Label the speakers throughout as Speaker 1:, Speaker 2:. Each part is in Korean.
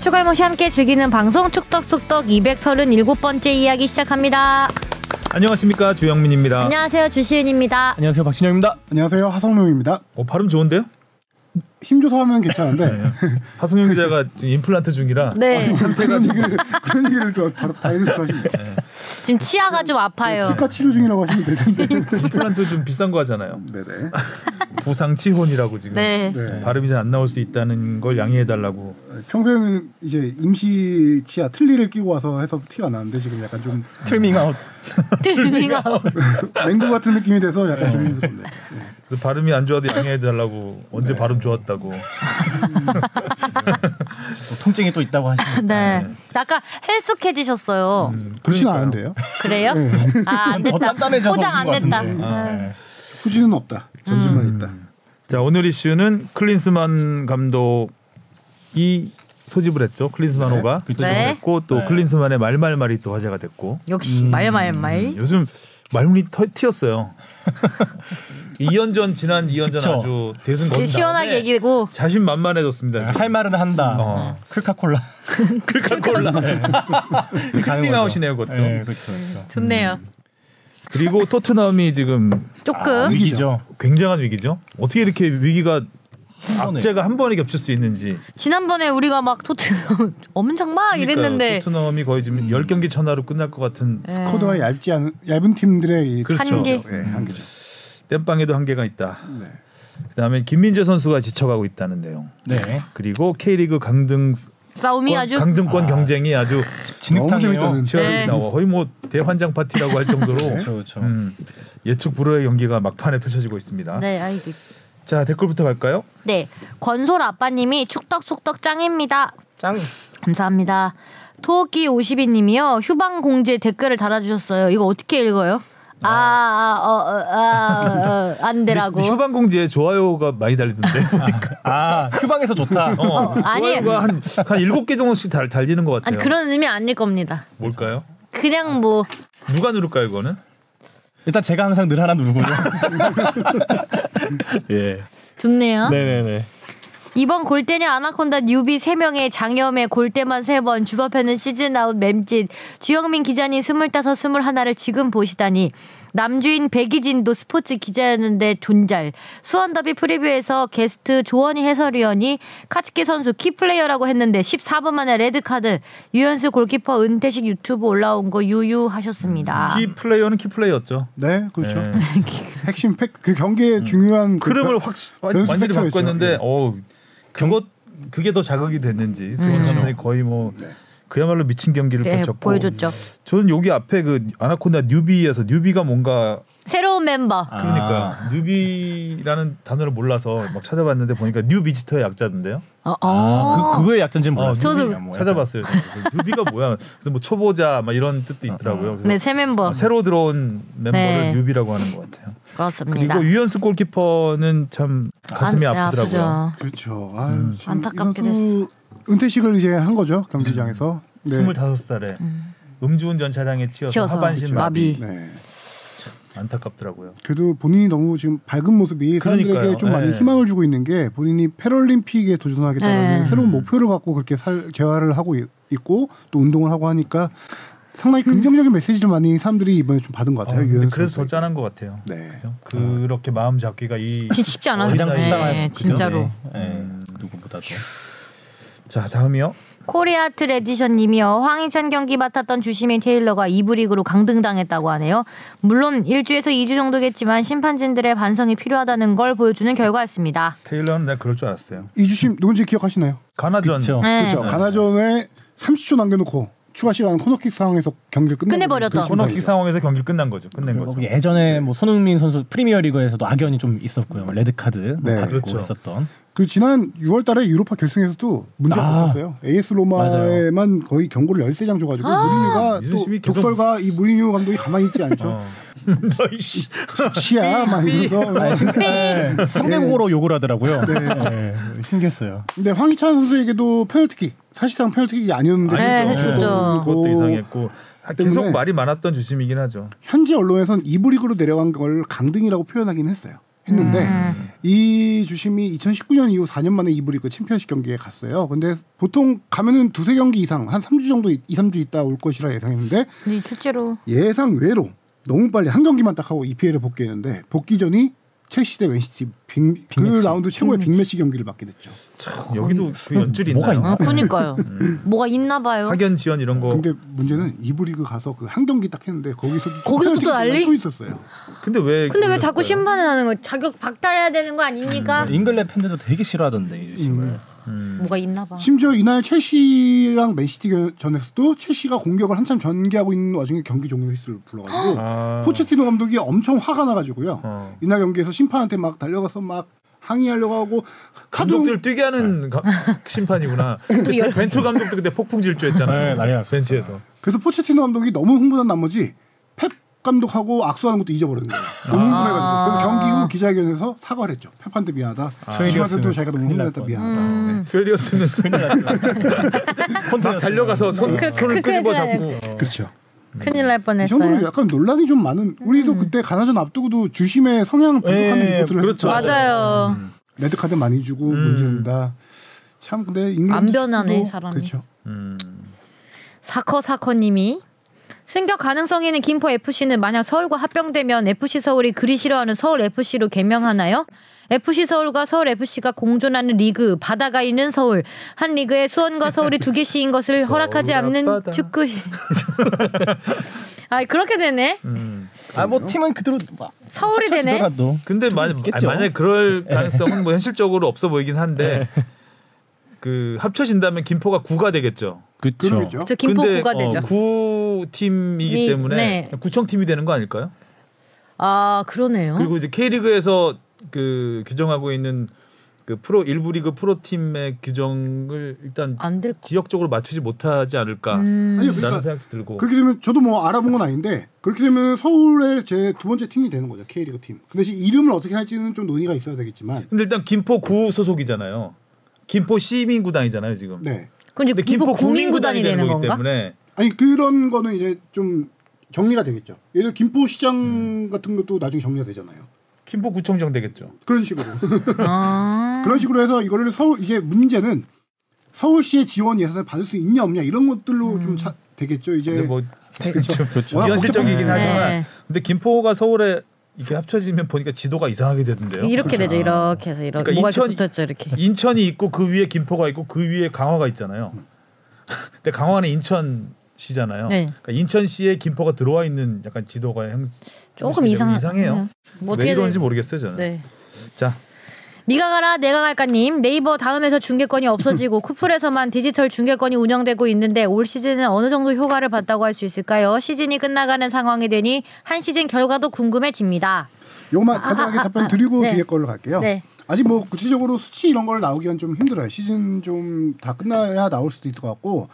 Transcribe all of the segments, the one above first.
Speaker 1: 추갈모시 함께 즐기는 방송 축덕축덕 237번째 이야기 시작합니다.
Speaker 2: 안녕하십니까 주영민입니다.
Speaker 1: 안녕하세요. 주시은입니다.
Speaker 3: 안녕하세요 박진영입니다.
Speaker 4: 안녕하세요 하성룡입니다.
Speaker 2: 어, 발음 좋은데요?
Speaker 4: 힘조사하면
Speaker 2: 네.
Speaker 4: 괜찮은데
Speaker 2: 하성용 기자가 지금 임플란트 중이라
Speaker 1: 네.
Speaker 4: 그런 얘기를 저 바로 다이렉트 하시면 돼요.
Speaker 1: 지금 치아가 좀 아파요.
Speaker 4: 치과 치료 중이라고 하시면 되는데
Speaker 2: 임플란트 좀 비싼 거 하잖아요.
Speaker 4: 네네
Speaker 2: 부상치혼이라고 지금
Speaker 1: 네.
Speaker 4: 네.
Speaker 2: 발음이 잘 안 나올 수 있다는 걸 양해해달라고.
Speaker 4: 평소에는 이제 임시 치아 틀니를 끼고 와서 해서 티가 나는데 지금 약간 좀
Speaker 3: 틀밍아웃.
Speaker 1: 네. 틀링아.
Speaker 4: 맹구 같은 느낌이 돼서 약간 좀 힘들었네.
Speaker 2: 그래서 발음이 안 좋아도 양해해달라고 언제
Speaker 3: 네.
Speaker 2: 발음 좋았다고.
Speaker 3: 또뭐 통증이 또 있다고 하시네요.
Speaker 1: 네. 아까 헬쑥해지셨어요.
Speaker 2: 음,
Speaker 4: 그렇진
Speaker 2: 그러니까요.
Speaker 4: 않은데요.
Speaker 1: 그래요? 아, 안
Speaker 3: 더
Speaker 1: 됐다.
Speaker 3: 단단해져서
Speaker 1: 포장 안
Speaker 3: 온것
Speaker 1: 됐다.
Speaker 3: 같은데.
Speaker 2: 아,
Speaker 1: 음.
Speaker 2: 예.
Speaker 4: 후지는 없다. 점심만
Speaker 2: 음.
Speaker 4: 있다.
Speaker 2: 자 오늘 이슈는 클린스만 감독이 소집을 했죠. 클린스만호가 소집을
Speaker 1: 네.
Speaker 2: 했고 또
Speaker 3: 네.
Speaker 2: 클린스만의 말말말이 또 화제가 됐고.
Speaker 1: 역시 말말말.
Speaker 2: 요즘 말문이 터, 튀었어요. 이연전 지난 이연전
Speaker 3: 그쵸.
Speaker 2: 아주
Speaker 3: 그렇죠.
Speaker 2: 대승 거둔
Speaker 1: 네, 시원하게
Speaker 2: 다음에 네.
Speaker 1: 얘기고
Speaker 2: 자신 만만해졌습니다. 지금.
Speaker 3: 할 말은 한다.
Speaker 2: 어.
Speaker 3: 클카콜라.
Speaker 2: 클카콜라
Speaker 3: 가는
Speaker 2: 클리
Speaker 3: 거죠.
Speaker 2: 나오시네요 그것도.
Speaker 3: 네, 그렇죠. 그렇죠.
Speaker 1: 좋네요.
Speaker 2: 그리고 토트넘이 지금
Speaker 3: 아,
Speaker 1: 조금
Speaker 3: 위기죠.
Speaker 2: 굉장한 위기죠. 어떻게 이렇게 위기가
Speaker 3: 한 번에.
Speaker 2: 악재가 한 번에 겹칠 수 있는지.
Speaker 1: 지난번에 우리가 막 토트넘 엄청 막 이랬는데 네.
Speaker 2: 그러니까요. 토트넘이 거의
Speaker 3: 음.
Speaker 2: 지금 열 경기 천하로 끝날 것 같은
Speaker 4: 스쿼드가 얇지 않은 얇은 팀들의 이
Speaker 2: 그렇죠.
Speaker 1: 한계. 음.
Speaker 4: 예, 한계죠.
Speaker 2: 땜빵에도 한계가 있다. 그다음에 김민재 선수가 지쳐가고 있다는 내용.
Speaker 3: 네.
Speaker 2: 그리고 K리그 강등
Speaker 1: 싸움이 아주
Speaker 2: 강등권 경쟁이 아주
Speaker 4: 너무
Speaker 3: 진흙탕이에요.
Speaker 4: 재밌다는
Speaker 2: 치열하게
Speaker 1: 네.
Speaker 2: 나와 거의 뭐 대환장 파티라고 할
Speaker 3: 그렇죠,
Speaker 2: 정도로
Speaker 3: 그렇죠.
Speaker 2: 음, 예측 불허의 연기가 막판에 펼쳐지고 있습니다.
Speaker 1: 네, 아이고.
Speaker 2: 자 댓글부터 갈까요?
Speaker 1: 네. 권솔 아빠님이 축덕숙덕 짱입니다.
Speaker 3: 짱.
Speaker 1: 감사합니다. 토끼 52 님이요. 휴방 공지에 댓글을 달아 주셨어요. 이거 어떻게 읽어요? 아, 아, 어, 어, 아, 어, 안 되라고.
Speaker 2: 근데 휴방 공지에 좋아요가 많이 달리던데 보니까.
Speaker 3: 아 휴방에서 좋다.
Speaker 2: 어,
Speaker 1: 어, 아니.
Speaker 2: 좋아요가 한한 일곱 개 정도씩 달, 달리는 것
Speaker 1: 아니
Speaker 2: 같아요.
Speaker 1: 그런 의미 아닐 겁니다.
Speaker 2: 뭘까요?
Speaker 1: 그냥 뭐
Speaker 2: 누가 누를까요 이거는?
Speaker 3: 일단 제가 항상 늘 하나 누르고요. 예.
Speaker 1: 좋네요.
Speaker 3: 네네네.
Speaker 1: 이번 골대녀 아나콘다 뉴비 3명의 장염에 골대만 3번 주바페는 시즌아웃 맴짓 주영민 기자님 25, 21을 지금 보시다니 남주인 백이진도 스포츠 기자였는데 존잘 수원더비 프리뷰에서 게스트 조원희 해설위원이 카츠키 선수 키플레이어라고 했는데 14분 만에 레드카드 유현수 골키퍼 은퇴식 유튜브 올라온 거 유유하셨습니다
Speaker 2: 키 플레이어는 키 플레이였죠.
Speaker 4: 네, 그렇죠.
Speaker 2: 네. 음.
Speaker 4: 핵심 팩 그 경기의 중요한 그
Speaker 2: 흐름을
Speaker 4: 팩-
Speaker 2: 확
Speaker 4: 연습
Speaker 2: 완전히
Speaker 4: 팩터였죠.
Speaker 2: 바꿨는데
Speaker 4: 예.
Speaker 2: 어 그것 그게 더 자극이 됐는지 수원
Speaker 4: 그렇죠.
Speaker 2: 선수이 거의 뭐
Speaker 4: 네.
Speaker 2: 그야말로 미친 경기를
Speaker 1: 음. 네,
Speaker 2: 펼쳤고
Speaker 1: 보여줬죠
Speaker 2: 저는 여기 앞에 그 아나콘다 뉴비에서 뉴비가 뭔가
Speaker 1: 새로운 멤버
Speaker 2: 그러니까 뉴비라는 단어를 몰라서 막 찾아봤는데 보니까 뉴 비지터의 약자던데요.
Speaker 1: 어, 어.
Speaker 3: 그 그거의 약자인지는
Speaker 2: 어,
Speaker 3: 몰랐어요.
Speaker 1: 저도
Speaker 3: 그냥 뭐 약간.
Speaker 2: 찾아봤어요. 저는. 그래서 뉴비가 뭐야? 그래서 뭐 초보자 막 이런 뜻도 있더라고요. 그래서
Speaker 1: 네, 새 멤버
Speaker 2: 새로 들어온 멤버를
Speaker 1: 네.
Speaker 2: 뉴비라고 하는 것 같아요.
Speaker 1: 그렇습니다
Speaker 2: 그리고 유현수 골키퍼는 참 가슴이
Speaker 1: 안- 네,
Speaker 2: 아, 프더라고요
Speaker 1: 아프죠.
Speaker 4: 그렇죠.
Speaker 2: 음.
Speaker 4: 아유, 지금
Speaker 1: 안타깝게
Speaker 4: 이 선수 은퇴식을 이제 한 거죠 경기장에서. 네.
Speaker 2: 25살에 음. 주운전 차량에 치여서,
Speaker 1: 치여서 그렇죠.
Speaker 2: 하반신 마비.
Speaker 1: 마비.
Speaker 4: 네.
Speaker 2: 안타깝더라고요.
Speaker 4: 그래도 본인이 너무 지금 밝은 모습이
Speaker 2: 그러니까요.
Speaker 4: 사람들에게 좀 많이
Speaker 2: 예.
Speaker 4: 희망을 주고 있는 게 본인이 패럴림픽에 도전하겠다는
Speaker 1: 예.
Speaker 2: 음.
Speaker 4: 새로운 목표를 갖고 그렇게 살 재활을 하고 이- 있고 또 운동을 하고 하니까 상당히 긍정적인 메시지를 많이 사람들이 이번에 좀 받은 것
Speaker 2: 아,
Speaker 4: 같아요.
Speaker 2: 음. 근데
Speaker 4: 유현수
Speaker 2: 그래서 더
Speaker 4: 선수에게.
Speaker 2: 짠한 것 같아요.
Speaker 4: 네.
Speaker 2: 그죠? 그렇게 마음 잡기가 이
Speaker 1: 진짜 쉽지 않았어요.
Speaker 3: 가장
Speaker 2: 어디다
Speaker 3: 불쌍할
Speaker 1: 네,
Speaker 3: 수-
Speaker 1: 진짜로.
Speaker 3: 네, 네. 누구보다도.
Speaker 2: 자 다음이요.
Speaker 1: 코리아트 레디션님이요. 황희찬 경기 맡았던 주시민 테일러가 2부 리그로 강등당했다고 하네요. 물론 1주에서 2주 정도겠지만 심판진들의 반성이 필요하다는 걸 보여주는 결과였습니다.
Speaker 2: 테일러는 내가 그럴 줄 알았어요.
Speaker 4: 이주심 누군지 기억하시나요?
Speaker 2: 가나전
Speaker 3: 그렇죠.
Speaker 1: 네.
Speaker 4: 그렇죠. 가나전에 30초 남겨놓고 추가 시간 코너킥 상황에서 경기를 끝내
Speaker 1: 끝내버렸던.
Speaker 2: 코너킥 상황에서 경기 를 끝난 거죠. 끝낸 거죠.
Speaker 3: 그리고 예전에 뭐 손흥민 선수 프리미어리그에서도 악연이 좀 있었고요. 레드 카드 뭐
Speaker 4: 네.
Speaker 3: 받고
Speaker 2: 그렇죠.
Speaker 3: 있었던.
Speaker 4: 그리고 지난 6월달에 유로파 결승에서도 문제가
Speaker 3: 아.
Speaker 4: 없었어요. AS 로마에만 거의 경고를 13장 줘가지고
Speaker 1: 아.
Speaker 4: 무리뉴가 또
Speaker 2: 민수심이 계속-
Speaker 4: 독설과 이 무리뉴 감독이 가만히 있지 않죠.
Speaker 2: 어. 너이씨.
Speaker 4: 수치야 막
Speaker 1: 아,
Speaker 4: 이러면서
Speaker 3: 네. 3개국어로 욕을 하더라고요. 네. 신기했어요.
Speaker 4: 근데 황희찬 선수에게도 페널티킥 사실상 페널티킥이 아니었는데 그렇죠.
Speaker 1: 아니죠. 네, 해줬죠.
Speaker 2: 음, 그것도 이상했고 아, 계속
Speaker 4: 때문에-
Speaker 2: 말이 많았던 주심이긴 하죠.
Speaker 4: 현지 언론에선 이브리그로 내려간 걸 강등이라고 표현하긴 했어요. 했는데
Speaker 1: 음.
Speaker 4: 이 주심이 2019년 이후 4년 만에 이브리그 챔피언십 경기에 갔어요. 근데 보통 가면은 두세 경기 이상 한 3주 정도 2, 3주 있다 올 것이라 예상했는데
Speaker 1: 근데 실제로
Speaker 4: 예상 외로 너무 빨리 한 경기만 딱 하고 EPL에 복귀했는데 복귀 전이 첼시 대 맨시티 빅, 그
Speaker 3: 빅매치.
Speaker 4: 라운드 최고의 빅매치 경기를 맡게 됐죠.
Speaker 2: 참, 여기도 그 연줄이
Speaker 3: 뭐가
Speaker 2: 있나요?
Speaker 1: 아, 그니까요. 뭐가 있나 봐요.
Speaker 2: 학연 지연 이런 거.
Speaker 4: 근데 문제는 이브리그 가서 그 한 경기 딱 했는데 거기서
Speaker 1: 거기서 또 난리?
Speaker 4: 또 있었어요.
Speaker 2: 근데 왜?
Speaker 1: 근데 왜 자꾸
Speaker 2: 그랬어요?
Speaker 1: 심판을 하는 거예요? 자격 박탈해야 되는 거 아닙니까?
Speaker 3: 잉글랜드 팬들도 되게 싫어하던데 이 주심을.
Speaker 2: 음.
Speaker 1: 뭐가 있나 봐.
Speaker 4: 심지어 이날 첼시랑 맨시티 겨- 전에서도 첼시가 공격을 한참 전개하고 있는 와중에 경기 종료 휘슬을 불러가지고
Speaker 2: 아.
Speaker 4: 포체티노 감독이 엄청 화가 나가지고요.
Speaker 2: 어.
Speaker 4: 이날 경기에서 심판한테 막 달려가서 막 항의하려고 하고 카드
Speaker 2: 감독들 뛰게 하는 가-
Speaker 1: 네.
Speaker 2: 심판이구나. 그때 벤투 감독도 그때 폭풍
Speaker 3: 네,
Speaker 2: 질주했잖아요.
Speaker 3: 난리 났어요.
Speaker 2: 벤치에서.
Speaker 4: 그래서 포체티노 감독이 너무 흥분한 나머지 펩 감독하고 악수하는 것도 잊어버린 거예요. 너무
Speaker 2: 아.
Speaker 4: 흥분해가지고 그래서 경기 후 기자회견에서 사과를 했죠. 펩한테 미안하다.
Speaker 2: 아,
Speaker 4: 주심한테도 자기가 너무
Speaker 3: 큰일 날
Speaker 4: 흥분했다
Speaker 3: 뻔.
Speaker 4: 미안하다.
Speaker 1: 음.
Speaker 2: 트웰리어스는 막
Speaker 1: 아,
Speaker 3: 콘테였어요.
Speaker 2: 달려가서 손,
Speaker 1: 그- 그-
Speaker 2: 손을
Speaker 1: 그-
Speaker 2: 끄집어
Speaker 1: 그-
Speaker 2: 잡고.
Speaker 4: 그렇죠.
Speaker 1: 큰일 날
Speaker 4: 이 정도로
Speaker 1: 뻔했어요. 음.
Speaker 4: 약간 논란이 좀 많은 우리도 그때 가나전 앞두고도 주심의 성향을 분석하는
Speaker 2: 예,
Speaker 4: 리포트를
Speaker 2: 그렇죠.
Speaker 4: 했었죠.
Speaker 1: 맞아요.
Speaker 4: 레드카드 많이 주고
Speaker 2: 음.
Speaker 4: 문제된다. 참 근데 잉글랜드
Speaker 1: 안 변하네,
Speaker 4: 축구도
Speaker 1: 사람이.
Speaker 4: 그렇죠.
Speaker 2: 음.
Speaker 1: 사커 사커님이 승격 가능성 있는 김포 FC는 만약 서울과 합병되면 FC 서울이 그리 싫어하는 서울 FC로 개명하나요? FC 서울과 서울 FC가 공존하는 리그 바다가 있는 서울 한 리그에 수원과 서울이 두 개씩인 것을 허락하지
Speaker 2: 서울
Speaker 1: 않는
Speaker 2: 앞바다.
Speaker 1: 축구. 아 그렇게 되네.
Speaker 2: 음.
Speaker 3: 아뭐 팀은 그대로 막
Speaker 1: 서울이 되네.
Speaker 3: 지더라도
Speaker 2: 근데 마,
Speaker 3: 있겠죠.
Speaker 2: 만약 그럴 가능성은 뭐 현실적으로 없어 보이긴 한데 그 합쳐진다면 김포가 구가 되겠죠.
Speaker 3: 그렇죠.
Speaker 4: 그러겠죠.
Speaker 1: 저 김포구가 되죠.
Speaker 2: 어, 구 팀이기
Speaker 1: 미-
Speaker 2: 때문에
Speaker 1: 네. 어?
Speaker 2: 구청 팀이 되는 거 아닐까요?
Speaker 1: 아 그러네요.
Speaker 2: 그리고 이제 K리그에서 그 규정하고 있는 그 프로 일부 리그 프로 팀의 규정을 일단
Speaker 1: 안될 거.
Speaker 2: 지역적으로 맞추지 못하지
Speaker 1: 아.
Speaker 2: 않을까
Speaker 1: 음.
Speaker 4: 아니요,
Speaker 2: 라는
Speaker 4: 그러니까
Speaker 2: 생각이 들고
Speaker 4: 그렇게 되면 저도 뭐 알아본 건 아닌데 그렇게 되면 서울의 제 두 번째 팀이 되는 거죠 K리그 팀. 근데 이 이름을 어떻게 할지는 좀 논의가 있어야 되겠지만
Speaker 2: 근데 일단 김포구 소속이잖아요. 김포 시민구단이잖아요 지금.
Speaker 4: 네
Speaker 1: 그럼 이제
Speaker 2: 근데
Speaker 1: 김포
Speaker 2: 김포
Speaker 1: 구민구단이
Speaker 2: 구민구단이
Speaker 1: 되는
Speaker 2: 되는 거기
Speaker 1: 건가?
Speaker 2: 때문에
Speaker 4: 아니 그런 거는 이제 좀 정리가 되겠죠. 예를 들어 김포시장
Speaker 2: 음.
Speaker 4: 같은 것도 나중에 정리가 되잖아요.
Speaker 2: 김포구청장 되겠죠.
Speaker 4: 그런 식으로
Speaker 1: 아.
Speaker 4: 그런 식으로 해서 이거를 서울 이제 문제는 서울시의 지원 예산을 받을 수 있냐 없냐 이런 것들로 좀 차, 되겠죠. 이제
Speaker 2: 음. 근데 뭐
Speaker 4: 아,
Speaker 3: 그렇죠.
Speaker 4: 워낙
Speaker 2: 비현실적이긴
Speaker 4: 복잡-
Speaker 2: 하지만
Speaker 1: 네.
Speaker 2: 근데 김포가 서울에 이렇게 합쳐지면 보니까 지도가 이상하게 되던데요.
Speaker 1: 이렇게 되죠. 이렇게 해서 이렇게
Speaker 2: 그렇죠. 그러니까
Speaker 1: 뭐가
Speaker 2: 인천-
Speaker 1: 이렇게 붙었죠. 이렇게.
Speaker 2: 인천이 있고 그 위에 김포가 있고 그 위에 강화가 있잖아요. 근데 강화는 인천시잖아요.
Speaker 1: 네.
Speaker 2: 그러니까 인천시에 김포가 들어와 있는 약간 지도가 형,
Speaker 1: 조금
Speaker 2: 형식이
Speaker 1: 이상
Speaker 2: 이상해요.
Speaker 1: 뭐
Speaker 2: 왜
Speaker 1: 어떻게
Speaker 2: 이러는지
Speaker 1: 될지
Speaker 2: 모르겠어요 저는.
Speaker 1: 네.
Speaker 2: 자
Speaker 1: 니가 가라 내가 갈까님 네이버 다음에서 중계권이 없어지고 쿠플에서만 디지털 중계권이 운영되고 있는데 올 시즌은 어느 정도 효과를 봤다고 할 수 있을까요? 시즌이 끝나가는 상황이 되니 한 시즌 결과도 궁금해집니다.
Speaker 4: 요것만 간단하게 답변 드리고
Speaker 1: 네.
Speaker 4: 뒤에 걸로 갈게요.
Speaker 1: 네.
Speaker 4: 아직 뭐 구체적으로 수치 이런 걸 나오기는 좀 힘들어요. 시즌 좀 다 끝나야 나올 수도 있을 것 같고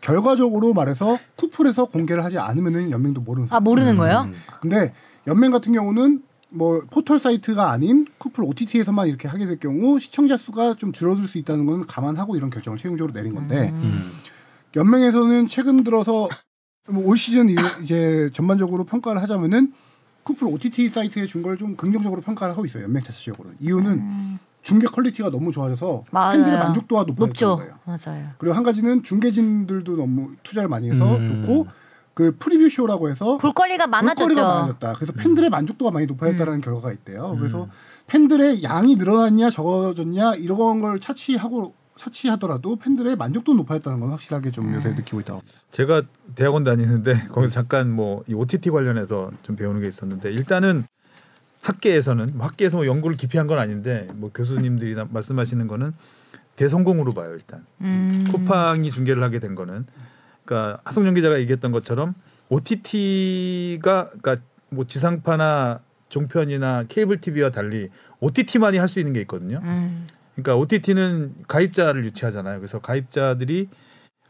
Speaker 4: 결과적으로 말해서 쿠플에서 공개를 하지 않으면은 연맹도 모르는.
Speaker 1: 아
Speaker 4: 상황.
Speaker 1: 모르는 거예요?
Speaker 4: 근데 연맹 같은 경우는 뭐 포털 사이트가 아닌 쿠플 OTT에서만 이렇게 하게 될 경우 시청자 수가 좀 줄어들 수 있다는 건 감안하고 이런 결정을 최종적으로 내린 건데
Speaker 1: 음.
Speaker 4: 연맹에서는 최근 들어서 뭐올 시즌 이- 이제 전반적으로 평가를 하자면은 쿠플 OTT 사이트에 준 걸 좀 긍정적으로 평가를 하고 있어요 연맹 자체적으로 이유는 중계 퀄리티가 너무 좋아져서
Speaker 1: 음. 맞아요.
Speaker 4: 팬들의 만족도가 높아진
Speaker 1: 높죠.
Speaker 4: 거예요.
Speaker 1: 맞아요.
Speaker 4: 그리고 한 가지는 중계진들도 너무 투자를 많이 해서
Speaker 3: 음.
Speaker 4: 좋고 그 프리뷰 쇼라고 해서
Speaker 1: 볼거리가
Speaker 4: 볼거리가
Speaker 1: 많아졌죠.
Speaker 4: 많아졌다.
Speaker 2: 음.
Speaker 4: 그래서 팬들의 만족도가 많이 높아졌다는 결과가 있대요. 그래서 팬들의 양이 늘어났냐 적어졌냐 이런 걸 차치하고 차치하더라도 팬들의 만족도 는 높아졌다는 건 확실하게
Speaker 2: 네.
Speaker 4: 좀 요새 느끼고 있다고.
Speaker 2: 제가 대학원 다니는데 거기서 잠깐 뭐 이 OTT 관련해서 좀 배우는 게 있었는데 일단은 학계에서는 뭐 학계에서 뭐 연구를 깊이 한 건 아닌데 뭐 교수님들이 나- 말씀하시는 거는 대성공으로 봐요 일단
Speaker 1: 음.
Speaker 2: 쿠팡이 중계를 하게 된 거는 그러니까 하성룡 기자가 얘기했던 것처럼 OTT가 그러니까 뭐 지상파나 종편이나 케이블 TV와 달리 OTT만이 할 수 있는 게 있거든요.
Speaker 1: 음.
Speaker 2: 그러니까 OTT는 가입자를 유치하잖아요. 그래서 가입자들이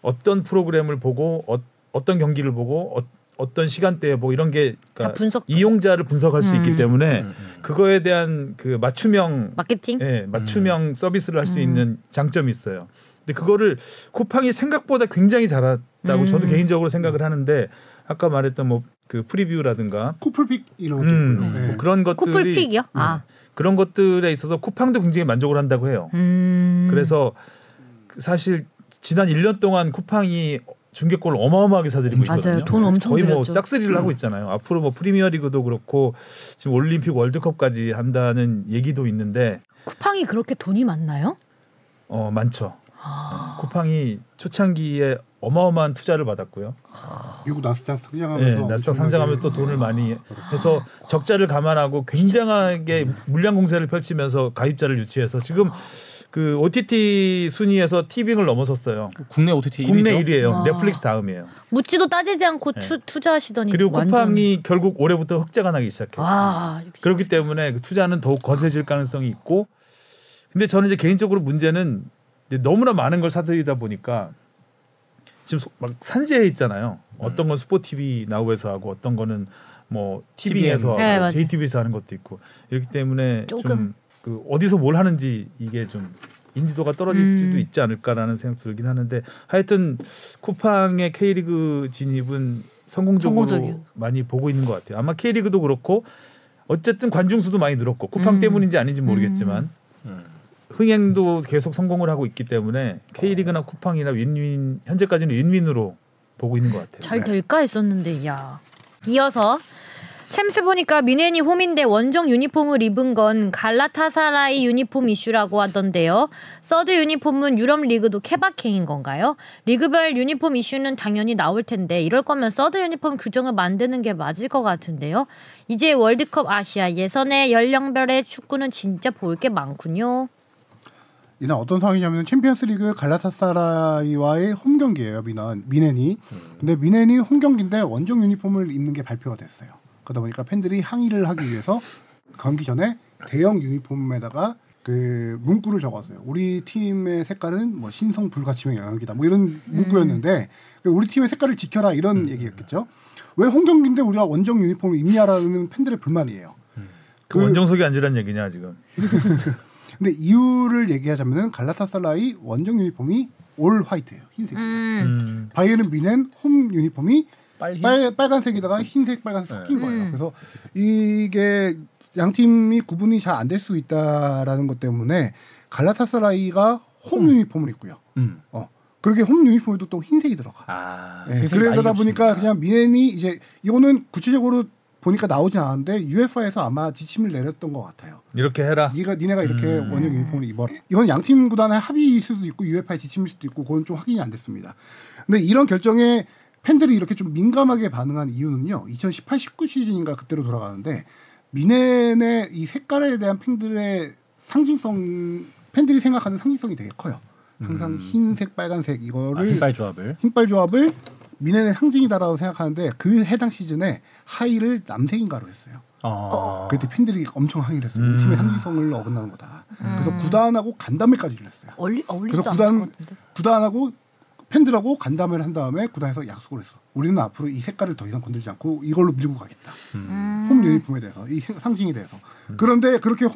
Speaker 2: 어떤 프로그램을 보고 어, 떤 경기를 보고 어, 떤 시간대에 보고 이런 게
Speaker 1: 다
Speaker 2: 그러니까
Speaker 1: 분석
Speaker 2: 이용자를 분석할 수
Speaker 1: 음.
Speaker 2: 있기 때문에 그거에 대한 그 맞춤형
Speaker 1: 마케팅.
Speaker 2: 예, 맞춤형
Speaker 1: 음.
Speaker 2: 서비스를 할 수 있는 장점이 있어요. 근데 그거를 쿠팡이 생각보다 굉장히 잘했다고 저도
Speaker 1: 음.
Speaker 2: 개인적으로 생각을 하는데 아까 말했던 뭐 그 프리뷰라든가
Speaker 4: 쿠플픽 이런
Speaker 2: 음,
Speaker 4: 것들. 네.
Speaker 2: 뭐 그런 것들이
Speaker 1: 쿠플픽이요? 아.
Speaker 2: 그런 것들에 있어서 쿠팡도 굉장히 만족을 한다고 해요.
Speaker 1: 음.
Speaker 2: 그래서 그 사실 지난 1년 동안 쿠팡이 중계권을 어마어마하게 사들이고
Speaker 1: 음, 맞아요.
Speaker 2: 있거든요.
Speaker 1: 돈 엄청
Speaker 2: 거의 뭐
Speaker 1: 들였죠. 음.
Speaker 2: 싹쓸이를 하고 있잖아요. 앞으로 뭐 프리미어리그도 그렇고 지금 올림픽 월드컵까지 한다는 얘기도 있는데
Speaker 5: 쿠팡이 그렇게 돈이 많나요?
Speaker 2: 어 많죠. 네. 쿠팡이 초창기에 어마어마한 투자를 받았고요.
Speaker 4: 미국 나스닥
Speaker 2: 예,
Speaker 4: 상장하면서
Speaker 2: 나스닥
Speaker 4: 엄청나게-
Speaker 2: 상장하면서 또 돈을 많이 해서 적자를 감안하고 굉장하게 물량 공세를 펼치면서 가입자를 유치해서 지금 그 OTT 순위에서 티빙을 넘어섰어요.
Speaker 3: 음. 국내 OTT
Speaker 2: 국내
Speaker 3: 1위죠.
Speaker 2: 1위예요.
Speaker 1: 아.
Speaker 2: 넷플릭스 다음이에요.
Speaker 1: 묻지도 따지지 않고 추- 투자하시더니
Speaker 2: 그리고
Speaker 1: 완전-
Speaker 2: 쿠팡이 결국 올해부터 흑자가 나기 시작해요.
Speaker 1: 와 역시.
Speaker 2: 그렇기 때문에 그 투자는 더욱 거세질 가능성이 있고 근데 저는 이제 개인적으로 문제는 이제 너무나 많은 걸 사들이다 보니까 지금 소- 막 산재해 있잖아요.
Speaker 1: 음.
Speaker 2: 어떤 건 스포티비 나우에서 하고 어떤 거는 뭐 TV에서
Speaker 1: 네, 맞아요.
Speaker 2: JTBC에서 하는 것도 있고 이렇기 때문에
Speaker 1: 조금.
Speaker 2: 좀 그 어디서 뭘 하는지 이게 좀 인지도가
Speaker 1: 음.
Speaker 2: 떨어질 수도 있지 않을까라는 생각 들긴 하는데 하여튼 쿠팡의 K리그 진입은 성공적으로
Speaker 1: 성공적이요.
Speaker 2: 많이 보고 있는 것 같아요. 아마 K리그도 그렇고 어쨌든 관중 수도 많이 늘었고 쿠팡
Speaker 4: 음.
Speaker 2: 때문인지 아닌지 모르겠지만 음. 흥행도 계속 성공을 하고 있기 때문에 K리그나 쿠팡이나 윈윈 현재까지는 윈윈으로 보고 있는 것 같아요.
Speaker 5: 잘 될까 했었는데 야.
Speaker 1: 이어서 챔스 보니까 미네니 홈인데 원정 유니폼을 입은 건 갈라타사라이 유니폼 이슈라고 하던데요. 서드 유니폼은 유럽 리그도 케바케인 건가요? 리그별 유니폼 이슈는 당연히 나올 텐데 이럴 거면 서드 유니폼 규정을 만드는 게 맞을 것 같은데요. 이제 월드컵 아시아 예선의 연령별의 축구는 진짜 볼 게 많군요.
Speaker 4: 이날 어떤 상황이냐면 챔피언스리그 갈라타사라이와의 홈 경기예요. 미난 미넨이. 근데 미넨이 홈 경기인데 원정 유니폼을 입는 게 발표가 됐어요. 그러다 보니까 팬들이 항의를 하기 위해서 경기 전에 대형 유니폼에다가 그 문구를 적었어요. 우리 팀의 색깔은 뭐 신성 불가침의 영역이다. 뭐 이런 문구였는데 그 우리 팀의 색깔을 지켜라 이런 얘기였겠죠. 왜 홈 경기인데 우리가 원정 유니폼을 입냐라는 팬들의 불만이에요.
Speaker 2: 그
Speaker 4: 그-
Speaker 2: 원정석이 앉으란 얘기냐 지금?
Speaker 4: 근데 이유를 얘기하자면은 갈라타사라이 원정 유니폼이 올 화이트예요. 흰색.
Speaker 1: 음,
Speaker 2: 음.
Speaker 4: 바이에른 뮌헨 홈 유니폼이
Speaker 3: 빨리 네.
Speaker 4: 빨, 빨간색에다가 흰색 빨간색 섞인 거예요. 그래서 이게 양 팀이 구분이 잘 안 될 수 있다라는 것 때문에 갈라타사라이가 홈 유니폼을 입고요.
Speaker 3: 음.
Speaker 4: 어. 그렇게 홈 유니폼에도 또 흰색이 들어가.
Speaker 3: 아.
Speaker 4: 예,
Speaker 3: 세상에
Speaker 4: 그러다
Speaker 3: 많이
Speaker 4: 보니까
Speaker 3: 없습니다.
Speaker 4: 그냥 미넨이 이제 이거는 구체적으로 보니까 나오진 않았는데 UEFA에서 아마 지침을 내렸던 것 같아요.
Speaker 2: 이렇게 해라.
Speaker 4: 네가 니네가 이렇게
Speaker 3: 음.
Speaker 4: 원형 유니폼을 입어라. 이건 양팀 구단의 합의 있을 수도 있고 UEFA의 지침일 수도 있고 그건 좀 확인이 안 됐습니다. 근데 이런 결정에 팬들이 이렇게 좀 민감하게 반응한 이유는요. 2018-19 시즌인가 그때로 돌아가는데 미넨의 이 색깔에 대한 팬들의 상징성 팬들이 생각하는 상징성이 되게 커요. 항상 흰색, 빨간색
Speaker 3: 음. 아,
Speaker 4: 이거를
Speaker 3: 흰발 조합을
Speaker 4: 흰빨 조합을 미넨의 상징이다라고 생각하는데 그 해당 시즌에 하의를 남색인가로 했어요.
Speaker 3: 어.
Speaker 4: 그때 팬들이 엄청 항의를 했어요. 우리
Speaker 2: 음.
Speaker 4: 팀의 상징성을 어긋나는 거다.
Speaker 5: 음.
Speaker 4: 그래서 구단하고 간담회까지 했어요.
Speaker 5: 어울리 어울리지도
Speaker 4: 그래서
Speaker 5: 않을 것
Speaker 4: 구단
Speaker 5: 같은데.
Speaker 4: 구단하고 팬들하고 간담회를 한 다음에 구단에서 약속을 했어. 우리는 앞으로 이 색깔을 더 이상 건들지 않고 이걸로 밀고 가겠다.
Speaker 5: 음.
Speaker 4: 홈 유니폼에 대해서 이 생- 상징에 대해서.
Speaker 2: 음.
Speaker 4: 그런데 그렇게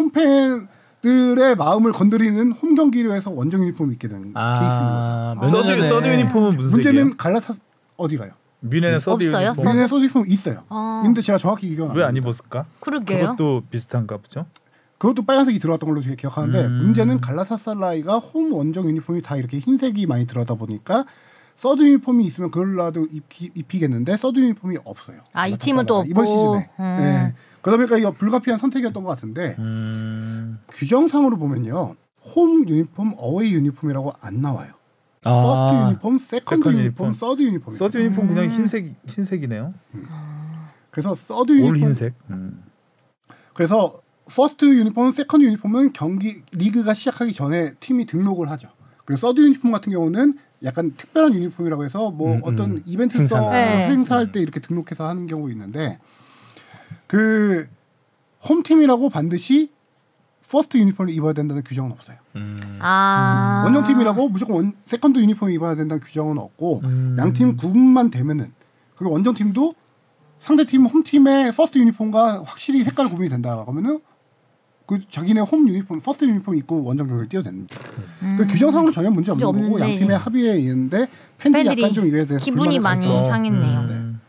Speaker 4: 홈팬들의 마음을 건드리는 홈 경기로 해서 원정 유니폼 이 입게 된 케이스인 거죠.
Speaker 3: 아. 몇 년
Speaker 2: 서드
Speaker 3: 전에
Speaker 2: 서드 유니폼은 무슨 색이에요?
Speaker 4: 문제는 갈라타 어디가요?
Speaker 2: 미네는 서드
Speaker 1: 없어요?
Speaker 2: 유니폼
Speaker 4: 미네 소드 유니폼 있어요.
Speaker 1: 어.
Speaker 4: 근데 제가 정확히 기억
Speaker 2: 왜 안 입었을까?
Speaker 1: 그러게요.
Speaker 2: 그것도 비슷한가 보죠.
Speaker 4: 그것도 빨간색이 들어갔던 걸로 제가 기억하는데
Speaker 2: 음.
Speaker 4: 문제는 갈라사살라이가 홈 원정 유니폼이 다 이렇게 흰색이 많이 들어다 보니까 서드 유니폼이 있으면 그걸라도 입히, 입히겠는데 서드 유니폼이 없어요.
Speaker 1: 아, 이 팀은 또
Speaker 4: 갈라타사라이. 이번
Speaker 1: 없고.
Speaker 4: 시즌에.
Speaker 1: 음.
Speaker 4: 예. 그러다 보니까 이거 불가피한 선택이었던 것 같은데
Speaker 2: 음.
Speaker 4: 규정상으로 보면요. 홈 유니폼, 어웨이 유니폼이라고 안 나와요. 퍼스트
Speaker 2: 아,
Speaker 4: 유니폼, 세컨드
Speaker 2: 세컨드
Speaker 4: 유니폼,
Speaker 2: 유니폼.
Speaker 4: 서드 유니폼.
Speaker 2: 서드 유니폼
Speaker 4: 음.
Speaker 2: 그냥 흰색 흰색이네요.
Speaker 4: 그래서 서드
Speaker 2: 올
Speaker 4: 유니폼
Speaker 2: 흰색. 음.
Speaker 4: 그래서 퍼스트 유니폼, 세컨드 유니폼은 경기 리그가 시작하기 전에 팀이 등록을 하죠. 그리고 서드 유니폼 같은 경우는 약간 특별한 유니폼이라고 해서 뭐
Speaker 3: 음,
Speaker 4: 어떤
Speaker 3: 음.
Speaker 4: 이벤트성
Speaker 3: 행사나.
Speaker 1: 네.
Speaker 4: 행사할 때 이렇게 등록해서 하는 경우 있는데 그 홈팀이라고 반드시 퍼스트 유니폼을 입어야 된다는 규정은 없어요.
Speaker 3: 음.
Speaker 1: 아
Speaker 4: 원정팀이라고 무조건 원- 세컨드 유니폼 입어야 된다는 규정은 없고
Speaker 2: 음.
Speaker 4: 양팀 구분만 되면은 그리고 원정팀도 상대팀 홈팀의 퍼스트 유니폼과 확실히 색깔 구분이 된다 그러면은 그 자기네 홈 유니폼 퍼스트 유니폼 입고 원정 경기를 뛰어댑니다. 그 규정상으로 전혀 문제 없는
Speaker 1: 문제
Speaker 4: 거고
Speaker 1: 음. 없는데,
Speaker 4: 양 팀의
Speaker 1: 예.
Speaker 4: 합의에 의는데 팬들이,
Speaker 1: 팬들이
Speaker 4: 약간 좀 이거에 대해서 음,
Speaker 1: 기분이
Speaker 4: 불만을
Speaker 1: 많이
Speaker 4: 가졌죠.
Speaker 1: 상했네요.
Speaker 2: 음.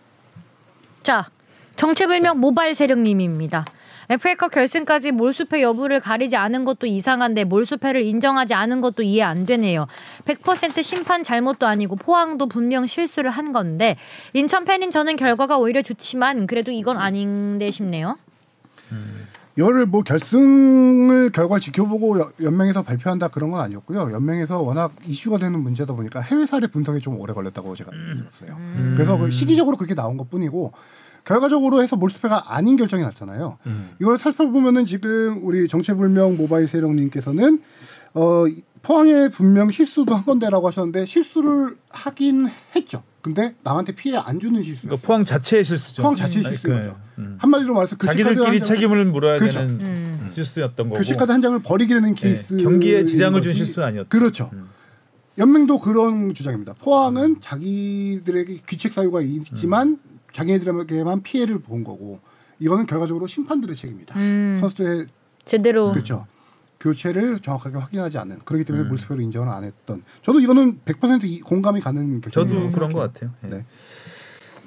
Speaker 1: 자 정체불명 모발 세력님입니다. FA컵 결승까지 몰수패 여부를 가리지 않은 것도 이상한데 몰수패를 인정하지 않은 것도 이해 안 되네요. 100% 심판 잘못도 아니고 포항도 분명 실수를 한 건데 인천 팬인 저는 결과가 오히려 좋지만 그래도 이건 아닌데 싶네요.
Speaker 4: 이거를 뭐 결승을 결과를 지켜보고 여- 연맹에서 발표한다 그런 건 아니었고요. 연맹에서 워낙 이슈가 되는 문제다 보니까 해외 사례 분석이 좀 오래 걸렸다고 제가 들었어요. 그래서 그 시기적으로 그렇게 나온 것 뿐이고 결과적으로 해서 몰수패가 아닌 결정이 났잖아요.
Speaker 2: 음.
Speaker 4: 이걸 살펴보면은 지금 우리 정체불명 모바일 세령님께서는 어, 이- 포항에 분명 실수도 한 건데라고 하셨는데 실수를 하긴 했죠. 근데 남한테 피해 안 주는 실수였어요.
Speaker 2: 그러니까 포항 자체의 실수죠.
Speaker 4: 포항 자체의
Speaker 2: 아니,
Speaker 4: 실수인
Speaker 2: 그,
Speaker 4: 거죠.
Speaker 2: 음.
Speaker 4: 한마디로 말해서 그
Speaker 2: 자기들끼리
Speaker 4: 시카드 한 장을-
Speaker 2: 책임을 물어야
Speaker 4: 그렇죠. 그
Speaker 2: 되는 실수였던 거고.
Speaker 4: 교실카드 한 장을 버리게 되는
Speaker 2: 뭐, 예,
Speaker 4: 케이스 그
Speaker 2: 경기에 지장을 준 실수 아니었다. 음.
Speaker 4: 그렇죠. 연맹도 그런 주장입니다. 포항은 자기들에게 규칙 사유가 있지만
Speaker 2: 음.
Speaker 4: 자기네들에게만 피해를 본 거고 이거는 결과적으로 심판들의 책임이다.
Speaker 1: 음.
Speaker 4: 선수들의
Speaker 1: 제대로
Speaker 4: 그렇죠. 교체를 정확하게 확인하지 않은 그렇기 때문에
Speaker 2: 음.
Speaker 4: 몰수표를 인정을 안 했던 저도 이거는 100% 이- 공감이 가는 결정.
Speaker 2: 저도 그런 것 같아요. 예.
Speaker 4: 네.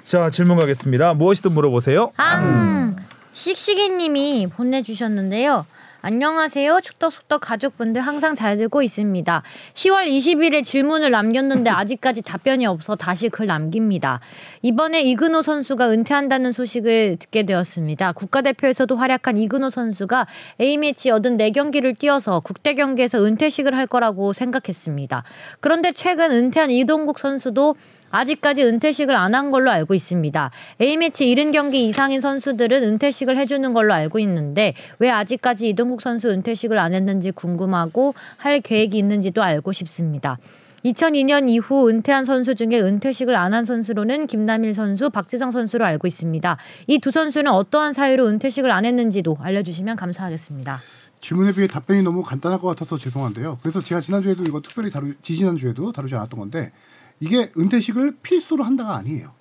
Speaker 2: 자 질문 가겠습니다. 무엇이든 물어보세요.
Speaker 1: 아. 앙 씩씩이님이 보내주셨는데요. 안녕하세요. 축덕숙덕 가족분들 항상 잘 듣고 있습니다. 10월 20일에 질문을 남겼는데 아직까지 답변이 없어 다시 글 남깁니다. 이번에 이근호 선수가 은퇴한다는 소식을 듣게 되었습니다. 국가대표에서도 활약한 이근호 선수가 A매치 84경기를 뛰어서 국대 경기에서 은퇴식을 할 거라고 생각했습니다. 그런데 최근 은퇴한 이동국 선수도 아직까지 은퇴식을 안 한 걸로 알고 있습니다. A매치 70경기 이상인 선수들은 은퇴식을 해주는 걸로 알고 있는데 왜 아직까지 이동국 선수 은퇴식을 안 했는지 궁금하고 할 계획이 있는지도 알고 싶습니다. 2002년 이후 은퇴한 선수 중에 은퇴식을 안 한 선수로는 김남일 선수, 박지성 선수로 알고 있습니다. 이 두 선수는 어떠한 사유로 은퇴식을 안 했는지도 알려주시면 감사하겠습니다.
Speaker 4: 질문에 비해 답변이 너무 간단할 것 같아서 죄송한데요. 그래서 제가 지난주에도 이거 특별히 다루 지지난 주에도 다루지 않았던 건데 이게 은퇴식을 필수로 한다가 아니에요.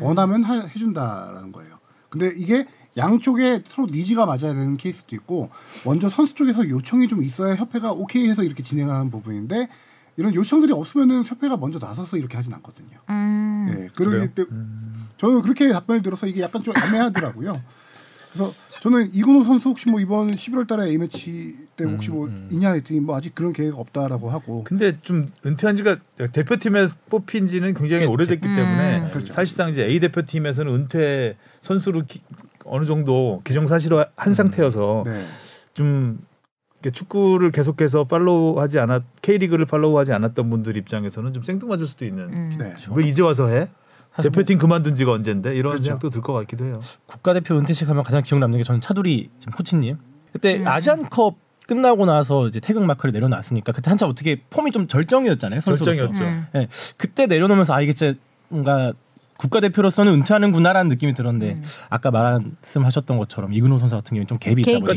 Speaker 4: 원하면 하- 해준다라는 거예요. 근데 이게 양쪽에 서로 니즈가 맞아야 되는 케이스도 있고 먼저 선수 쪽에서 요청이 좀 있어야 협회가 오케이 해서 이렇게 진행하는 부분인데 이런 요청들이 없으면은 협회가 먼저 나서서 이렇게 하진 않거든요.
Speaker 1: 음,
Speaker 4: 예, 그러기 때문에
Speaker 2: 음.
Speaker 4: 저는 그렇게 답변을 들어서 이게 약간 좀 애매하더라고요. 그래서 저는 이근호 선수 혹시 뭐 이번 11월달에 A 매치 때
Speaker 2: 음,
Speaker 4: 혹시 뭐 있냐 했더니 뭐 아직 그런 계획 없다라고 하고
Speaker 2: 근데 좀 은퇴한 지가 대표팀에 뽑힌 지는 굉장히 오래됐기 때문에
Speaker 4: 그렇죠.
Speaker 2: 사실상 이제 A 대표팀에서는 은퇴 선수로 기- 어느 정도 기정사실화 한 상태여서
Speaker 4: 네.
Speaker 2: 좀 이렇게 축구를 계속해서 팔로우하지 않았 K리그를 팔로우하지 않았던 분들 입장에서는 좀 생뚱맞을 수도 있는
Speaker 4: 네.
Speaker 2: 왜 이제 와서 해?
Speaker 3: 사실
Speaker 4: 뭐
Speaker 2: 대표팀 그만둔 지가 언젠데 이런
Speaker 3: 그렇죠.
Speaker 2: 생각도 들 것 같기도 해요.
Speaker 3: 국가대표 은퇴식 하면 가장 기억 남는 게 저는 차두리 지금 코치님 그때 아시안컵 끝나고 나서 이제 태극 마크를 내려놨으니까 그때 한참 어떻게 폼이 좀 절정이었잖아요. 선수로서.
Speaker 2: 결정이었죠.
Speaker 3: 예, 그때 내려놓으면서 아 이게 진짜 뭔가 국가대표로서는 은퇴하는구나라는 느낌이 들었는데 아까 말씀하셨던 것처럼 이근호 선수 같은 경우는 좀 갭이 있다
Speaker 2: 그러니까
Speaker 3: 보니까
Speaker 1: 예.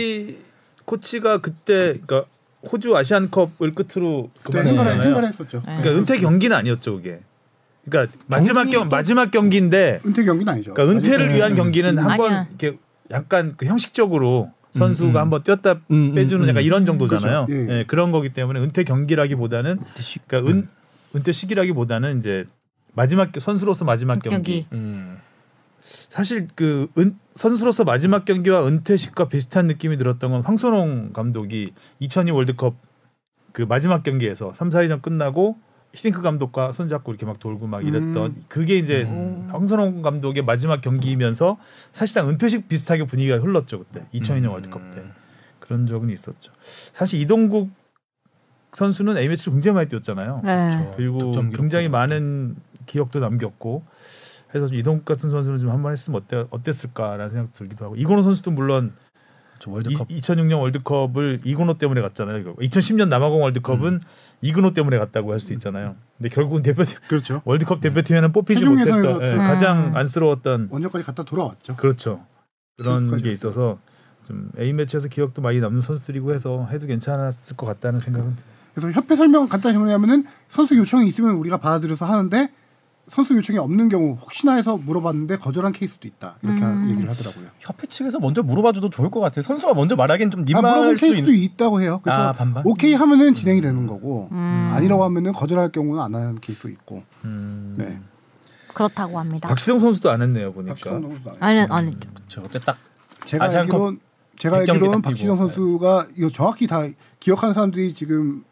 Speaker 2: 차두리 코치가 그때 그러니까 호주 아시안컵을 끝으로
Speaker 4: 그때
Speaker 2: 그만뒀잖아요.
Speaker 4: 행간을 행간을 했었죠.
Speaker 2: 그러니까 은퇴 경기는 아니었죠, 그게. 그러니까 마지막 경 마지막 경기인데
Speaker 4: 은퇴 경기는 아니죠.
Speaker 2: 그러니까 은퇴를 위한 경기는 한 번
Speaker 1: 아니야.
Speaker 2: 이렇게 약간 그 형식적으로 선수가 한번 뛰었다
Speaker 3: 음,
Speaker 2: 빼주는
Speaker 3: 음,
Speaker 2: 약간 이런 정도잖아요.
Speaker 4: 그렇죠. 예.
Speaker 2: 예, 그런 거기 때문에 은퇴 경기라기보다는 그러니까 은 은퇴 시기라기보다는 이제 마지막 선수로서 마지막
Speaker 1: 경기.
Speaker 2: 경기.
Speaker 3: 음.
Speaker 2: 사실 그 은, 선수로서 마지막 경기와 은퇴식과 비슷한 느낌이 들었던 건 황선홍 감독이 2002 월드컵 그 마지막 경기에서 3, 4위전 끝나고 히딩크 감독과 손잡고 이렇게 막 돌고 막 이랬던 그게 이제 황선홍 감독의 마지막 경기이면서 사실상 은퇴식 비슷하게 분위기가 흘렀죠 그때 2002년 월드컵 때 그런 적은 있었죠. 사실 이동국 선수는 A매치를 굉장히 많이 뛰었잖아요.
Speaker 1: 네.
Speaker 3: 그렇죠.
Speaker 2: 네. 그리고
Speaker 3: 득점 기록도
Speaker 2: 굉장히 많은 기억도 남겼고 해서 좀 이동국 같은 선수는 좀 한 번 했으면 어때, 어땠을까라는 생각 들기도 하고 이건호 선수도 물론
Speaker 3: 저 월드컵
Speaker 2: 이, 2006년 월드컵을 이근호 때문에 갔잖아요. 이거. 2010년 남아공 월드컵은
Speaker 3: 음.
Speaker 2: 이근호 때문에 갔다고 할 수 있잖아요. 근데 결국은 대표팀
Speaker 3: 네.
Speaker 4: 그렇죠.
Speaker 2: 월드컵 대표팀에는 뽑히지
Speaker 4: 최종
Speaker 2: 못했던
Speaker 4: 예선에서
Speaker 2: 예,
Speaker 4: 음.
Speaker 2: 가장 안쓰러웠던
Speaker 4: 원정까지 갔다 돌아왔죠.
Speaker 2: 그렇죠. 그런
Speaker 4: 기억까지
Speaker 2: 게 있어서 좀 A 매치에서 기억도 많이 남는 선수들이고 해서 해도 괜찮았을 것 같다는
Speaker 4: 음.
Speaker 2: 생각은
Speaker 4: 그래서 협회 설명 간단히 정리하면은 선수 요청이 있으면 우리가 받아들여서 하는데 선수 요청이 없는 경우 혹시나 해서 물어봤는데 거절한 케이스도 있다 이렇게 얘기를 하더라고요.
Speaker 3: 협회 측에서 먼저 물어봐줘도 좋을 것 같아요. 선수가 먼저 말하기엔 좀
Speaker 4: 아, 물어본
Speaker 3: 민망할 수도
Speaker 4: 케이스도
Speaker 3: 있는.
Speaker 4: 있다고 해요. 그래서
Speaker 3: 아, 반반?
Speaker 4: 오케이
Speaker 2: 음.
Speaker 4: 하면은 진행이 음.
Speaker 1: 음,
Speaker 2: 음.
Speaker 4: 되는 거고 아니라고 하면은 거절할 경우는 안 하는 케이스 있고. 네.
Speaker 1: 그렇다고 합니다.
Speaker 3: 음.
Speaker 2: 박시영 선수도 안 했네요 보니까.
Speaker 4: 박시성 선수 아니에요?
Speaker 1: 아니 아니 죠
Speaker 3: 저 그때 딱
Speaker 4: 제가
Speaker 3: 아시안컵
Speaker 4: 알기론 제가
Speaker 3: 100 경기
Speaker 4: 알기론
Speaker 3: 딱
Speaker 4: 박시성
Speaker 3: 뛰고.
Speaker 4: 선수가 이거 정확히 다 기억하는 사람들이 지금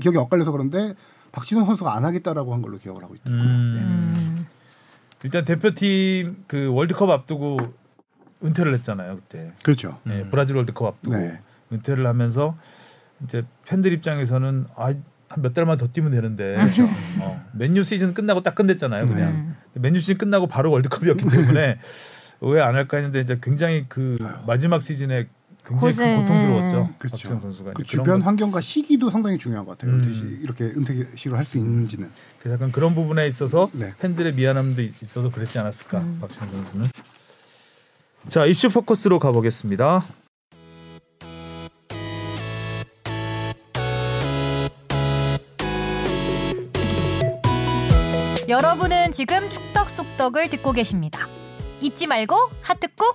Speaker 4: 기억이 엇갈려서 그런데 박시성 선수가 안 하겠다라고 한 걸로 기억을 하고 있다.
Speaker 2: 음. 일단 대표팀 그 월드컵 앞두고 은퇴를 했잖아요 그때.
Speaker 4: 그렇죠.
Speaker 2: 네,
Speaker 3: 음.
Speaker 2: 브라질 월드컵 앞두고
Speaker 4: 네.
Speaker 2: 은퇴를 하면서 이제 팬들 입장에서는 아한몇 달만 더 뛰면 되는데
Speaker 4: 음.
Speaker 2: 어, 맨유 시즌 끝나고 딱 끝냈잖아요 그냥 근데 맨유 시즌 끝나고 바로 월드컵이었기
Speaker 4: 음.
Speaker 2: 때문에 왜 안 할까 했는데 이제 굉장히 그 마지막 시즌에 굉장히 큰
Speaker 1: 고생.
Speaker 2: 고통스러웠죠
Speaker 4: 그렇죠.
Speaker 2: 박지성 선수가
Speaker 4: 그
Speaker 2: 이제 그런
Speaker 4: 주변
Speaker 2: 것-
Speaker 4: 환경과 시기도 상당히 중요한 것 같아요.
Speaker 2: 음.
Speaker 4: 은퇴시 이렇게 은퇴식으로 할 수 있는지는.
Speaker 2: 그래서 약간 그런 부분에 있어서
Speaker 4: 네.
Speaker 2: 팬들의 미안함도 있- 있어서 그랬지 않았을까 박지성 선수는 자 이슈 포커스로 가보겠습니다
Speaker 6: 여러분은 지금 축덕 속덕을 듣고 계십니다. 잊지 말고 하트 꾹.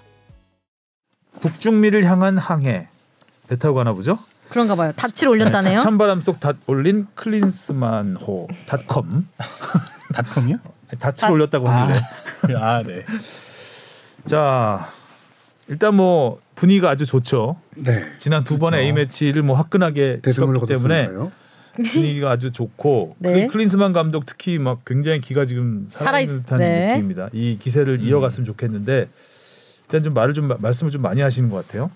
Speaker 2: 북중미를 향한 항해 배 타고 가나 보죠?
Speaker 1: 그런가 봐요. 닥치를 올렸다네요.
Speaker 2: 네, 찬바람 속 닷 올린 클린스만호 닷컴
Speaker 3: 닷컴이요?
Speaker 2: 아니, 닷을 올렸다고 하는데
Speaker 3: 아 네.
Speaker 2: 자 일단 뭐 분위기가 아주 좋죠
Speaker 4: 네.
Speaker 2: 지난 두 번의 A 매치를 뭐 화끈하게
Speaker 4: 대승을
Speaker 2: 치렀기 때문에
Speaker 4: 거뒀으니까요.
Speaker 2: 분위기가 아주 좋고
Speaker 1: 네.
Speaker 2: 그 클린스만 감독 특히 막 굉장히 기가 지금 살아있는
Speaker 1: 살아있-
Speaker 2: 듯한
Speaker 1: 네.
Speaker 2: 느낌입니다 이 기세를
Speaker 4: 음.
Speaker 2: 이어갔으면 좋겠는데 일단 좀 말을 좀 마- 말씀을 좀 많이 하시는 것 같아요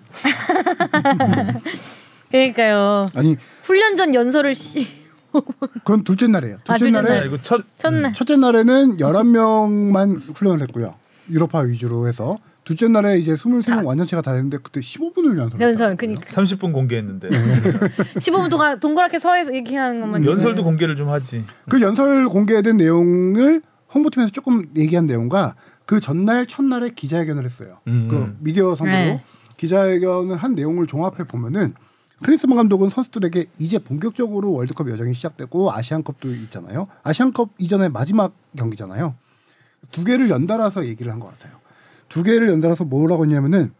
Speaker 1: 그러니까요.
Speaker 4: 아니
Speaker 1: 훈련 전 연설을 씨
Speaker 4: 그건 둘째 날이에요. 둘째,
Speaker 1: 아, 둘째
Speaker 4: 날에
Speaker 1: 날.
Speaker 2: 그리고 첫
Speaker 1: 첫날.
Speaker 4: 첫째 날에는 11명만 훈련을 했고요. 유로파 위주로 해서 둘째 날에 이제 23명 완전체가 다 했는데 그때 15분을 연설을
Speaker 1: 연설
Speaker 4: 했다고요.
Speaker 1: 그니까
Speaker 2: 30분 공개했는데
Speaker 1: 15분 동안 동그랗게 서서 이렇게 하는 것만 지금.
Speaker 2: 음, 연설도 공개를 좀 하지
Speaker 4: 그 연설 공개된 내용을 홍보팀에서 조금 얘기한 내용과 그 전날 첫날에 기자회견을 했어요.
Speaker 3: 음.
Speaker 4: 그 미디어 선배로
Speaker 1: 네.
Speaker 4: 기자회견을 한 내용을 종합해 보면은 클린스만 감독은 선수들에게 이제 본격적으로 월드컵 여정이 시작되고 아시안컵도 있잖아요. 아시안컵 이전의 마지막 경기잖아요. 두 개를 연달아서 얘기를 한 것 같아요. 두 개를 연달아서 뭐라고 했냐면은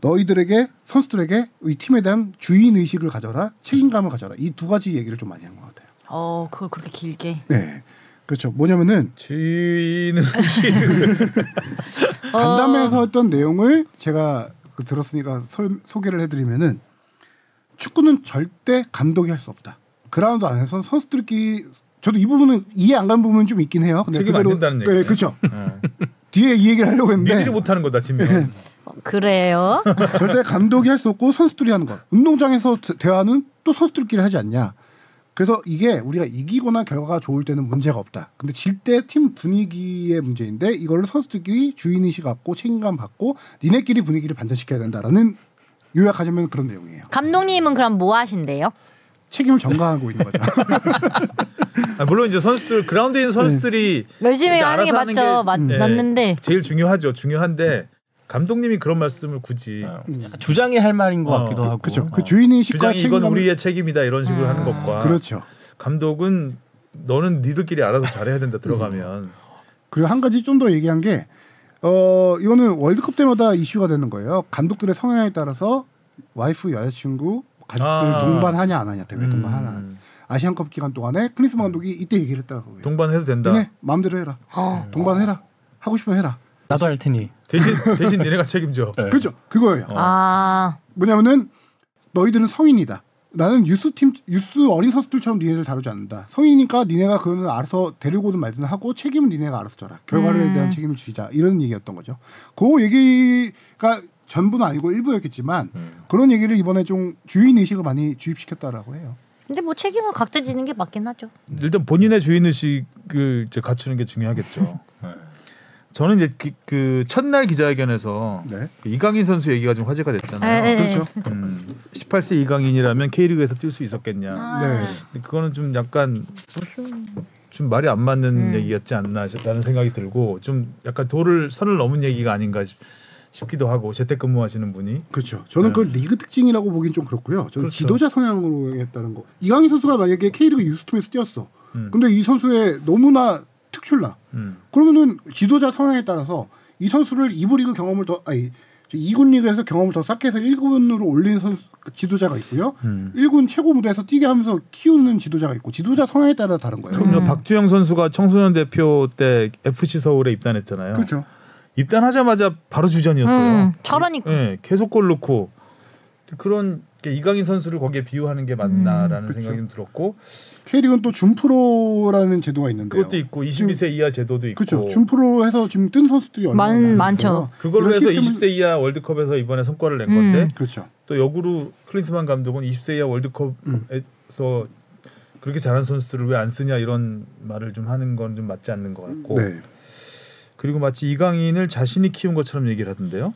Speaker 4: 너희들에게 선수들에게 이 팀에 대한 주인 의식을 가져라, 책임감을 가져라 이 두 가지 얘기를 좀 많이 한 것 같아요.
Speaker 1: 어 그걸 그렇게 길게.
Speaker 4: 네, 그렇죠. 뭐냐면은
Speaker 2: 주인은
Speaker 4: 간담회에서 했던 내용을 제가 그 들었으니까 설- 소개를 해드리면은 축구는 절대 감독이 할 수 없다. 그라운드 안에서 선수들끼리 저도 이 부분은 이해 안 간 부분은 좀 있긴 해요. 근데
Speaker 2: 책임 안
Speaker 4: 그대로-
Speaker 2: 된다는
Speaker 4: 네,
Speaker 2: 얘기예요.
Speaker 4: 그렇죠. 뒤에 이 얘기를 하려고 했는데
Speaker 2: 니들이 못하는 거다
Speaker 4: 네.
Speaker 2: 지금.
Speaker 1: 어, 그래요.
Speaker 4: 절대 감독이 할 수 없고 선수들이 하는 것. 운동장에서 대- 대화는 또 선수들끼리 하지 않냐. 그래서 이게 우리가 이기거나 결과가 좋을 때는 문제가 없다. 근데 질 때 팀 분위기의 문제인데 이거를 선수들끼리 주인의식 갖고 책임감 갖고 니네끼리 분위기를 반전시켜야 된다라는 요약하자면 그런 내용이에요.
Speaker 1: 감독님은 그럼 뭐 하신대요?
Speaker 2: 네.
Speaker 4: 책임을 전가하고 있는 거죠.
Speaker 2: 아, 물론 이제 선수들 그라운드에 있는 선수들이
Speaker 1: 열심히
Speaker 2: 일단
Speaker 1: 하는 게 맞죠.
Speaker 2: 알아서
Speaker 1: 맞,
Speaker 2: 예,
Speaker 1: 맞는데
Speaker 2: 제일 중요하죠. 중요한데 감독님이 그런 말씀을
Speaker 4: 네.
Speaker 2: 굳이
Speaker 3: 어, 주장이 할 말인 것
Speaker 2: 어,
Speaker 3: 같기도 하고.
Speaker 4: 그렇죠. 그
Speaker 3: 어.
Speaker 4: 주인의식과
Speaker 2: 주장이 이건
Speaker 4: 책임감
Speaker 2: 우리의 책임이다 이런 식으로 하는 것과
Speaker 4: 그렇죠.
Speaker 2: 감독은 너는 니들끼리 알아서 잘해야 된다 들어가면
Speaker 4: 그리고 한 가지 좀 더 얘기한 게 어, 이거는 월드컵 때마다 이슈가 되는 거예요. 감독들의 성향에 따라서 와이프, 여자친구, 가족들
Speaker 2: 아.
Speaker 4: 동반하냐 안 하냐 대회
Speaker 2: 음.
Speaker 4: 동반하냐. 아시안컵 기간 동안에 클린스만 감독이 이때 얘기를 했다고 해요.
Speaker 2: 동반해도 된다. 아.
Speaker 4: 니네 마음대로 해라. 동반해라. 하고 싶으면 해라.
Speaker 3: 나도 할 테니.
Speaker 2: 대신 대신 니네가 책임져.
Speaker 3: 네.
Speaker 4: 그렇죠? 그죠? 그거예요.
Speaker 1: 아
Speaker 4: 뭐냐면은 너희들은 성인이다. 나는 유스 팀 유스 어린 선수들처럼 니네들 다루지 않는다. 성인이니까 니네가 그거는 알아서 데리고든 말든 하고 책임은 니네가 알아서 져라. 결과에 대한 책임을 지자. 이런 얘기였던 거죠. 그 얘기가 전부는 아니고 일부였겠지만 그런 얘기를 이번에 좀 주인 의식을 많이 주입시켰다라고 해요.
Speaker 1: 근데 뭐 책임은 각자 지는 게 맞긴 하죠.
Speaker 2: 일단 본인의 주인 의식을 이제 갖추는 게 중요하겠죠. 네. 저는 이제 그, 그 첫날 기자회견에서
Speaker 4: 네.
Speaker 2: 그 이강인 선수 얘기가 좀 화제가 됐잖아요.
Speaker 1: 예, 예,
Speaker 4: 그렇죠.
Speaker 1: 예.
Speaker 2: 음, 18세 이강인이라면 K리그에서 뛸 수 있었겠냐.
Speaker 1: 아. 음,
Speaker 4: 네.
Speaker 2: 근데 그거는 좀 약간 좀 말이 안 맞는
Speaker 1: 음.
Speaker 2: 얘기였지 않나 싶다는 생각이 들고 좀 약간 도를 선을 넘은 얘기가 아닌가 싶- 싶기도 하고 재택근무하시는 분이
Speaker 4: 그렇죠. 저는 그걸 리그 특징이라고 보긴 좀 그렇고요. 저는
Speaker 2: 그렇죠.
Speaker 4: 지도자 성향으로 했다는 거. 이강인 선수가 만약에 K리그 유스팀에서 뛰었어.
Speaker 2: 음.
Speaker 4: 근데 이 선수의 너무나 특출나.
Speaker 2: 음.
Speaker 4: 그러면은 지도자 성향에 따라서 이 선수를 이부 리그 경험을 더 아니 저 2군 리그에서 경험을 더 쌓게 해서 1군으로 올린 선수 지도자가 있고요.
Speaker 2: 음.
Speaker 4: 1군 최고 무대에서 뛰게 하면서 키우는 지도자가 있고 지도자 성향에 따라 다른 거예요.
Speaker 2: 그럼요.
Speaker 1: 음.
Speaker 2: 박주영 선수가 청소년 대표 때 FC 서울에 입단했잖아요.
Speaker 4: 그렇죠.
Speaker 2: 입단하자마자 바로 주전이었어요.
Speaker 1: 음, 저러니까.
Speaker 2: 예, 계속 골 넣고 그런 게 이강인 선수를 거기에 비유하는 게 맞나라는 생각이 좀 들었고
Speaker 4: 음, K리그는 또 준프로라는 제도가 있는데요.
Speaker 2: 그것도 있고 22세 이하 제도도 있고
Speaker 4: 그렇죠. 준프로 해서 지금 뜬 선수들이 얼마나
Speaker 1: 많-
Speaker 4: 많아요.
Speaker 1: 많죠.
Speaker 2: 그걸로
Speaker 4: 이런
Speaker 2: 해서
Speaker 4: 시스템은-
Speaker 2: 20세 이하 월드컵에서 이번에 성과를 낸
Speaker 1: 음.
Speaker 2: 건데
Speaker 4: 그렇죠.
Speaker 2: 또 역으로 클린스만 감독은 20세 이하 월드컵에서 그렇게 잘한 선수들을 왜 안 쓰냐 이런 말을 좀 하는 건 좀 맞지 않는 것 같고
Speaker 4: 네.
Speaker 2: 그리고 마치 이강인을 자신이 키운 것처럼 얘기를 하던데요.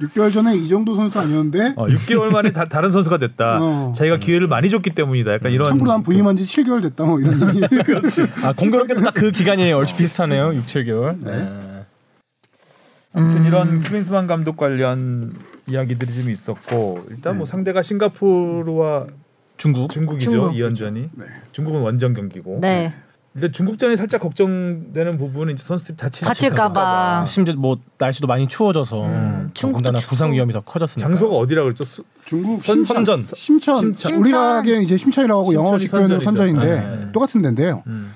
Speaker 4: 6개월 전에 이 정도 선수 아니었는데
Speaker 2: 어, 6개월 만에 다, 다른 선수가 됐다.
Speaker 4: 어. 음.
Speaker 2: 자기가 기회를 많이 줬기 때문이다. 약간 이런 그
Speaker 4: 참고로 한 부임한 지 7개월 됐다 뭐 이런 얘기.
Speaker 3: 아 공교롭게도 딱 그 기간이에요. 얼추 비슷하네요. 6, 7개월. 네.
Speaker 2: 아무튼 이런
Speaker 4: 음.
Speaker 2: 클린스만 감독 관련 이야기들이 좀 있었고 일단
Speaker 4: 네.
Speaker 2: 뭐 상대가 싱가포르와
Speaker 3: 중국.
Speaker 2: 중국이죠.
Speaker 1: 중국.
Speaker 2: 이연전이
Speaker 4: 네.
Speaker 2: 중국은 원정 경기고
Speaker 1: 네.
Speaker 2: 일단 중국전이 살짝 걱정되는 부분은 이제 선수들이 다치-
Speaker 1: 다칠까 봐.
Speaker 2: 다칠까
Speaker 3: 심지어 뭐 날씨도 많이 음. 추워져서 뭐
Speaker 1: 중국도
Speaker 3: 더군다나
Speaker 1: 추워.
Speaker 3: 부상 위험이 더 커졌으니까.
Speaker 2: 네. 장소가 어디라 그랬죠? 수-
Speaker 4: 중국
Speaker 2: 선-
Speaker 4: 심천.
Speaker 3: 선전.
Speaker 4: 심천.
Speaker 2: 심천.
Speaker 4: 우리가 하기엔 이제 심천이라고 하고 영어식
Speaker 2: 심천이
Speaker 4: 표현으로
Speaker 2: 선전이죠.
Speaker 4: 선전인데
Speaker 2: 네, 네.
Speaker 4: 똑같은 데인데요.
Speaker 2: 음.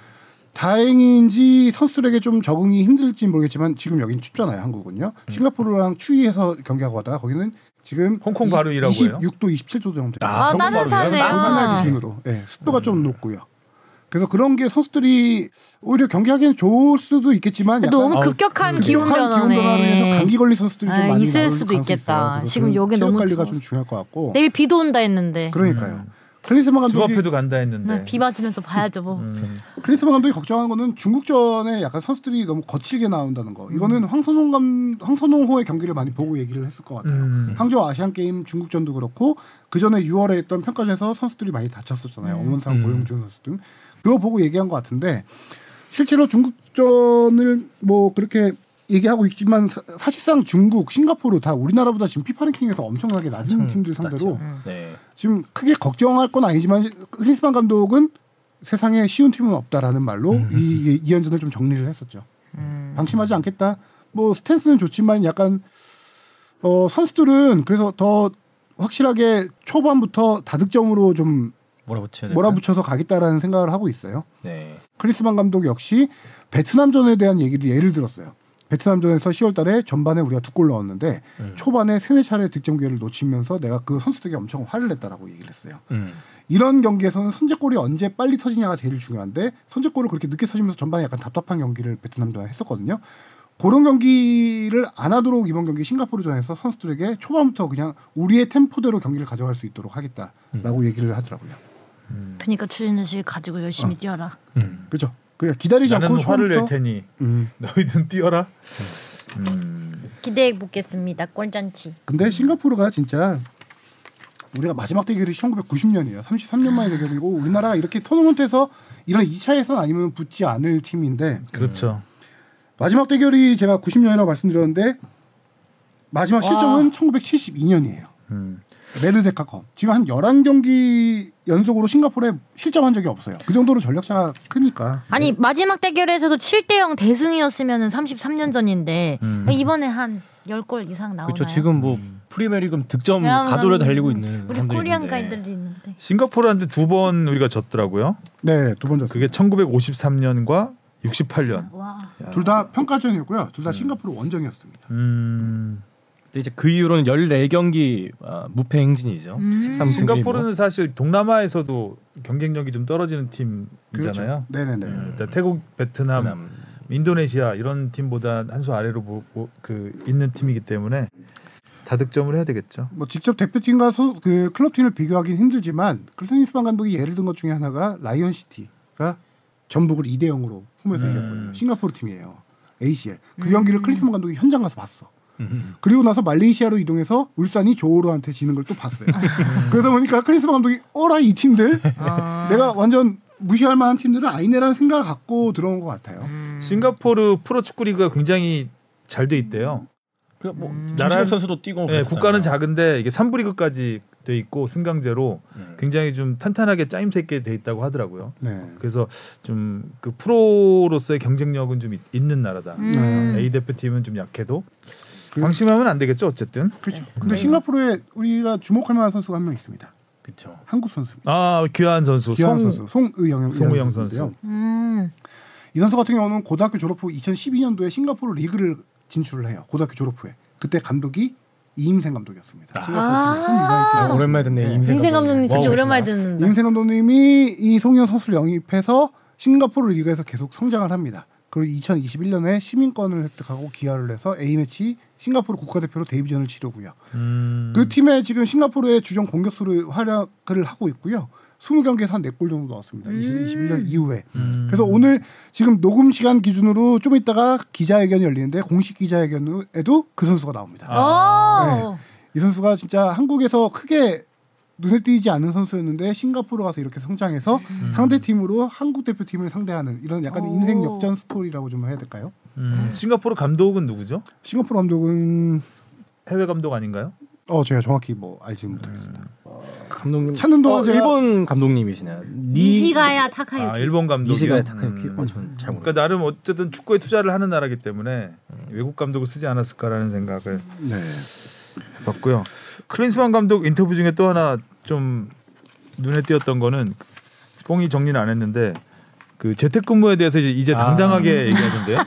Speaker 4: 다행인지 선수들에게 좀 적응이 힘들지 모르겠지만 지금 여긴 춥잖아요 한국은요
Speaker 2: 음.
Speaker 4: 싱가포르랑 추위에서 경기하고 가다가 거기는 지금
Speaker 2: 홍콩 바로 이라고 해요? 네.
Speaker 4: 26도 27도 정도 돼요
Speaker 1: 아, 다른
Speaker 3: 그런 건 바로
Speaker 1: 사람이에요.
Speaker 3: 그냥
Speaker 4: 한날 기준으로 예,
Speaker 2: 음.
Speaker 4: 습도가 좀 높고요 그래서 그런 게 선수들이 오히려 경기하기에는 좋을 수도 있겠지만 약간
Speaker 1: 너무
Speaker 3: 아우,
Speaker 1: 급격한
Speaker 3: 그
Speaker 1: 기온
Speaker 4: 극한 기온 변화로
Speaker 1: 변화네.
Speaker 4: 해서 감기 걸린 선수들이 좀
Speaker 1: 아,
Speaker 4: 많이
Speaker 1: 있을
Speaker 4: 나올
Speaker 1: 수도
Speaker 4: 가능성이
Speaker 1: 있겠다.
Speaker 4: 있어요. 그래서
Speaker 1: 지금
Speaker 4: 그런
Speaker 1: 여기
Speaker 4: 체력
Speaker 1: 너무
Speaker 4: 관리가
Speaker 1: 추워서.
Speaker 4: 좀 중요할 것 같고
Speaker 1: 네, 내일 비도 온다 했는데.
Speaker 4: 그러니까요 클린스만
Speaker 2: 주
Speaker 4: 감독이
Speaker 2: 앞에도 간다
Speaker 1: 네,
Speaker 2: 했는데
Speaker 1: 비 맞으면서 봐야죠 뭐.
Speaker 4: 클린스만 감독이 걱정한 거는 중국전에 약간 선수들이 너무 거칠게 나온다는 거. 이거는 황선홍 감 황선홍호의 경기를 많이 보고 얘기를 했을 것 같아요.
Speaker 2: 음.
Speaker 4: 항저우 아시안 게임 중국전도 그렇고 그 전에 6월에 했던 평가전에서 선수들이 많이 다쳤었잖아요. 엄원상
Speaker 3: 음.
Speaker 4: 고용준 선수 등 그거 보고 얘기한 것 같은데 실제로 중국전을 뭐 그렇게 얘기하고 있지만 사, 사실상 중국, 싱가포르 다 우리나라보다 지금 피파 랭킹에서 엄청나게 낮은
Speaker 2: 음.
Speaker 4: 팀들 상대로
Speaker 3: 네.
Speaker 4: 지금 크게 걱정할 건 아니지만 클린스만 감독은 세상에 쉬운 팀은 없다라는 말로
Speaker 3: 음.
Speaker 4: 이, 이 연전을 좀 정리를 했었죠. 방심하지 않겠다. 뭐 스탠스는 좋지만 약간 어, 선수들은 그래서 더 확실하게 초반부터 다득점으로 좀
Speaker 3: 몰아붙여야 될까요?
Speaker 4: 몰아붙여서 가겠다라는 생각을 하고 있어요.
Speaker 3: 네.
Speaker 4: 크리스만 감독 역시 베트남전에 대한 얘기를 예를 들었어요. 베트남전에서 10월달에 전반에 우리가 두 골 넣었는데
Speaker 3: 음.
Speaker 4: 초반에 세네 차례 득점 기회를 놓치면서 내가 그 선수들에게 엄청 화를 냈다라고 얘기를 했어요.
Speaker 3: 음.
Speaker 4: 이런 경기에서는 선제골이 언제 빨리 터지냐가 제일 중요한데 선제골을 그렇게 늦게 터지면서 전반에 약간 답답한 경기를 베트남도 했었거든요. 그런 경기를 안 하도록 이번 경기 싱가포르전에서 선수들에게 초반부터 그냥 우리의 템포대로 경기를 가져갈 수
Speaker 2: 음.
Speaker 4: 있도록 하겠다라고 얘기를 하더라고요.
Speaker 5: 그러니까 추진우 씨 가지고 열심히 뛰어라.
Speaker 3: 음.
Speaker 4: 그렇죠. 그러니까 기다리지 않고
Speaker 2: 나는 화를 낼
Speaker 4: 초반부터
Speaker 2: 테니
Speaker 4: 음.
Speaker 2: 너희는 뛰어라.
Speaker 1: 기대해 보겠습니다. 꼴잔치.
Speaker 4: 근데 싱가포르가 진짜 우리가 마지막 대결이 1990년이에요. 33년 만의 대결이고 우리나라가 이렇게 토너먼트에서 이런 2차 예선 아니면 붙지 않을 팀인데
Speaker 2: 그렇죠.
Speaker 4: 마지막 대결이 제가 90년이라고 말씀드렸는데 마지막 실점은 1972년이에요.
Speaker 2: 아. 음.
Speaker 4: 메르데카컵. 지금 한 11경기 연속으로 싱가포르에 실점한 적이 없어요. 그 정도로 전력차가 크니까.
Speaker 1: 아니 마지막 대결에서도 7대0 대승이었으면 33년 전인데 이번에 한 10골 이상 나오나요?
Speaker 3: 그렇죠. 지금 뭐 프리메리금 득점
Speaker 1: 야,
Speaker 3: 가도를
Speaker 1: 난
Speaker 3: 달리고 있는
Speaker 1: 우리
Speaker 3: 사람들이
Speaker 1: 코리안
Speaker 3: 있는데.
Speaker 1: 가이들이 있는데.
Speaker 2: 싱가포르한테 두 번 우리가 졌더라고요.
Speaker 4: 네, 두 번 졌어요.
Speaker 2: 그게 1953년과 68년.
Speaker 1: 와.
Speaker 4: 둘 다 평가전이었고요. 둘 다 싱가포르 원정이었습니다.
Speaker 2: 음.
Speaker 3: 근데 이제 그 이후로는 14경기 아, 무패 행진이죠. 13승
Speaker 2: 싱가포르는 사실 동남아에서도 경쟁력이 좀 떨어지는 팀이잖아요.
Speaker 4: 그렇죠. 네네네.
Speaker 2: 일단 태국, 그렇죠. 음. 베트남, 인도네시아 이런 팀보다 한 수 아래로 보- 보- 그 있는 팀이기 때문에 다득점을 해야 되겠죠.
Speaker 4: 뭐 직접 대표팀과 소, 그 클럽팀을 비교하기는 힘들지만 클린스만 감독이 예를 든 것 중에 하나가 라이언 시티가 전북을 2대 0으로 홈에서 이겼거든요. 싱가포르 팀이에요. ACL. 그 경기를 클린스만 감독이 현장 가서 봤어. 그리고 나서 말레이시아로 이동해서 울산이 조호로한테 지는 걸 또 봤어요. 그러다 보니까 클린스만 감독이 어라 이 팀들 내가 완전 무시할 만한 팀들은 아니네라는 생각을 갖고 들어온 것 같아요.
Speaker 1: 음.
Speaker 2: 싱가포르 프로축구 리그가 굉장히 잘 돼 있대요.
Speaker 3: 그뭐 네,
Speaker 2: 나라-
Speaker 3: 나라 선수도 뛰고
Speaker 2: 예,
Speaker 3: 어, 그랬었잖아요.
Speaker 2: 국가는 작은데 이게 3부 리그까지 돼 있고 승강제로
Speaker 3: 음.
Speaker 2: 굉장히 좀 탄탄하게 짜임새 있게 돼 있다고 하더라고요.
Speaker 4: 네.
Speaker 2: 그래서 좀 그 프로로서의 경쟁력은 좀 있, 는 나라다.
Speaker 1: 음.
Speaker 2: A 대표팀은 좀 약해도 방심하면 안 되겠죠 어쨌든.
Speaker 4: 그렇죠. 근데 싱가포르에 우리가 주목할 만한 선수가 한 명 있습니다.
Speaker 3: 그렇죠.
Speaker 4: 한국 선수입니다.
Speaker 2: 아 귀한 선수.
Speaker 4: 귀한
Speaker 2: 송-
Speaker 4: 선수 송의영
Speaker 2: 송의영
Speaker 5: 음.
Speaker 4: 이 선수 같은 경우는 고등학교 졸업 후 2012년도에 싱가포르 리그를 진출을 해요. 고등학교 졸업 후에 그때 감독이 이임생 감독이었습니다.
Speaker 5: 아.
Speaker 4: 홈 유나이티드.
Speaker 3: 오랜만에 듣네
Speaker 4: 네.
Speaker 3: 임생
Speaker 5: 인생 감독님 진짜
Speaker 3: 와우,
Speaker 5: 오랜만에
Speaker 3: 어, 멋있다.
Speaker 5: 듣는다.
Speaker 4: 이임생 감독님이 이 송영 선수를 영입해서 싱가포르 리그에서 계속 성장을 합니다. 그리고 2021년에 시민권을 획득하고 기아를 해서 A매치 싱가포르 국가대표로 데뷔전을 치르고요.
Speaker 2: 음.
Speaker 4: 그 팀에 지금 싱가포르의 주전 공격수로 활약을 하고 있고요. 20경기에서 한 4골 정도 넣었습니다.
Speaker 3: 음.
Speaker 4: 2021년 이후에.
Speaker 2: 음,
Speaker 4: 그래서 오늘 지금 녹음 시간 기준으로 좀 있다가 기자회견이 열리는데 공식 기자회견에도 그 선수가 나옵니다.
Speaker 5: 오.
Speaker 4: 이 선수가 진짜 한국에서 크게 눈에 띄지 않는 선수였는데 싱가포르 가서 이렇게 성장해서 상대 팀으로 한국 대표팀을 상대하는 이런 약간
Speaker 5: 오.
Speaker 4: 인생 역전 스토리라고 좀 해야 될까요?
Speaker 2: 음. 싱가포르 감독은 누구죠?
Speaker 4: 싱가포르 감독은
Speaker 2: 해외 감독 아닌가요?
Speaker 4: 어 제가 정확히 뭐 알지 못하겠습니다.
Speaker 3: 감독님
Speaker 4: 찾는 동안
Speaker 3: 어,
Speaker 4: 제가-
Speaker 3: 일본 감독님이시네요. 니
Speaker 1: 이시가야 타카유키.
Speaker 2: 아 일본 감독.
Speaker 3: 이시가야 타카유키. 어, 전잘 모르.
Speaker 2: 그러니까 나름 어쨌든 축구에 투자를 하는 나라기 때문에
Speaker 3: 음.
Speaker 2: 외국 감독을 쓰지 않았을까라는 생각을
Speaker 4: 네.
Speaker 2: 해봤고요. 클린스만 감독 인터뷰 중에 또 하나 좀 눈에 띄었던 거는 뽕이 정리는 안 했는데 그 재택근무에 대해서 이제, 이제
Speaker 3: 아.
Speaker 2: 당당하게 얘기하던데요.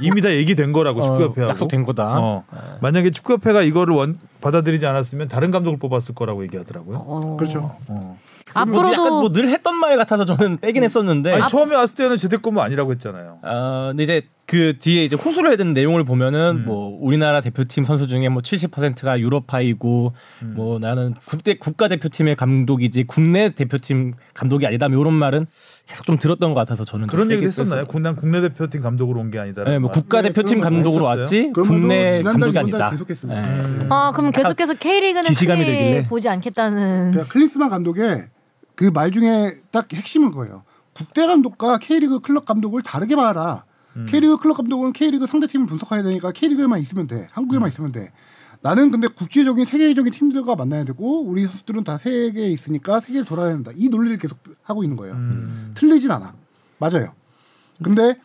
Speaker 2: 이미 다 얘기된 거라고 축구협회하고.
Speaker 3: 어, 약속된 거다. 뭐
Speaker 2: 어. 만약에 축구협회가 이거를 원, 받아들이지 않았으면 다른 감독을 뽑았을 거라고 얘기하더라고요.
Speaker 4: 그렇죠.
Speaker 2: 어.
Speaker 3: 뭐 약간
Speaker 1: 앞으로도
Speaker 3: 뭐늘 했던 말 같아서 저는 빼긴 했었는데.
Speaker 2: 아니, 처음에 왔을 때는 재택근무 아니라고 했잖아요.
Speaker 3: 아, 근데 이제 그 뒤에 이제 호수를 해야 되는 내용을 보면은
Speaker 2: 음.
Speaker 3: 뭐 우리나라 대표팀 선수 중에 뭐 70%가 유럽파이고
Speaker 2: 음.
Speaker 3: 뭐 나는 국대 국가 대표팀의 감독이지 국내 대표팀 감독이 아니다. 뭐 이런 말은 계속 좀 들었던 것 같아서 저는
Speaker 2: 그런
Speaker 3: 되게
Speaker 2: 얘기도 했었나요? 군- 난 국내 대표팀 감독으로 온 게 아니다.
Speaker 3: 네, 뭐 국가 대표팀
Speaker 4: 네, 그런
Speaker 3: 감독으로
Speaker 2: 거 했었어요.
Speaker 3: 왔지
Speaker 4: 그런
Speaker 3: 국내
Speaker 4: 분도 지난달
Speaker 3: 감독이
Speaker 4: 이번 달
Speaker 3: 아니다.
Speaker 4: 계속했습니다.
Speaker 3: 네.
Speaker 1: 아 그럼 계속해서 K리그는
Speaker 3: 기시감이
Speaker 1: 크게
Speaker 3: 들길래. 네.
Speaker 1: 보지 않겠다는.
Speaker 4: 제가 그러니까 클린스만 감독의 그 말 중에 딱 핵심은 거예요. 국대 감독과 K리그 클럽 감독을 다르게 봐라. K리그 클럽 감독은 K리그 상대팀을 분석해야 되니까 K리그에만 있으면 돼. 한국에만 있으면 돼. 나는 근데 국제적인 세계적인 팀들과 만나야 되고 우리 선수들은 다 세계에 있으니까 세계를 돌아야 된다. 이 논리를 계속 하고 있는 거예요. 틀리진 않아. 맞아요. 근데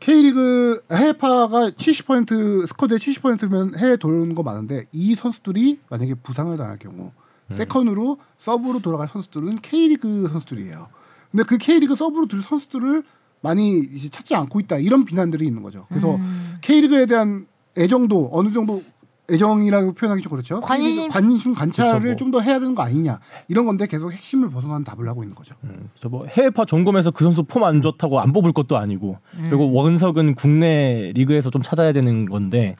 Speaker 4: K리그 해외파가 70% 스쿼드의 70%면 해외 돌는 거 많은데 이 선수들이 만약에 부상을 당할 경우
Speaker 3: 음.
Speaker 4: 세컨으로 서브로 돌아갈 선수들은 K리그 선수들이에요. 근데 그 K리그 서브로 들 선수들을 많이 이제 찾지 않고 있다 이런 비난들이 있는 거죠. 그래서
Speaker 1: 음.
Speaker 4: K리그에 대한 애정도 어느 정도 애정이라고 표현하기 좀 그렇죠.
Speaker 1: 관심.
Speaker 4: 관심 관찰을
Speaker 3: 그쵸, 뭐.
Speaker 4: 좀 더 해야 되는 거 아니냐 이런 건데 계속 핵심을 벗어난 답을 하고 있는 거죠.
Speaker 3: 저 뭐 해외파 점검해서 그 선수 폼 안 좋다고 안 뽑을 것도 아니고 그리고 원석은 국내 리그에서 좀 찾아야 되는 건데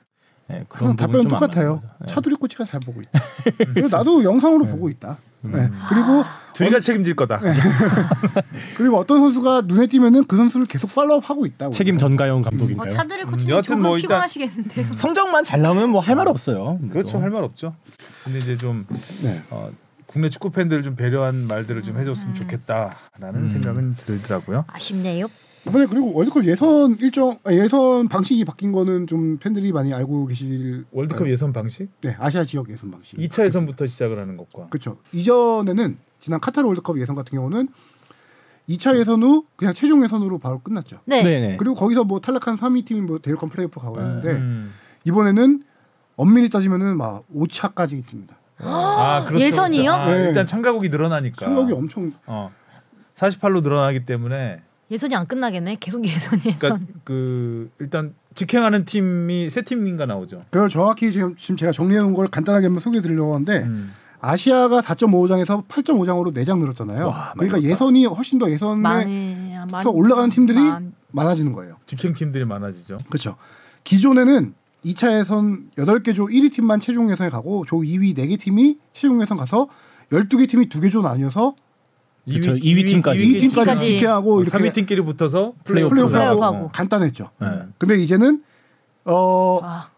Speaker 3: 예, 그런
Speaker 4: 그냥 어, 답변
Speaker 3: 부분이 좀안
Speaker 4: 똑같아요.
Speaker 3: 맞는 거죠. 예.
Speaker 4: 차두리 코치가 잘 보고 있다. 그리고 나도 영상으로 보고 있다.
Speaker 3: 음.
Speaker 4: 네. 그리고
Speaker 2: 둘이가 책임질 거다.
Speaker 4: 그리고 어떤 선수가 눈에 띄면은 그 선수를 계속 팔로우하고 있다.
Speaker 3: 책임 전가영
Speaker 5: 어,
Speaker 3: 감독인가요?
Speaker 5: 차두리
Speaker 2: 음,
Speaker 5: 코치님
Speaker 2: 여하튼
Speaker 5: 조금
Speaker 2: 뭐 일단-
Speaker 5: 피곤하시겠는데요.
Speaker 3: 음. 성적만 잘 나오면 뭐 할
Speaker 4: 아,
Speaker 3: 말 없어요.
Speaker 2: 그렇죠. 할 말 없죠. 근데 이제 좀
Speaker 4: 네.
Speaker 2: 어, 국내 축구 팬들을 좀 배려한 말들을 좀 해줬으면 좋겠다라는 생각은 들더라고요.
Speaker 1: 아쉽네요.
Speaker 4: 이번에 그리고 월드컵 예선 일정 아, 예선 방식이 바뀐 거는 좀 팬들이 많이 알고 계실
Speaker 2: 월드컵 예선 방식
Speaker 4: 네, 아시아 지역 예선 방식.
Speaker 2: 2차 예선부터 시작을 하는 것과
Speaker 4: 그렇죠. 이전에는 지난 카타르 월드컵 예선 같은 경우는 2차 예선 후 그냥 최종 예선으로 바로 끝났죠.
Speaker 1: 네.
Speaker 3: 네네.
Speaker 4: 그리고 거기서 뭐 탈락한 3위 팀이 뭐 대륙간 플레이오프 가고 했는데
Speaker 2: 음.
Speaker 4: 이번에는 엄밀히 따지면은 막 5차까지 있습니다.
Speaker 2: 아, 그렇죠,
Speaker 1: 예선이요?
Speaker 2: 그렇죠. 아,
Speaker 4: 네.
Speaker 2: 일단 참가국이 늘어나니까
Speaker 4: 성격이 엄청
Speaker 2: 어. 48로 늘어나기 때문에
Speaker 1: 예선이 안 끝나겠네. 계속 예선 예선.
Speaker 2: 그러니까 그 일단 직행하는 팀이 세 팀인가 나오죠.
Speaker 4: 그걸 정확히 지금, 지금 제가 정리해 놓은 걸 간단하게 한번 소개해 드리려고 하는데
Speaker 2: 음.
Speaker 4: 아시아가 4.5장에서 8.5장으로 4장 늘었잖아요.
Speaker 3: 와, 많이
Speaker 4: 그러니까
Speaker 3: 늘었다.
Speaker 4: 예선이 훨씬 더 예선에
Speaker 5: 많이 아, 많이
Speaker 4: 서 올라가는 팀들이
Speaker 5: 많-
Speaker 4: 많아지는 거예요.
Speaker 2: 직행 팀들이 많아지죠.
Speaker 4: 그렇죠. 기존에는 2차 예선 8개 조 1위 팀만 최종 예선에 가고 조 2위 4개 팀이 최종 예선 가서 12개 팀이 2개 조 나뉘어서
Speaker 3: 그렇죠. 이위 팀까지.
Speaker 4: 2위 팀까지
Speaker 1: 팀까지.
Speaker 4: 직행하고 이렇게
Speaker 2: 어, 3위 팀끼리 붙어서
Speaker 3: 플레이오프
Speaker 2: 플레이오프
Speaker 4: 플레이오프하고
Speaker 1: 플레이오프하고.
Speaker 4: 간단했죠.
Speaker 3: 네.
Speaker 4: 근데 이제는 어
Speaker 5: 아.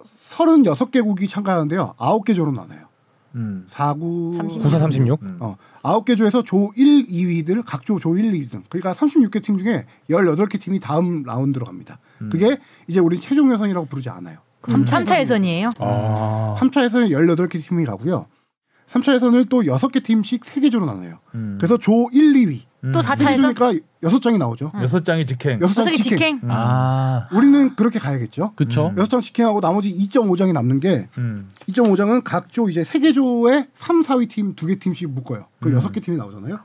Speaker 4: 36개국이 참가하는데요. 9개 조로 나눠요.
Speaker 2: 음.
Speaker 4: 4구
Speaker 3: 94 36.
Speaker 4: 어, 9개 조에서 조 1, 2위들 각조 조 1, 2등. 그러니까 36개 팀 중에 18개 팀이 다음 라운드로 갑니다. 그게 이제 우리 최종 예선이라고 부르지 않아요. 음.
Speaker 1: 그럼 3차 예선이에요?
Speaker 3: 아.
Speaker 4: 3차 예선에 18개 팀이 가고요. 3차 예선을 또 6개 팀씩 세개조로 나눠요.
Speaker 2: 음.
Speaker 4: 그래서 조 1, 2위.
Speaker 1: 또 4차에서
Speaker 4: 그러니까 6장이 나오죠.
Speaker 2: 음. 여섯 장이 직행.
Speaker 4: 6장
Speaker 1: 저기
Speaker 4: 직행.
Speaker 1: 직행.
Speaker 2: 음.
Speaker 3: 아,
Speaker 4: 우리는 그렇게 가야겠죠.
Speaker 3: 그쵸.
Speaker 4: 6장 직행하고 나머지 2.5장이 남는 게
Speaker 2: 음.
Speaker 4: 2.5장은 각 조 이제 세개 조에 3, 4위 팀 두 개 팀씩 묶어요. 그
Speaker 2: 음.
Speaker 4: 여섯 개 팀이 나오잖아요.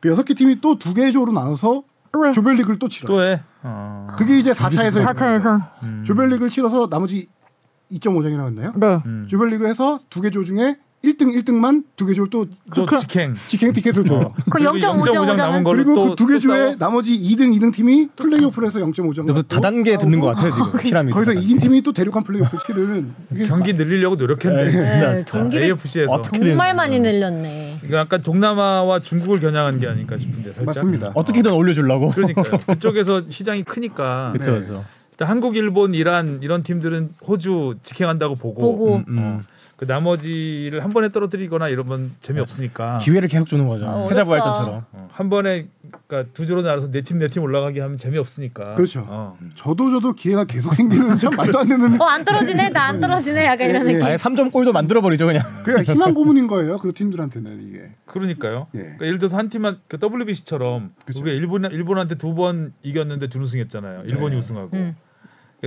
Speaker 4: 그 여섯 개 팀이 또 두 개 조로 나눠서 조별리그를 또 치러요.
Speaker 2: 또 해. 어.
Speaker 4: 그게 이제 4차에서
Speaker 1: 4차 예선.
Speaker 2: 음.
Speaker 4: 조별리그를 치러서 나머지 2.5장이라고 했나요?
Speaker 1: 네.
Speaker 2: 음.
Speaker 4: 조별리그에서 두 개 조 중에 1등 1등만 두 개 조를 또
Speaker 2: 또
Speaker 4: 그
Speaker 1: 직행.
Speaker 2: 직행.
Speaker 4: 직행 티켓을 줘요.
Speaker 1: 그 0.5장
Speaker 2: 남은 걸로
Speaker 4: 그리고
Speaker 2: 음. 또-
Speaker 4: 그 두 개
Speaker 2: 또 싸워?
Speaker 4: 조에 나머지 2등 2등 팀이 플레이오프에서 0.5장.
Speaker 3: 그래서 다단계 듣는 것 같아요 지금. 피라미드.
Speaker 4: 거기서
Speaker 3: 다단계.
Speaker 4: 이긴 팀이 또 대륙간 플레이오프 치르는 이게
Speaker 2: 경기 늘리려고 노력했네. 아,
Speaker 3: 네,
Speaker 2: 진짜.
Speaker 5: 네, 경기를
Speaker 2: AFC에서.
Speaker 3: 어떻게
Speaker 5: 정말
Speaker 3: 되는
Speaker 5: 많이 늘렸네.
Speaker 2: 이거 약간 동남아와 중국을 겨냥한 게 아닐까 싶은데 살짝.
Speaker 4: 맞습니다.
Speaker 3: 어떻게든 올려주려고.
Speaker 2: 그러니까요. 그쪽에서 시장이 크니까
Speaker 3: 그쵸,
Speaker 4: 그렇죠. 네.
Speaker 3: 그쵸.
Speaker 2: 일단 한국, 일본, 이란 이런 팀들은 호주 직행한다고 보고,
Speaker 4: 어.
Speaker 5: 보고.
Speaker 3: 음, 음.
Speaker 2: 그 나머지를 한 번에 떨어뜨리거나 이러면 재미없으니까
Speaker 3: 기회를 계속 주는 거죠.
Speaker 5: 아,
Speaker 3: 해자부활전처럼.
Speaker 2: 어, 한 번에 그러니까 두 조로 나눠서 네 팀 네 팀 올라가게 하면 재미없으니까.
Speaker 4: 그렇죠.
Speaker 2: 어.
Speaker 4: 저도 저도 기회가 계속 생기는 참 말도 안 되는
Speaker 5: 어 안 떨어지네. 나 안 떨어지네. 약간 이런 느낌.
Speaker 3: 아예 3점 골도 만들어 버리죠 그냥.
Speaker 4: 그냥 희망 고문인 거예요. 그 팀들한테는 이게.
Speaker 2: 그러니까요.
Speaker 4: 예.
Speaker 2: 그러니까 예를 들어서 한 팀만 그 WBC처럼
Speaker 4: 그쵸.
Speaker 2: 우리가 일본 일본한테 두 번 이겼는데 준우승했잖아요. 일본이
Speaker 3: 네.
Speaker 2: 우승하고 그러니까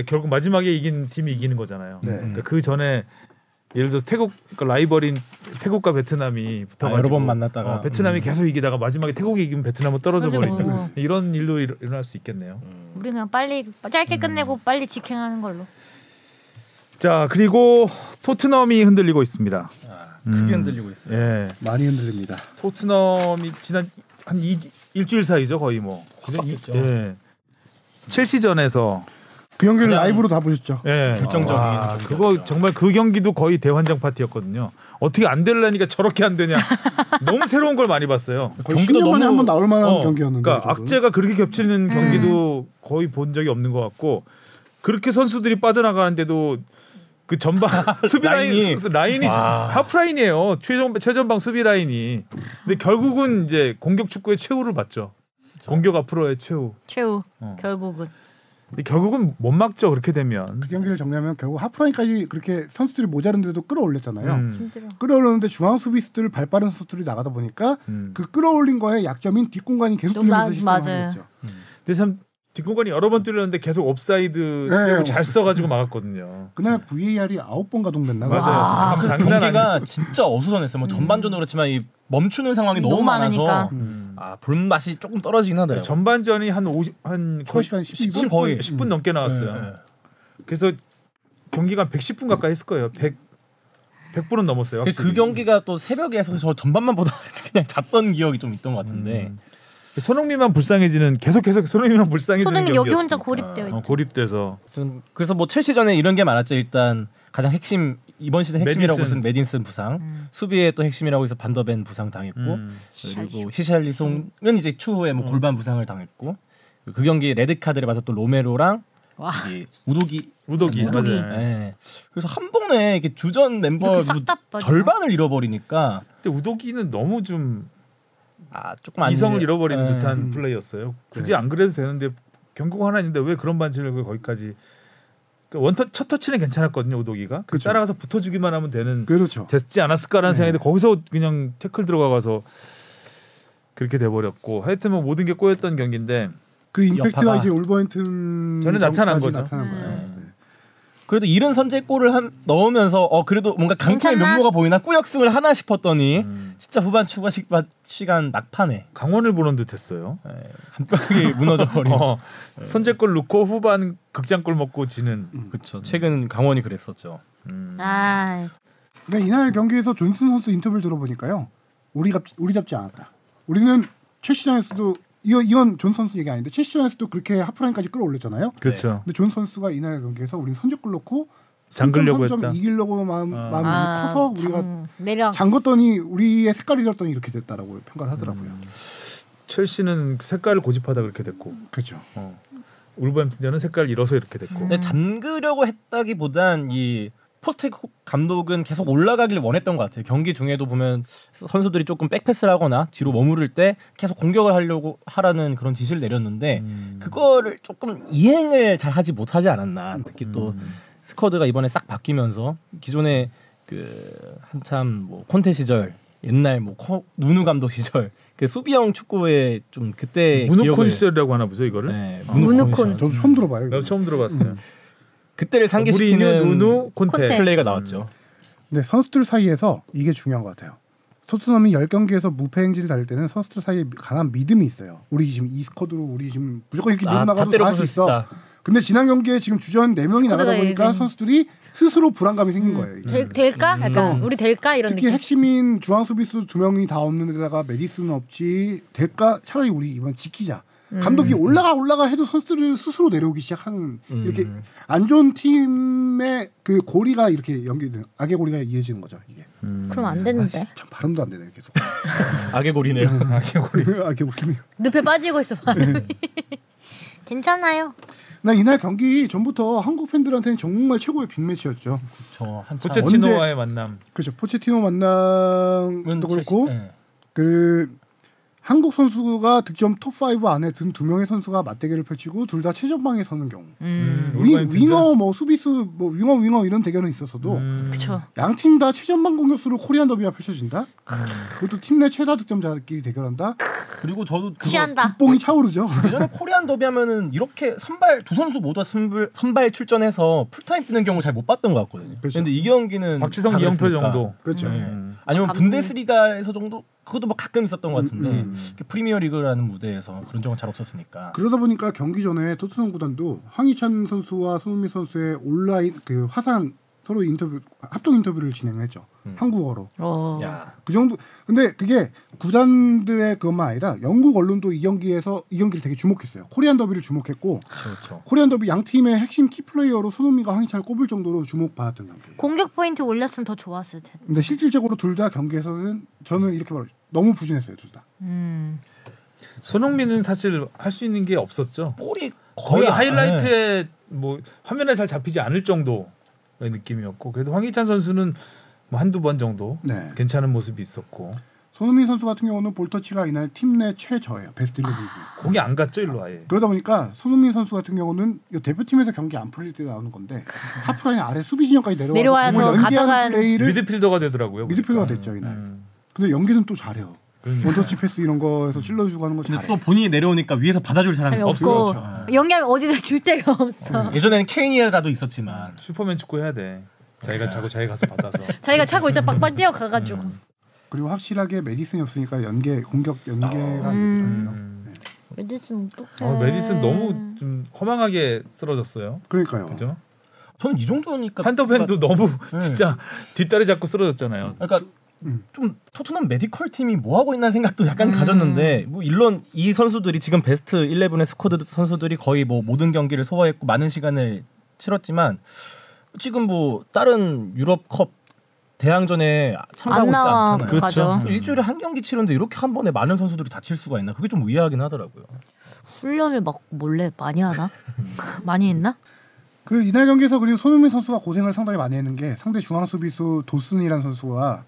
Speaker 2: 결국 마지막에 이긴 팀이 이기는 거잖아요.
Speaker 4: 네.
Speaker 2: 그러니까 그 전에 예를 들어 서 태국 그 라이벌인 태국과 베트남이 붙어가지고
Speaker 3: 아, 여러 번 만났다가. 음.
Speaker 2: 어, 베트남이 계속 이기다가 마지막에 태국이 이기면 베트남은 떨어져
Speaker 1: 떨어져
Speaker 2: 버리고 음.
Speaker 1: 버리고.
Speaker 2: 이런 일도 일, 어날수 있겠네요.
Speaker 3: 음.
Speaker 1: 우리 그냥 빨리 짧게 끝내고 빨리 직행하는 걸로.
Speaker 2: 자 그리고 토트넘이 흔들리고 있습니다.
Speaker 3: 크게 흔들리고 있어요.
Speaker 2: 예,
Speaker 4: 많이 흔들립니다.
Speaker 2: 토트넘이 지난 한 이, 일주일 사이죠 거의 뭐. 그죠? 이- 예. 첼시전에서
Speaker 4: 그 연기를
Speaker 3: 가장-
Speaker 4: 라이브로 다 보셨죠?
Speaker 2: 예.
Speaker 3: 결정적인
Speaker 2: 와,
Speaker 3: 경기였죠.
Speaker 2: 그거 정말 그 경기도 거의 대환장 파티였거든요. 어떻게 안 되려니까 저렇게 안 되냐. 너무 새로운 걸 많이 봤어요.
Speaker 4: 거의
Speaker 3: 경기도
Speaker 4: 10년 만에
Speaker 3: 너무-
Speaker 4: 한번 나올 만한
Speaker 2: 어,
Speaker 4: 경기였는데.
Speaker 2: 그러니까
Speaker 4: 저도.
Speaker 2: 악재가 그렇게 겹치는 경기도 거의 본 적이 없는 것 같고 그렇게 선수들이 빠져나가는데도 그 전방 수비 라인
Speaker 3: 라인이-
Speaker 2: 수- 라인이
Speaker 3: 와.
Speaker 2: 하프 라인이에요. 최전 최전방 수비 라인이. 근데 결국은 이제 공격 축구의 최후를 봤죠. 공격 앞으로의 최후.
Speaker 1: 최후
Speaker 2: 어.
Speaker 1: 결국은.
Speaker 2: 근데 결국은 못 막죠 그렇게 되면.
Speaker 4: 그 경기를 정리하면 결국 하프라인까지 그렇게 선수들이 모자른데도 끌어올렸잖아요.
Speaker 2: 음,
Speaker 4: 끌어올렸는데 중앙 수비수들 발빠른 선수들이 나가다 보니까
Speaker 2: 음.
Speaker 4: 그 끌어올린 거에 약점인 뒷공간이 계속
Speaker 1: 좀 나-
Speaker 4: 뚫리면서
Speaker 1: 맞아요.
Speaker 4: 실점하겠죠.
Speaker 2: 근데 참 뒷공간이 여러 번 뚫렸는데 계속 옵사이드
Speaker 4: 네.
Speaker 2: 트랩을 잘 써가지고 막았거든요.
Speaker 4: 그날 VAR이 9번 가동됐나 봐요.
Speaker 2: 맞아요. 참
Speaker 3: 그래서
Speaker 2: 장난 아니.
Speaker 3: 경기가 진짜 어수선했어요. 뭐 전반전도 그렇지만 이 멈추는 상황이
Speaker 1: 음.
Speaker 3: 너무,
Speaker 1: 너무 많으니까.
Speaker 3: 많아서
Speaker 2: 음.
Speaker 3: 네, 아 볼맛이 조금 떨어지긴 하더라고요.
Speaker 2: 네, 전반전이 한 50, 한
Speaker 4: 초 시간
Speaker 2: 10분
Speaker 4: 12분.
Speaker 3: 거의.
Speaker 2: 10분 넘게 나왔어요.
Speaker 3: 네, 네.
Speaker 2: 그래서 경기가 110분 가까이 했을 거예요. 100 100분은 넘었어요.
Speaker 3: 그-
Speaker 2: 확실히.
Speaker 3: 그 경기가 또 새벽에 해서 저 전반만 보다 그냥 잤던 기억이 좀 있던 것 같은데
Speaker 2: 손흥민만 불쌍해지는 계속 계속 손흥민만 불쌍해지는
Speaker 1: 손흥민 여기 혼자
Speaker 2: 경기였으니까.
Speaker 1: 고립되어 있죠.
Speaker 2: 어, 고립돼서
Speaker 3: 아무튼 그래서 뭐 첼시전에 이런 게 많았죠 일단 가장 핵심 이번 시즌 핵심이라고
Speaker 2: 메디슨.
Speaker 3: 무슨 메딘슨 부상
Speaker 1: 음.
Speaker 3: 수비에 또 핵심이라고 해서 반더벤 부상 당했고
Speaker 2: 음.
Speaker 3: 그리고 히샬리송은 이제 추후에 뭐 골반 부상을 당했고 그 경기 레드 카드를 받았또 로메로랑 이 우도기
Speaker 2: 우독이 네.
Speaker 3: 우독이.
Speaker 2: 맞아요.
Speaker 3: 예. 그래서 한 번에 이렇게 주전 멤버
Speaker 1: 이렇게 싹다
Speaker 3: 뭐
Speaker 1: 빠지나?
Speaker 3: 절반을 잃어버리니까
Speaker 2: 근데 우독이는 너무 좀
Speaker 3: 아 조금 안
Speaker 2: 이성을
Speaker 3: 돼. 네.
Speaker 2: 잃어버린
Speaker 3: 예.
Speaker 2: 듯한 플레이였어요. 굳이 안 그래도 되는데 경고가 하나 있는데 왜 그런 반칙을 거기까지 그 원터 첫 터치는 괜찮았거든요. 우독이가 그
Speaker 4: 그쵸.
Speaker 2: 따라가서 붙어주기만 하면 되는
Speaker 4: 그렇죠.
Speaker 2: 됐지 않았을까라는 생각인데 거기서 그냥 태클 들어가서 그렇게 돼버렸고 하여튼 뭐 모든 게 꼬였던 경기인데
Speaker 4: 그 임팩트가
Speaker 3: 여파가-
Speaker 4: 이제 울버햄튼
Speaker 2: 저는 나타난
Speaker 4: 전까지
Speaker 2: 거죠.
Speaker 4: 나타난 거죠.
Speaker 3: 그래도 이른 선제골을 한, 넣으면서 어 그래도 뭔가 강팀의
Speaker 1: 괜찮나?
Speaker 3: 면모가 보이나 꾸역승을 하나 싶었더니
Speaker 2: 음.
Speaker 3: 진짜 후반 추가 시- 시간 막판에
Speaker 2: 강원을 보는 듯했어요.
Speaker 3: 예, 한방에 무너져버린.
Speaker 2: 어, 선제골 넣고 후반 극장골 먹고 지는 네.
Speaker 3: 그렇죠. 최근 강원이 그랬었죠.
Speaker 2: 음.
Speaker 1: 아,
Speaker 4: 근데 그러니까 이날 경기에서 존슨 선수 인터뷰를 들어보니까요. 우리가 우리 잡지 않았다. 우리는 첼시전에서도 이건, 이건 존 선수 얘기 아닌데 첼시전에서도 그렇게 하프라인까지 끌어올렸잖아요.
Speaker 2: 그렇죠.
Speaker 4: 근데 존 선수가 이날 경기에서 우리는 선제골 넣고
Speaker 2: 잠그려고
Speaker 4: 3점
Speaker 2: 했다.
Speaker 4: 이기려고 마음,
Speaker 2: 아.
Speaker 4: 마음이
Speaker 1: 아,
Speaker 4: 뭐 커서
Speaker 1: 참,
Speaker 4: 우리가
Speaker 1: 매력.
Speaker 4: 잠궜더니 우리의 색깔이 었더니 이렇게 됐다라고 평가를 하더라고요.
Speaker 2: 음. 첼시는 색깔을 고집하다 그렇게 됐고
Speaker 4: 그렇죠.
Speaker 2: 어. 울버햄튼전은 색깔 잃어서 이렇게 됐고
Speaker 3: 근데 잠그려고 했다기보단 이 포스테코 감독은 계속 올라가길 원했던 것 같아요. 경기 중에도 보면 선수들이 조금 백패스를 하거나 뒤로 머무를 때 계속 공격을 하려고 하라는 그런 지시를 내렸는데
Speaker 2: 음.
Speaker 3: 그거를 조금
Speaker 2: 음.
Speaker 3: 이행을 잘 하지 못하지 않았나. 특히 또 스쿼드가 이번에 싹 바뀌면서 기존에 그 한참 뭐 콘테 시절 옛날 뭐 커, 누누 감독 시절 그 수비형 축구의 좀 그때
Speaker 2: 문우콘
Speaker 3: 네, 기억을-
Speaker 2: 시절이라고 하나 보죠 이거를?
Speaker 3: 네,
Speaker 1: 문우콘.
Speaker 3: 시절.
Speaker 4: 저도 처음 들어봐요. 이거.
Speaker 2: 나도 처음 들어봤어요.
Speaker 3: 그때를 상기시키는
Speaker 2: 무리뉴, 누누, 콘테. 음.
Speaker 1: 콘테.
Speaker 3: 플레이가 나왔죠.
Speaker 4: 근데 네, 선수들 사이에서 이게 중요한 것 같아요. 토트넘이 10경기에서 무패 행진을 달릴 때는 선수들 사이에 강한 믿음이 있어요. 우리 지금 이 스쿼드로 우리 지금 무조건 이렇게 밀고
Speaker 3: 아, 다
Speaker 4: 나가도
Speaker 3: 때려
Speaker 4: 다 할 수
Speaker 3: 부술 수
Speaker 4: 있어.
Speaker 3: 있다.
Speaker 4: 근데 지난 경기에 지금 주전 4명이
Speaker 1: 스쿼드가
Speaker 4: 나가다 보니까
Speaker 1: 이런-
Speaker 4: 선수들이 스스로 불안감이 생긴 거예요.
Speaker 3: 음.
Speaker 4: 이게.
Speaker 5: 될, 될까? 약간 우리 될까 이런
Speaker 4: 특히
Speaker 5: 느낌.
Speaker 4: 핵심인 중앙 수비수 두 명이 다 없는 데다가 메디슨 없지 될까 차라리 우리 이번 지키자 감독이 올라가 올라가 해도 선수들을 스스로 내려오기 시작하는
Speaker 3: 음.
Speaker 4: 이렇게 안 좋은 팀의 그 고리가 이렇게 연결되는 악의 고리가 이어지는 거죠 이게
Speaker 5: 그럼 안
Speaker 4: 아,
Speaker 5: 되는데.
Speaker 4: 참 발음도 안 되네 계속
Speaker 3: 아, 음,
Speaker 4: 아,
Speaker 3: 악의 고리네요.
Speaker 4: 악의 고리네요
Speaker 5: 늪에 빠지고 있어.
Speaker 3: 음.
Speaker 1: 괜찮아요.
Speaker 4: 나 이날 경기 전부터 한국 팬들한테는 정말 최고의 빅매치였죠
Speaker 3: 저 한참 아,
Speaker 2: 포체티노와의 만남.
Speaker 4: 그렇죠 포체티노 만남도 그렇고
Speaker 2: 네.
Speaker 3: 예.
Speaker 4: 그 한국 선수가 득점 톱5 안에 든 두 명의 선수가 맞대결을 펼치고 둘 다 최전방에 서는 경우.
Speaker 2: 음,
Speaker 4: 윙,
Speaker 2: 우루과이는 진짜-
Speaker 4: 윙어 뭐 수비수 뭐 윙어 윙어 이런 대결은 있었어도
Speaker 2: 음,
Speaker 1: 그쵸.
Speaker 4: 양 팀 다 최전방 공격수로 코리안 더비가 펼쳐진다.
Speaker 2: 음.
Speaker 4: 그것도 팀 내 최다 득점자끼리 대결한다.
Speaker 3: 그리고 저도 그거
Speaker 1: 취한다.
Speaker 4: 뽕이 차오르죠.
Speaker 3: 예전에 코리안 더비 하면은 이렇게 선발 두 선수 모두 선발, 선발 출전해서 풀타임 뛰는 경우 잘 못 봤던 것 같거든요. 그
Speaker 4: 그렇죠.
Speaker 3: 근데 이 경기는
Speaker 2: 박지성
Speaker 3: 다
Speaker 2: 이영표
Speaker 3: 그랬으니까.
Speaker 2: 정도.
Speaker 4: 그렇죠.
Speaker 3: 네.
Speaker 2: 음.
Speaker 3: 아니면
Speaker 1: 감독이-
Speaker 3: 분데스리가에서 정도 그것도 뭐 가끔 있었던 것 같은데
Speaker 4: 음,
Speaker 3: 이렇게 프리미어 리그라는 무대에서 그런 적은 잘 없었으니까.
Speaker 4: 그러다 보니까 경기 전에 토트넘 구단도 황희찬 선수와 손흥민 선수의 온라인 그 화상 서로 인터뷰 합동 인터뷰를 진행했죠.
Speaker 3: 음.
Speaker 4: 한국어로.
Speaker 1: 어.
Speaker 3: 야,
Speaker 4: 그 정도 근데 그게 구단들의 그것만 아니라 영국 언론도 이 경기에서 이 경기를 되게 주목했어요. 코리안 더비를 주목했고
Speaker 3: 그렇죠.
Speaker 4: 코리안 더비 양 팀의 핵심 키플레이어로 손흥민과 황희찬을 꼽을 정도로 주목받았던 경기예요.
Speaker 1: 공격 포인트 올렸으면 더 좋았을 텐데.
Speaker 4: 근데 실질적으로 둘 다 경기에서는 저는 이렇게 말해요. 너무 부진했어요, 둘 다.
Speaker 1: 음.
Speaker 2: 손흥민은 사실 할 수 있는 게 없었죠.
Speaker 3: 볼이
Speaker 2: 거의
Speaker 3: 거의 안- 네.
Speaker 2: 하이라이트에 뭐 화면에 잘 잡히지 않을 정도의 느낌이었고 그래도 황희찬 선수는 뭐 한두 번 정도
Speaker 4: 네.
Speaker 2: 괜찮은 모습이 있었고
Speaker 4: 손흥민 선수 같은 경우는 볼터치가 이날 팀 내 최저예요. 베스트 11.
Speaker 2: 공이 안 갔죠 일로 아예.
Speaker 4: 그러다 보니까 손흥민 선수 같은 경우는 이 대표팀에서 경기 안 풀릴 때 나오는 건데 하프라인 아래 수비 진영까지 내려와서
Speaker 1: 내려와서
Speaker 4: 공을 연기하는
Speaker 1: 가져간
Speaker 4: 플레이를
Speaker 2: 미드필더가 되더라고요.
Speaker 4: 미드필더가
Speaker 2: 보니까.
Speaker 4: 됐죠, 이날.
Speaker 2: 음.
Speaker 4: 근데 연기는 또 잘해요.
Speaker 2: 그러니까.
Speaker 4: 원터치 패스 이런 거에서 찔러주고 하는 거
Speaker 3: 근데
Speaker 4: 잘해.
Speaker 3: 또 본인이 내려오니까 위에서 받아줄 사람이
Speaker 1: 사람이
Speaker 3: 없어. 그렇죠.
Speaker 1: 없고
Speaker 3: 음.
Speaker 1: 영감 어디다 줄 데가 없어.
Speaker 3: 예전에는 케인이라도 있었지만
Speaker 2: 슈퍼맨 축구 해야 돼.
Speaker 3: 네.
Speaker 2: 자기가 자고 자기 가서 받아서.
Speaker 1: 자기가 차고 일단 빡빡 뛰어가가지고.
Speaker 3: 음.
Speaker 4: 그리고 확실하게 메디슨이 없으니까 연계 공격 연계가 안 되더라고요.
Speaker 2: 아. 음.
Speaker 1: 메디슨 어떡해.
Speaker 3: 아,
Speaker 2: 어,
Speaker 1: 네.
Speaker 2: 메디슨 너무 좀 허망하게 쓰러졌어요.
Speaker 4: 그러니까요.
Speaker 2: 그죠?
Speaker 3: 저는 이 정도니까
Speaker 2: 한더팬도 너무
Speaker 3: 그러니까 네.
Speaker 2: 진짜 뒷다리 잡고 쓰러졌잖아요.
Speaker 3: 그러니까
Speaker 4: 음.
Speaker 3: 좀 토트넘 메디컬 팀이 뭐 하고 있나 생각도 약간
Speaker 1: 음.
Speaker 3: 가졌는데 뭐 물론 이 선수들이 지금 베스트 11의 스쿼드 선수들이 거의 뭐 모든 경기를 소화했고 많은 시간을 치렀지만 지금 뭐 다른 유럽컵 대항전에 참가하고
Speaker 1: 안
Speaker 3: 있지
Speaker 1: 나와 그렇죠.
Speaker 3: 않잖아요.
Speaker 1: 가죠.
Speaker 3: 음. 일주일에 한 경기 치는데 이렇게 한 번에 많은 선수들이 다칠 수가 있나? 그게 좀 의아하긴 하더라고요.
Speaker 1: 훈련을 막 몰래 많이 하나? 많이 했나?
Speaker 4: 그 이날 경기에서 그리고 손흥민 선수가 고생을 상당히 많이 했는 게 상대 중앙 수비수 도슨이라는 선수가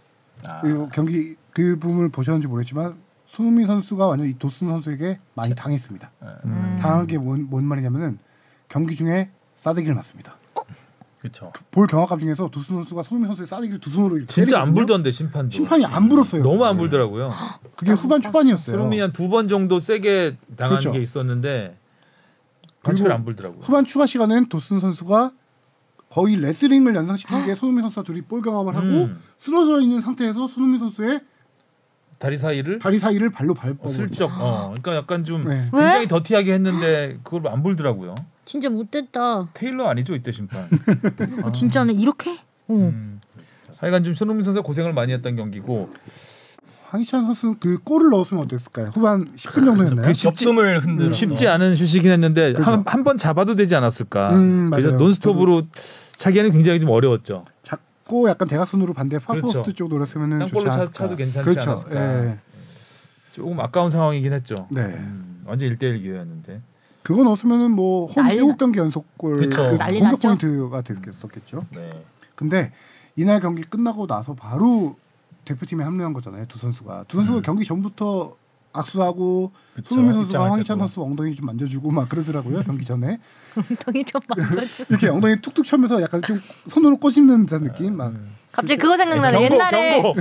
Speaker 3: 아,
Speaker 4: 이 경기 그 부분을 보셨는지 모르겠지만 손흥민 선수가 완전 이 도슨 선수에게 많이 당했습니다.
Speaker 1: 음.
Speaker 4: 당한 게 뭔 말이냐면은 경기 중에 싸대기를 맞습니다.
Speaker 3: 그렇죠.
Speaker 4: 볼 경합감 중에서 도슨 선수가 손흥민 선수의 싸대기를 두 손으로 이렇게
Speaker 2: 진짜 안
Speaker 4: 때리거든요.
Speaker 2: 불던데 심판도.
Speaker 4: 심판이 안 불었어요. 아,
Speaker 2: 너무 안 불더라고요.
Speaker 4: 그게 후반 초반이었어요.
Speaker 2: 소름이 한 두 번 정도 세게 당한
Speaker 4: 그렇죠.
Speaker 2: 게 있었는데 관찰
Speaker 4: 그리고
Speaker 2: 안 불더라고요.
Speaker 4: 후반 추가 시간엔 도슨 선수가 거의 레슬링을 연상시키는 게 손흥민 선수와 둘이 볼 경합을 하고
Speaker 2: 음.
Speaker 4: 쓰러져 있는 상태에서 손흥민 선수의
Speaker 2: 다리 사이를
Speaker 4: 다리 사이를 발로 밟고
Speaker 2: 어, 슬쩍. 어, 그러니까 약간 좀
Speaker 4: 네.
Speaker 2: 굉장히 더티하게 했는데 그걸 안 불더라고요.
Speaker 1: 진짜 못됐다.
Speaker 2: 테일러 아니죠 이때 심판.
Speaker 1: 어, 진짜는 이렇게? 어.
Speaker 2: 음. 하여간 좀 손흥민 선수 가 고생을 많이 했던 경기고
Speaker 4: 황희찬 선수는 그 골을 넣었으면 어땠을까요? 후반
Speaker 2: 아,
Speaker 4: 10분 정도였나요?
Speaker 2: 그렇죠.
Speaker 3: 접점을 흔들어.
Speaker 2: 쉽지 않은 슛이긴 했는데
Speaker 4: 그렇죠.
Speaker 2: 한 번 잡아도 되지 않았을까.
Speaker 4: 음,
Speaker 2: 그래서
Speaker 4: 맞아요.
Speaker 2: 논스톱으로 차기에는 굉장히 좀 어려웠죠.
Speaker 4: 작고 약간 대각선으로 반대 파포스트
Speaker 2: 그 그렇죠.
Speaker 4: 쪽 노렸으면
Speaker 2: 땅볼로
Speaker 4: 좋지
Speaker 2: 차-
Speaker 4: 않았을까?
Speaker 2: 차도 괜찮지
Speaker 4: 그렇죠.
Speaker 2: 않았을까.
Speaker 4: 예.
Speaker 2: 조금 아까운 상황이긴 했죠.
Speaker 4: 네.
Speaker 2: 음, 완전 1대1 기회였는데.
Speaker 4: 그거 넣었으면은 뭐홈
Speaker 1: 난리
Speaker 4: 7경기 연속골
Speaker 3: 그렇죠.
Speaker 4: 그
Speaker 1: 난리
Speaker 4: 공격
Speaker 1: 났죠.
Speaker 4: 포인트가 됐었겠죠.
Speaker 3: 네.
Speaker 4: 근데 이날 경기 끝나고 나서 바로 대표팀에 합류한 거잖아요. 두 선수가. 두 선수가 경기 전부터 악수하고
Speaker 2: 네. 그쵸,
Speaker 4: 손흥민 선수가
Speaker 2: 입장할
Speaker 4: 황희찬
Speaker 2: 때도.
Speaker 4: 선수 엉덩이 좀 만져주고 막 그러더라고요 경기 전에
Speaker 1: 엉덩이 좀 만져줘.
Speaker 4: 이렇게 엉덩이 툭툭 쳐면서 약간 좀 손으로 꼬집는 듯한 느낌
Speaker 2: 네.
Speaker 4: 막
Speaker 1: 갑자기 그거 생각나네.
Speaker 2: 경고
Speaker 1: 옛날에
Speaker 2: 경고.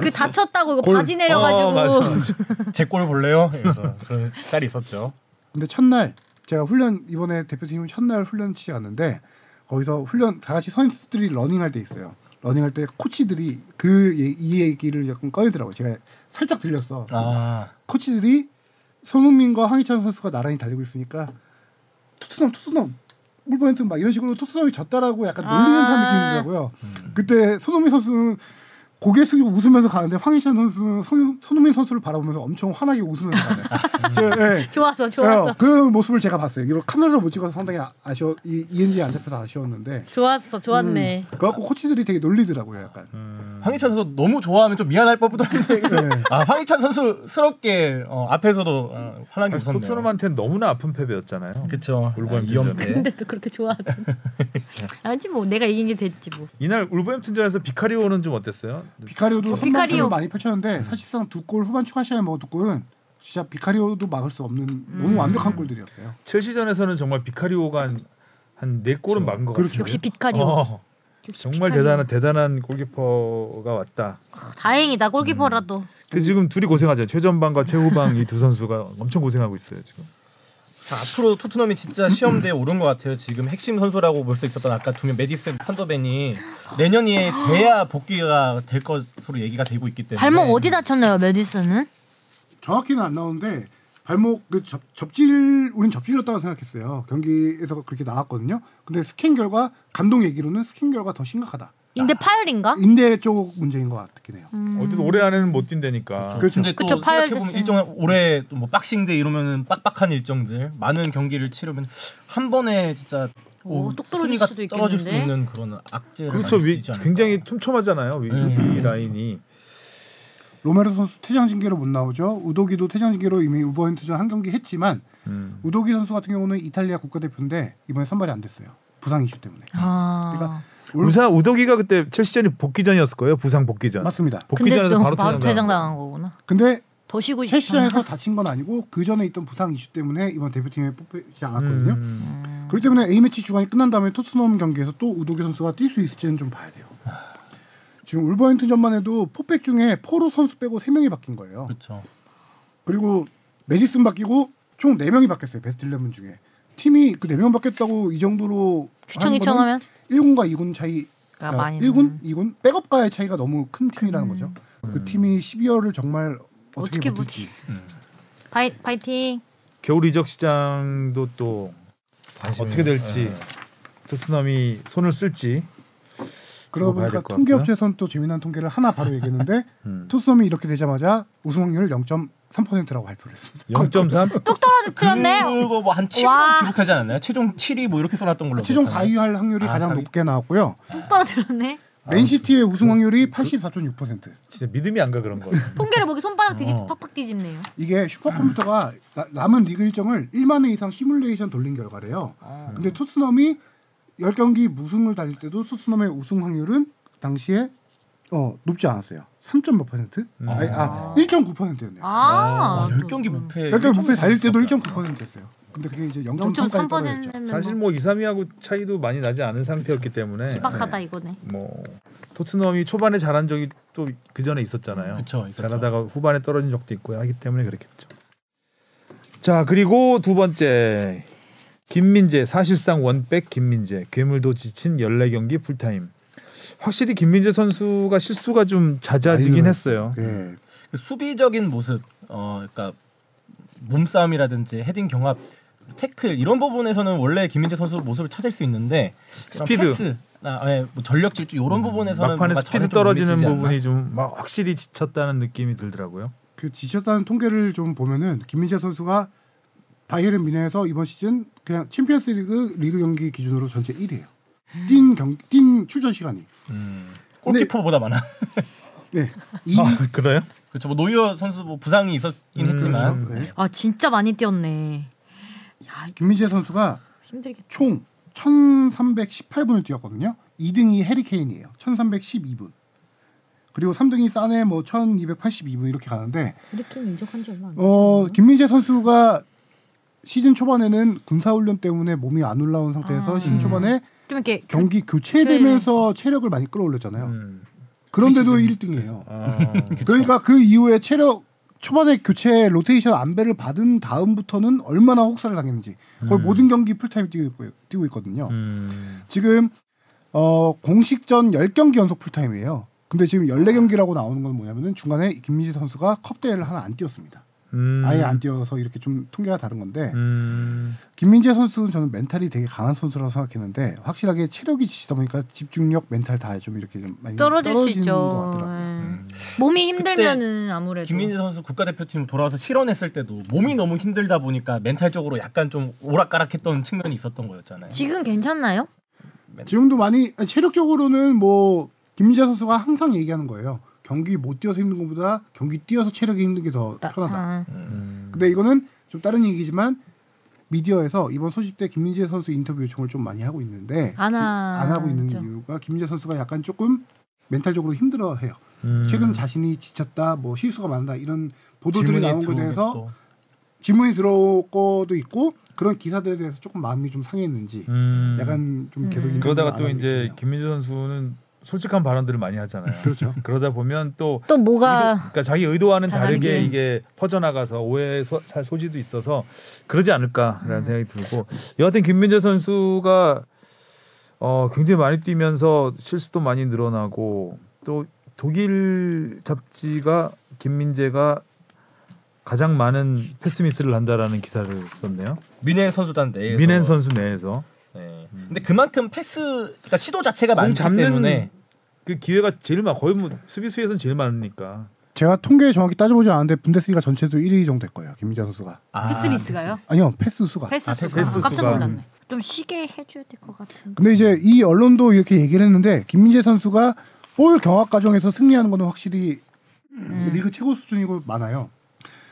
Speaker 1: 그 다쳤다고 이거
Speaker 2: 골.
Speaker 1: 바지 내려가지고
Speaker 2: 어, 맞아, 맞아.
Speaker 3: 제꼴 볼래요? 그래서 그런 짤이 있었죠.
Speaker 4: 근데 첫날 제가 훈련 이번에 대표팀 첫날 훈련 치지 않는데 거기서 훈련 다 같이 선수들이 러닝할 때 있어요. 러닝할 때 코치들이 그 이 얘기를 약간 꺼내더라고요. 제가 살짝 들렸어.
Speaker 3: 아
Speaker 4: 코치들이 손흥민과 황희찬 선수가 나란히 달리고 있으니까 토트넘 토트넘 물포인트 막 이런 식으로 토트넘이 졌다라고 약간 놀리는 듯한 느낌이더라고요. 그때 손흥민 선수는 고개 숙이고 웃으면서 가는데 황희찬 선수는 손, 손흥민 선수를 바라보면서 엄청 환하게 웃으면서 가네요. 저, 예.
Speaker 1: 좋아서 좋아서
Speaker 4: 어, 그 모습을 제가 봤어요. 이걸 카메라로 못 찍어서 상당히 아- 아쉬워 이 ENG 안 잡혀서 아쉬웠는데
Speaker 1: 좋았어 좋았네.
Speaker 2: 음.
Speaker 4: 그래갖고 코치들이 되게 놀리더라고요, 약간.
Speaker 3: 음. 황희찬 선수 너무 좋아하면 좀 미안할 법도 한데
Speaker 2: 네.
Speaker 3: 아 황희찬 선수스럽게 어, 앞에서도 어, 환하게 웃었네요.
Speaker 2: 토트넘한테는 너무나 아픈 패배였잖아요.
Speaker 3: 그쵸.
Speaker 2: 울버햄튼
Speaker 3: 아, 위험-
Speaker 2: 전에.
Speaker 1: 근데도 그렇게 좋아하던. 아니지 뭐 내가 이긴 게 됐지 뭐.
Speaker 2: 이날 울버햄튼전에서 비카리오는 좀 어땠어요?
Speaker 4: 비카리오도
Speaker 1: 비카리오.
Speaker 4: 선방수를 많이 펼쳤는데 사실상 두 골 후반 추가 시간에 먹은 두 골은 진짜 비카리오도 막을 수 없는
Speaker 1: 음.
Speaker 4: 너무 완벽한 골들이었어요.
Speaker 2: 첼시전에서는 정말 비카리오가 한네 골은 막은 것 같아요.
Speaker 1: 역시 빛깔이요.
Speaker 2: 어,
Speaker 1: 역시
Speaker 2: 정말
Speaker 1: 빛깔이요.
Speaker 2: 대단한 대단한 골키퍼가 왔다.
Speaker 1: 다행이다 골키퍼라도.
Speaker 2: 근데 지금 둘이 고생하죠. 최전방과 최후방 이 두 선수가 엄청 고생하고 있어요 지금.
Speaker 3: 자, 앞으로 토트넘이 진짜 시험대에 오른 것 같아요. 지금 핵심 선수라고 볼 수 있었던 아까 두 명 메디슨 판더벤이 내년에 돼야 복귀가 될 것으로 얘기가 되고 있기 때문에
Speaker 2: 네.
Speaker 1: 발목 어디 다쳤나요 메디슨은?
Speaker 4: 정확히는 안 나오는데 발목 그 접, 접질 우린 접질렸다고 생각했어요. 경기에서 그렇게 나왔거든요. 근데 스캔 결과 감독 얘기로는 스캔 결과 더 심각하다.
Speaker 1: 인데 파열인가?
Speaker 4: 인대 쪽 문제인 것 같긴
Speaker 1: 음.
Speaker 4: 해요.
Speaker 2: 아. 음. 어쨌든 올해 안에는 못 뛴다니까.
Speaker 4: 그렇죠.
Speaker 3: 근데 또
Speaker 1: 그쵸, 파열
Speaker 3: 생각해보면
Speaker 1: 됐어요.
Speaker 3: 일정 올해 또뭐 박싱데 이러면은 빡빡한 일정들 많은 경기를 치르면 한 번에 진짜
Speaker 1: 오,
Speaker 3: 뭐
Speaker 1: 똑 떨어질
Speaker 3: 순위가
Speaker 1: 수도 있겠는데?
Speaker 3: 떨어질 수 있는 그런 악재를
Speaker 2: 그렇죠.
Speaker 3: 많이
Speaker 2: 위,
Speaker 3: 쓰지 않을까.
Speaker 2: 굉장히 촘촘하잖아요. 위,
Speaker 3: 음.
Speaker 2: 위 라인이.
Speaker 4: 로메로 선수 퇴장 징계로 못 나오죠. 우도기도 퇴장 징계로 이미 우버인트전 한 경기 했지만
Speaker 2: 음.
Speaker 4: 우도기 선수 같은 경우는 이탈리아 국가대표인데 이번에 선발이 안 됐어요. 부상 이슈 때문에.
Speaker 1: 아.
Speaker 4: 그러니까 올-
Speaker 2: 우사 우덕이가 그때 첼시전이 복귀전이었을 거예요. 부상 복귀전.
Speaker 4: 맞습니다.
Speaker 1: 근데
Speaker 2: 복귀전에서
Speaker 1: 또
Speaker 2: 바로,
Speaker 1: 바로
Speaker 2: 퇴장당한 거.
Speaker 1: 퇴장당한 거구나.
Speaker 4: 근데
Speaker 1: 더 쉬고 싶다.
Speaker 4: 첼시장에서 다친 건 아니고 그 전에 있던 부상 이슈 때문에 이번 대표팀에 뽑히지 않았거든요.
Speaker 2: 음.
Speaker 4: 그렇기 때문에 A 매치 주간이 끝난 다음에 토트넘 경기에서 또 우도기 선수가 뛸 수 있을지는 좀 봐야 돼요. 지금 울버햄튼전만 해도 포백 중에 포로 선수 빼고 3명이 바뀐 거예요.
Speaker 3: 그렇죠.
Speaker 4: 그리고 메디슨 바뀌고 총 4명이 바뀌었어요. 베스트 11 중에. 팀이 그 4명 바뀌었다고 이 정도로
Speaker 1: 추청 이청하면
Speaker 4: 1군과 2군 차이
Speaker 1: 아, 많이
Speaker 4: 1군, 2군 백업과의 차이가 너무 큰 팀이라는 거죠.
Speaker 2: 음.
Speaker 4: 그 팀이 12월을 정말 어떻게,
Speaker 1: 어떻게
Speaker 4: 버틸지.
Speaker 1: 파이
Speaker 2: 음.
Speaker 1: 파이팅.
Speaker 2: 겨울 이적 시장도 또 어떻게 될지 토트넘이 손을 쓸지
Speaker 4: 그러다
Speaker 2: 봐야 될
Speaker 4: 보니까
Speaker 2: 것 같고요.
Speaker 4: 통계업체에서는 또 재미난 통계를 하나 바로 얘기했는데
Speaker 2: 음.
Speaker 4: 토트넘이 이렇게 되자마자 우승 확률 0.3%라고 발표를 했습니다.
Speaker 2: 0.3
Speaker 1: 뚝 떨어졌네.
Speaker 3: 그거 뭐한 7위
Speaker 1: 와.
Speaker 3: 기록하지 않았나요? 최종 7위 뭐 이렇게 써놨던 걸로.
Speaker 4: 최종
Speaker 3: 기억하나요?
Speaker 4: 4위 할 확률이
Speaker 3: 아,
Speaker 4: 가장
Speaker 3: 사위.
Speaker 4: 높게 나왔고요.
Speaker 1: 뚝 떨어졌네.
Speaker 2: 아,
Speaker 4: 맨시티의
Speaker 2: 그
Speaker 4: 우승 확률이 84.6%.
Speaker 2: 진짜 믿음이 안 가 그런 거.
Speaker 1: 통계를 보기 손바닥 뒤집
Speaker 3: 어.
Speaker 1: 팍팍 뒤집네요.
Speaker 4: 이게 슈퍼컴퓨터가 나- 남은 리그 일정을 1만 회 이상 시뮬레이션 돌린 결과래요. 근데 토트넘이 10경기 무승을 달릴 때도 토트넘의 우승 확률은 당시에 어, 높지 않았어요. 3. 몇 퍼센트? 아니, 아, 네, 1.9%였네요.
Speaker 1: 아.
Speaker 3: 와, 10경기 무패.
Speaker 4: 어, 10경기 무패 달릴 때도
Speaker 3: 무섭다.
Speaker 4: 1.9%였어요. 근데 그게 이제 0.3까지 떨어졌죠.
Speaker 1: 0.3%면
Speaker 2: 사실
Speaker 1: 사실
Speaker 2: 뭐 2, 3위하고 차이도 많이 나지 않은 상태였기 때문에
Speaker 1: 박하다 이거네.
Speaker 2: 뭐 토트넘이 초반에 잘한 적이 또 그 전에 있었잖아요.
Speaker 3: 그쵸, 있었죠.
Speaker 2: 잘하다가 후반에 떨어진 적도 있고 하기 때문에 그랬겠죠. 자 그리고 두 번째 김민재 사실상 원백 김민재 괴물도 지친 14경기 풀타임. 확실히 김민재 선수가 실수가 좀 잦아지긴
Speaker 4: 많이
Speaker 2: 했어요.
Speaker 4: 예.
Speaker 3: 그 수비적인 모습, 어, 그러니까 몸싸움이라든지 헤딩 경합, 태클 이런 부분에서는 원래 김민재 선수 모습을 찾을 수 있는데 이런
Speaker 2: 스피드.
Speaker 3: 패스, 아, 예, 뭐 전력 질주 이런 부분에서는
Speaker 2: 막판에
Speaker 3: 뭔가
Speaker 2: 스피드
Speaker 3: 저는 좀
Speaker 2: 떨어지는
Speaker 3: 의미지지 않나?
Speaker 2: 부분이 좀 막 확실히 지쳤다는 느낌이 들더라고요.
Speaker 4: 그 지쳤다는 통계를 좀 보면은 김민재 선수가 바이에른 미네에서 이번 시즌 그냥 챔피언스리그 리그 경기 기준으로 전체 1위예요. 뛴 경기 뛴 출전 시간이.
Speaker 3: 음, 골키퍼보다 많아.
Speaker 4: 네. 2위.
Speaker 2: 아 그래요?
Speaker 3: 그렇죠. 뭐 노이어 선수 뭐 부상이 있었긴
Speaker 2: 음,
Speaker 3: 했지만
Speaker 4: 네.
Speaker 1: 아 진짜 많이 뛰었네.
Speaker 4: 김민재 선수가
Speaker 1: 힘들겠다.
Speaker 4: 총 1318분을 뛰었거든요. 2등이 해리케인이에요. 1312분. 그리고 3등이 싸네 뭐 1282분 이렇게 가는데
Speaker 5: 이렇게 인적한 지 얼마 안
Speaker 4: 어 김민재 선수가 시즌 초반에는 군사 훈련 때문에 몸이 안 올라온 상태에서 시즌 초반에
Speaker 1: 좀 이렇게 그
Speaker 4: 경기 교체되면서 체력을 많이 끌어올렸잖아요.
Speaker 2: 음.
Speaker 4: 그런데도
Speaker 3: 음.
Speaker 4: 1등이에요.
Speaker 2: 아,
Speaker 4: 그러니까 그 이후에 체력 초반에 교체 로테이션 안배를 받은 다음부터는 얼마나 혹사를 당했는지 거의 모든 경기 풀타임 뛰고, 있고- 뛰고 있거든요.
Speaker 2: 음.
Speaker 4: 지금 어, 공식전 10경기 연속 풀타임이에요. 근데 지금 14경기라고 나오는 건 뭐냐면은 중간에 김민재 선수가 컵 대회를 하나 안 뛰었습니다.
Speaker 2: 음.
Speaker 4: 아예 안 뛰어서 이렇게 좀 통계가 다른 건데
Speaker 2: 음.
Speaker 4: 김민재 선수는 저는 멘탈이 되게 강한 선수라고 생각했는데 확실하게 체력이 지치다 보니까 집중력, 멘탈 다 좀 이렇게 좀 많이
Speaker 1: 떨어질 수
Speaker 4: 떨어지는 것
Speaker 1: 있죠. 예.
Speaker 4: 같더라고요. 음.
Speaker 1: 몸이 힘들면은 아무래도
Speaker 3: 김민재 선수 국가대표팀 돌아와서 실현했을 때도 몸이 너무 힘들다 보니까 멘탈적으로 약간 좀 오락가락했던 측면이 있었던 거였잖아요.
Speaker 1: 지금 괜찮나요?
Speaker 4: 지금도 많이 아니, 체력적으로는 뭐 김민재 선수가 항상 얘기하는 거예요. 경기 못 뛰어서 힘든 것보다 경기 뛰어서 체력이 힘든 게 더 편하다. 음.
Speaker 1: 아,
Speaker 3: 음.
Speaker 4: 근데 이거는 좀 다른 얘기지만 미디어에서 이번 소집 때 김민재 선수 인터뷰 요청을 좀 많이 하고 있는데
Speaker 1: 안 하.
Speaker 4: 안 하고 있는
Speaker 1: 죠
Speaker 4: 이유가 김민재 선수가 약간 조금 멘탈적으로 힘들어해요.
Speaker 2: 음.
Speaker 4: 최근 자신이 지쳤다, 뭐 실수가 많다 이런 보도들이
Speaker 3: 질문이
Speaker 4: 나온 거에
Speaker 3: 들어오게
Speaker 4: 대해서
Speaker 3: 또.
Speaker 4: 질문이 들어올 거도 있고 그런 기사들에 대해서 조금 마음이 좀 상했는지
Speaker 2: 음.
Speaker 4: 약간 좀 계속 인터뷰를
Speaker 2: 그러다가
Speaker 4: 안
Speaker 2: 또
Speaker 4: 하고
Speaker 2: 이제
Speaker 4: 있거든요.
Speaker 2: 김민재 선수는 솔직한 발언들을 많이 하잖아요.
Speaker 4: 그렇죠.
Speaker 2: 그러다 보면 또
Speaker 1: 또 뭐가
Speaker 2: 그러니까 자기 의도와는 다르게
Speaker 1: 다르게.
Speaker 2: 이게 퍼져나가서 오해 소, 살 소지도 있어서 그러지 않을까라는 생각이 들고 여하튼 김민재 선수가 어, 굉장히 많이 뛰면서 실수도 많이 늘어나고 또 독일 잡지가 김민재가 가장 많은 패스미스를 한다라는 기사를 썼네요.
Speaker 3: 미넨 선수단 내에서
Speaker 2: 미넨 선수 내에서
Speaker 3: 네. 근데 그만큼 패스 그러니까 시도 자체가
Speaker 2: 음. 공
Speaker 3: 많기
Speaker 2: 잡는
Speaker 3: 때문에
Speaker 2: 그 기회가 제일 많 거의 뭐 수비수에서는 제일 많으니까
Speaker 4: 제가 통계 정확히 따져보지 않았는데 분데스리가 전체도 1위 정도 될 거예요. 김민재 선수가
Speaker 3: 아,
Speaker 6: 패스미스가요?
Speaker 4: 아니요 패스 수가.
Speaker 6: 패스
Speaker 3: 아,
Speaker 6: 수가
Speaker 2: 패스
Speaker 6: 아, 깜짝
Speaker 2: 수가.
Speaker 6: 놀랐네.
Speaker 5: 좀 쉬게 해줘야 될 것 같은데.
Speaker 4: 근데 이제 이 언론도 이렇게 얘기를 했는데 김민재 선수가 볼 경합 과정에서 승리하는 거는 확실히 리그 최고 수준이고 많아요.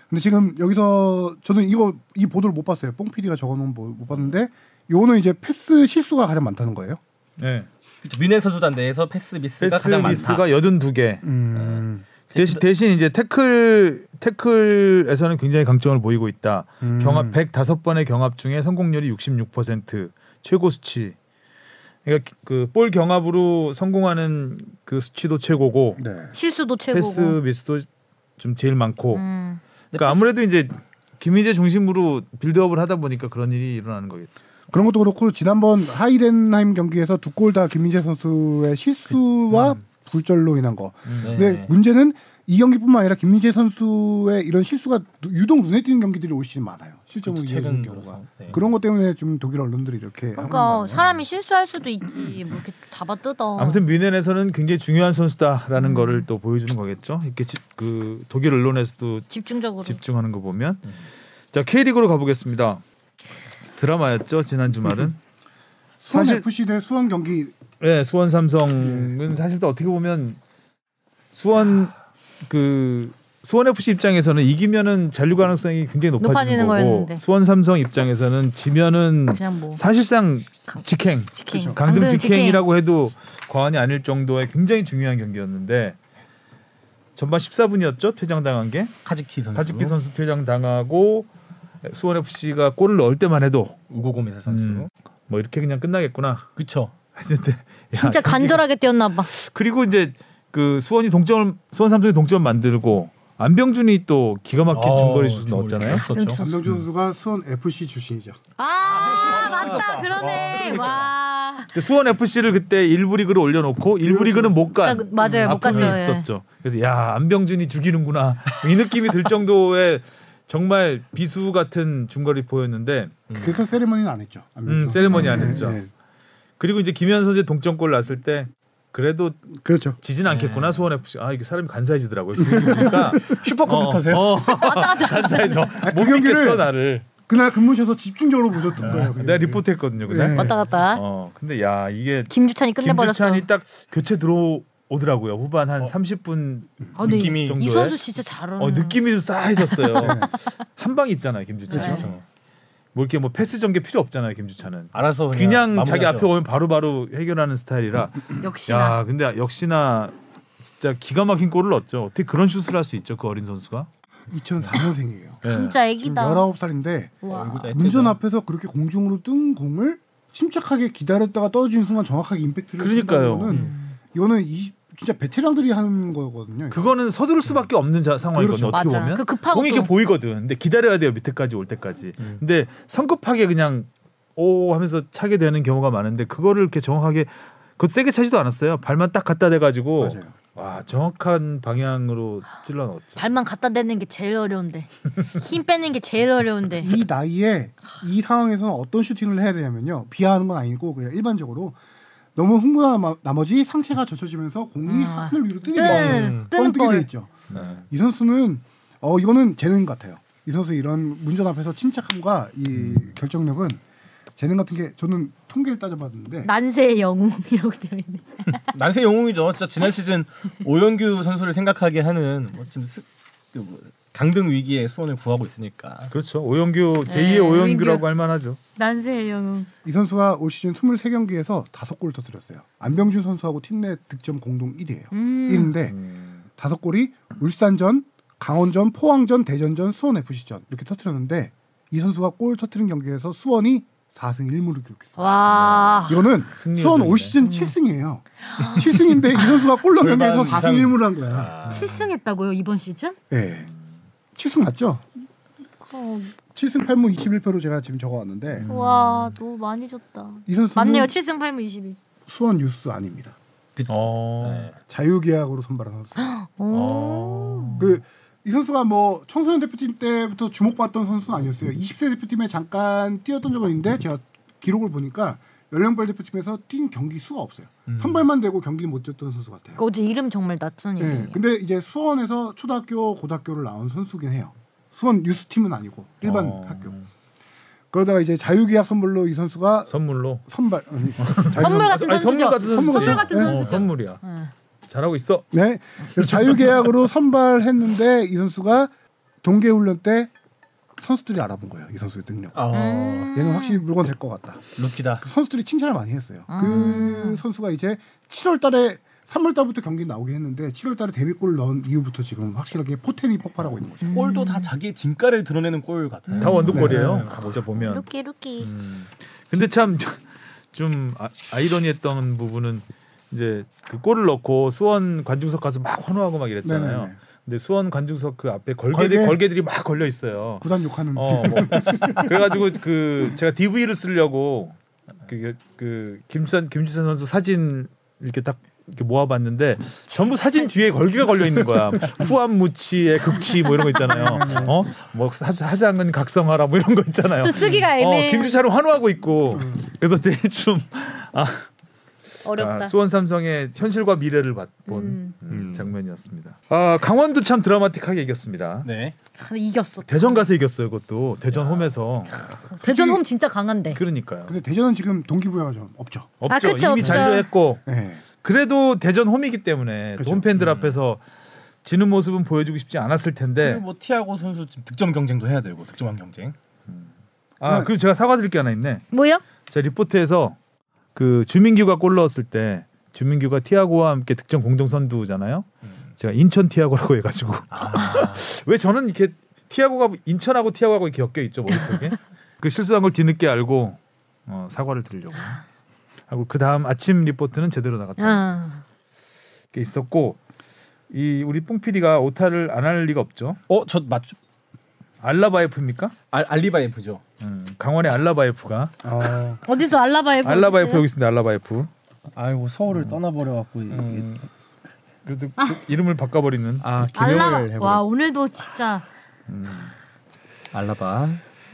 Speaker 4: 근데 지금 여기서 저는 이거 이 보도를 못 봤어요. 뽕 PD가 적어놓은 거 못 봤는데 요거는 이제 패스 실수가 가장 많다는 거예요.
Speaker 2: 네.
Speaker 3: 그쵸, 그렇죠. 미넨 선수단 내에서 패스미스가 가장 많다.
Speaker 2: 패스미스가 82개
Speaker 4: 음.
Speaker 2: 대신, 대신 이제 태클 태클에서는 굉장히 강점을 보이고 있다.
Speaker 4: 음.
Speaker 2: 경합 105번의 경합 중에 성공률이 66% 최고 수치. 그러니까 그 볼 경합으로 성공하는 그 수치도 최고고
Speaker 4: 네.
Speaker 1: 실수도 최고고.
Speaker 2: 패스 미스도 좀 제일
Speaker 4: 뭐.
Speaker 2: 많고.
Speaker 1: 음.
Speaker 2: 그러니까 아무래도 이제 김민재 중심으로 빌드업을 하다 보니까 그런 일이 일어나는 거겠죠.
Speaker 4: 그런 것도 그렇고 지난번 하이덴하임 경기에서 두 골 다 김민재 선수의 실수와
Speaker 2: 음.
Speaker 4: 불절로 인한 거.
Speaker 3: 네.
Speaker 4: 근데 문제는 이 경기뿐만 아니라 김민재 선수의 이런 실수가 누- 유독 눈에 띄는 경기들이 올 시즌 많아요. 실점으로
Speaker 3: 그쵸,
Speaker 4: 이어지는
Speaker 3: 그렇죠. 최근
Speaker 4: 경우가.
Speaker 3: 들어서. 네.
Speaker 4: 그런 것 때문에 좀 독일 언론들이 이렇게 하는
Speaker 1: 그러니까
Speaker 4: 거예요.
Speaker 1: 사람이 실수할 수도 있지. 뭐 이렇게 잡아 뜯어. 음.
Speaker 2: 아무튼 미넨에서는 굉장히 중요한 선수다라는 거를 또 보여주는 거겠죠. 이렇게 집- 그 독일 언론에서도
Speaker 1: 집중적으로.
Speaker 2: 집중하는 거 보면 자 K리그로 가보겠습니다. 드라마였죠 지난 주말은.
Speaker 4: 수원
Speaker 2: 사실-
Speaker 4: FC 대 수원 경기
Speaker 2: 네 수원 삼성은 음, 사실 또 어떻게 보면 수원 그 수원 FC 입장에서는 이기면은 잔류 가능성이 굉장히 높아지는,
Speaker 1: 높아지는
Speaker 2: 거고
Speaker 1: 거였는데.
Speaker 2: 수원 삼성 입장에서는 지면은
Speaker 1: 그냥 뭐
Speaker 2: 사실상
Speaker 1: 강-
Speaker 2: 직행, 그렇죠.
Speaker 1: 직행.
Speaker 2: 강등
Speaker 1: 강등
Speaker 2: 직행이라고 해도 과언이 아닐 정도의 굉장히 중요한 경기였는데 전반 14분이었죠 퇴장당한 게.
Speaker 3: 카즈키 선수,
Speaker 2: 다직비 선수 퇴장 당하고 수원 FC가 골을 넣을 때만 해도
Speaker 3: 우고고메스 선수.
Speaker 2: 음. 뭐 이렇게 그냥 끝나겠구나
Speaker 3: 그쵸.
Speaker 2: 했는데 야,
Speaker 1: 진짜
Speaker 2: 경기가-
Speaker 1: 간절하게 뛰었나 봐.
Speaker 2: 그리고 이제 그 수원이 동점을 수원 삼성이 동점 만들고 안병준이 또 기가 막힌
Speaker 3: 어,
Speaker 2: 아, 중거리 슛 넣었잖아요. 그렇죠.
Speaker 3: 넣었었죠.
Speaker 4: 전병준 선수가 수원 FC 출신이죠.
Speaker 3: 음.
Speaker 1: 아, 맞다. 그러네. 와.
Speaker 2: 근데 수원 FC를 그때 일부 리그로 올려놓고 일부 리그는 못 간.
Speaker 1: 그러니까 맞아요. 못
Speaker 2: 아픔이
Speaker 1: 갔죠. 예.
Speaker 2: 있었죠. 그래서 야 안병준이 죽이는구나 이 느낌이 들 정도의 정말 비수 같은 중거리 보였는데
Speaker 4: 그래서 세리머니는 안 했죠. 네,
Speaker 2: 음, 세리머니 안 했죠. 그리고 이제 김현 선수의 동점골 났을 때 그래도
Speaker 4: 그렇죠.
Speaker 3: 네.
Speaker 2: 지진 않겠구나 수원 FC. 아 이게 사람이 간사해지더라고요. 그러니까 아,
Speaker 3: 슈퍼컴퓨터세요?
Speaker 2: 어, 어.
Speaker 3: 네,
Speaker 2: 간사해져. 못
Speaker 4: 그 경기를-
Speaker 2: 믿겠어 나를.
Speaker 4: 그날 근무셔서 집중적으로
Speaker 3: 네.
Speaker 4: 보셨던 거예요.
Speaker 2: 내가 리포트했거든요 그날.
Speaker 4: 네.
Speaker 1: 왔다 갔다.
Speaker 2: 어 근데 야 이게
Speaker 1: 김주찬이 끝내버렸어.
Speaker 2: 김주찬이 딱 교체 들어오더라고요. 후반 한 30분
Speaker 1: 아, 근데
Speaker 3: 느낌이- 네.
Speaker 1: 이
Speaker 2: 정도에.
Speaker 1: 선수 진짜 잘 오는.
Speaker 2: 어 느낌이 좀 싸해졌어요. 한 방 있잖아요 김주찬.
Speaker 1: 네.
Speaker 2: 그렇죠. 뭐 이렇게 뭐 패스 전개 필요 없잖아요 김주찬은.
Speaker 3: 알아서 그냥,
Speaker 2: 그냥 자기
Speaker 3: 마무리하죠.
Speaker 2: 앞에 오면 바로바로 해결하는 스타일이라
Speaker 1: 역시나.
Speaker 2: 야 근데 역시나 진짜 기가 막힌 골을 넣었죠. 어떻게 그런 슛을 할 수 있죠? 그 어린 선수가. 예.
Speaker 4: 2004년생이에요.
Speaker 1: 네. 진짜 애기다.
Speaker 4: 19살인데
Speaker 2: 아,
Speaker 3: 아,
Speaker 1: 와.
Speaker 2: 네,
Speaker 4: 문전 앞에서 그렇게 공중으로 뜬 공을 침착하게 기다렸다가 떨어지는 순간 정확하게 임팩트를
Speaker 2: 그러니까요. 음.
Speaker 4: 준다는 거는 이거는 이- 진짜 베테랑들이 하는 거거든요.
Speaker 2: 그거는 서두를 수밖에 없는 자- 상황이거든요.
Speaker 4: 그렇죠.
Speaker 2: 어떻게
Speaker 1: 맞아.
Speaker 2: 보면
Speaker 1: 그 급하고
Speaker 2: 공이 이렇게
Speaker 1: 또.
Speaker 2: 보이거든. 근데 기다려야 돼요 밑에까지 올 때까지.
Speaker 1: 음.
Speaker 2: 근데 성급하게 그냥 오 하면서 차게 되는 경우가 많은데 그거를 이렇게 정확하게 그 세게 차지도 않았어요. 발만 딱 갖다 대가지고
Speaker 4: 맞아요.
Speaker 2: 와 정확한 방향으로 찔러 넣었죠.
Speaker 1: 발만 갖다 대는 게 제일 어려운데 힘 빼는 게 제일 어려운데
Speaker 4: 이 나이에 이 상황에서는 어떤 슈팅을 해야 되냐면요. 비하하는 건 아니고 그냥 일반적으로 너무 흥분한 마- 나머지 상체가 젖혀지면서 공이
Speaker 1: 음.
Speaker 2: 아.
Speaker 4: 하늘 위로 뜨게 돼
Speaker 1: 뜨는 뜨는
Speaker 4: 뻔 뜨게 돼
Speaker 1: 볼.
Speaker 4: 있죠.
Speaker 2: 네.
Speaker 4: 이 선수는 어 이거는 재능 같아요. 이 선수 이런 문전 앞에서 침착함과 이
Speaker 2: 음.
Speaker 4: 결정력은 재능 같은 게 저는 통계를 따져봤는데
Speaker 1: 난세의 영웅이라고 되어 있네.
Speaker 3: 난세 영웅이죠. 진짜 지난 시즌 오연규 선수를 생각하게 하는 뭐 지금 스, 그뭐 강등 위기에 수원을 구하고 있으니까.
Speaker 2: 그렇죠. 오영규
Speaker 1: 네,
Speaker 2: 제2의
Speaker 1: 오영규.
Speaker 2: 오영규라고 할 만하죠.
Speaker 1: 난세의 영웅.
Speaker 4: 이 선수가 올 시즌 23경기에서 5골을 터뜨렸어요. 안병준 선수하고 팀 내 득점 공동 1위예요.
Speaker 1: 음.
Speaker 4: 1인데
Speaker 2: 음,
Speaker 4: 다섯 골이 울산전, 강원전, 포항전, 대전전, 수원 FC전 이렇게 터뜨렸는데 이 선수가 골 터뜨린 경기에서 수원이 4승 1무를 기록했어요.
Speaker 1: 와.
Speaker 4: 이거는
Speaker 2: 승리의
Speaker 4: 수원 올
Speaker 2: 조인데.
Speaker 4: 시즌 7승이에요. 7승인데 이 선수가 골 넣은
Speaker 3: 절반
Speaker 4: 경기에서 4승
Speaker 3: 이상.
Speaker 4: 1무를 한 거야.
Speaker 3: 아,
Speaker 1: 7승했다고요 이번 시즌?
Speaker 4: 예. 7승 맞죠? 7승 8무 21패로 제가 지금 적어왔는데
Speaker 1: 어, 와
Speaker 2: 음.
Speaker 1: 너무 많이 졌다.
Speaker 4: 이 선수는
Speaker 1: 음. 맞네요 7승 8무 22.
Speaker 4: 수원 유스 아닙니다.
Speaker 2: 어.
Speaker 3: 네.
Speaker 4: 자유계약으로 선발한 선수.
Speaker 2: 어.
Speaker 4: 그 이 선수가 뭐 청소년 대표팀 때부터 주목받던 선수는 아니었어요. 20세 대표팀에 잠깐 뛰었던 적은 있는데 제가 기록을 보니까 연령별 대표팀에서 뛴 경기 수가 없어요. 선발만 되고 경기 못 뛰었던 선수 같아요.
Speaker 1: 어제 이름 정말
Speaker 2: 네.
Speaker 1: 낯선
Speaker 4: 예.
Speaker 1: 이름이에요.
Speaker 4: 근데 이제 수원에서 초등학교, 고등학교를 나온 선수긴 해요. 수원 유스팀은 아니고 일반
Speaker 2: 어.
Speaker 4: 학교. 그러다가 이제 자유계약 선물로 이 선수가
Speaker 2: 선물로.
Speaker 4: 선발 아니,
Speaker 1: 선물 같은
Speaker 2: 아니, 선물
Speaker 1: 선수죠.
Speaker 2: 같은 선수죠.
Speaker 4: 선물
Speaker 1: 같은
Speaker 2: 어,
Speaker 1: 선수죠.
Speaker 2: 선물이야.
Speaker 1: 응.
Speaker 2: 잘하고 있어.
Speaker 4: 네. 그래서 자유계약으로 선발했는데 이 선수가 동계훈련 때 선수들이 알아본 거예요. 이 선수의 능력.
Speaker 3: 어,
Speaker 4: 얘는 확실히 물건 될 것 같다.
Speaker 3: 루키다.
Speaker 4: 그 선수들이 칭찬을 많이 했어요. 그 선수가 이제 7월 달에 3월 달부터 경기 나오게 했는데 7월 달에 데뷔골을 넣은 이후부터 지금 확실하게 포텐이 폭발하고 있는
Speaker 6: 음.
Speaker 4: 거죠.
Speaker 3: 골도 다 자기의 진가를 드러내는 골 같아요.
Speaker 2: 다 원두골이에요.
Speaker 3: 네.
Speaker 2: 진짜 보면.
Speaker 5: 루키 루키.
Speaker 2: 음. 근데 참 좀 아, 이러니했던 부분은 이제 그 골을 넣고 수원 관중석 가서 막 환호하고 막 이랬잖아요.
Speaker 4: 네네네.
Speaker 2: 근데 수원 관중석 그 앞에 걸개들
Speaker 4: 걸개?
Speaker 2: 걸개? 들이막 걸려 있어요.
Speaker 4: 구단 욕하는
Speaker 2: 어, 뭐. 그래가지고 그 제가 DV를 쓰려고 그, 그 김선 김주선 선수 사진 이렇게 딱 이렇게 모아봤는데 전부 사진 뒤에 걸기가 걸려 있는 거야. 후암무치의 극치 뭐 이런 거 있잖아요. 어, 뭐 사- 하장은 각성하라 뭐 이런 거 있잖아요.
Speaker 1: 저 쓰기가
Speaker 2: 어,
Speaker 1: 애매해.
Speaker 2: 김주찬은 환호하고 있고 그래서
Speaker 1: 음.
Speaker 2: 되게 좀 아,
Speaker 1: 어렵다.
Speaker 2: 아, 수원 삼성의 현실과 미래를 맛본
Speaker 1: 음.
Speaker 2: 음, 장면이었습니다. 아 강원도 참 드라마틱하게 이겼습니다.
Speaker 3: 네.
Speaker 1: 근데 이겼어.
Speaker 2: 대전 가서 이겼어요. 그것도 대전 홈에서
Speaker 1: 대전 홈 진짜 강한데.
Speaker 2: 그러니까요.
Speaker 4: 근데 대전은 지금 동기부여가 좀 없죠.
Speaker 2: 없죠.
Speaker 1: 아, 그쵸,
Speaker 2: 이미
Speaker 1: 없죠.
Speaker 2: 잔류했고
Speaker 4: 네.
Speaker 2: 그래도 대전 홈이기 때문에
Speaker 4: 그쵸.
Speaker 2: 홈팬들 앞에서 지는 모습은 보여주고 싶지 않았을 텐데
Speaker 3: 그리고 뭐 티아고 선수 지금 득점 경쟁도 해야 되고 득점왕 경쟁.
Speaker 2: 아 그리고 제가 사과드릴 게 하나 있네.
Speaker 1: 뭐요?
Speaker 2: 제 리포트에서 그 주민규가 골 넣었을 때 주민규가 티아고와 함께 득점 공동 선두잖아요. 제가 인천 티아고라고 해가지고 왜 저는 이렇게 티아고가 인천하고 티아고하고 이렇게 엮여 있죠 머릿속에 그 실수한 걸 뒤늦게 알고 어, 사과를 드리려고 하고 그 다음 아침 리포트는 제대로 나갔다.
Speaker 1: 아.
Speaker 2: 게 있었고 이 우리 뽕 PD가 오타를 안 할 리가 없죠.
Speaker 3: 어, 저 맞죠?
Speaker 2: 알라바예프입니까?
Speaker 3: 알, 알리바예프죠.
Speaker 2: 음, 강원의 알라바예프가
Speaker 4: 어,
Speaker 1: 어디서 알라바예프?
Speaker 2: 알라바예프 여기 있습니다. 알라바예프.
Speaker 3: 아이고 서울을 떠나버려 갖고
Speaker 2: 음, 그래도 그 이름을 바꿔버리는
Speaker 3: 아,
Speaker 1: 알라바.
Speaker 3: 김영을
Speaker 1: 와
Speaker 3: 해버
Speaker 1: 오늘도 진짜
Speaker 3: 알라바.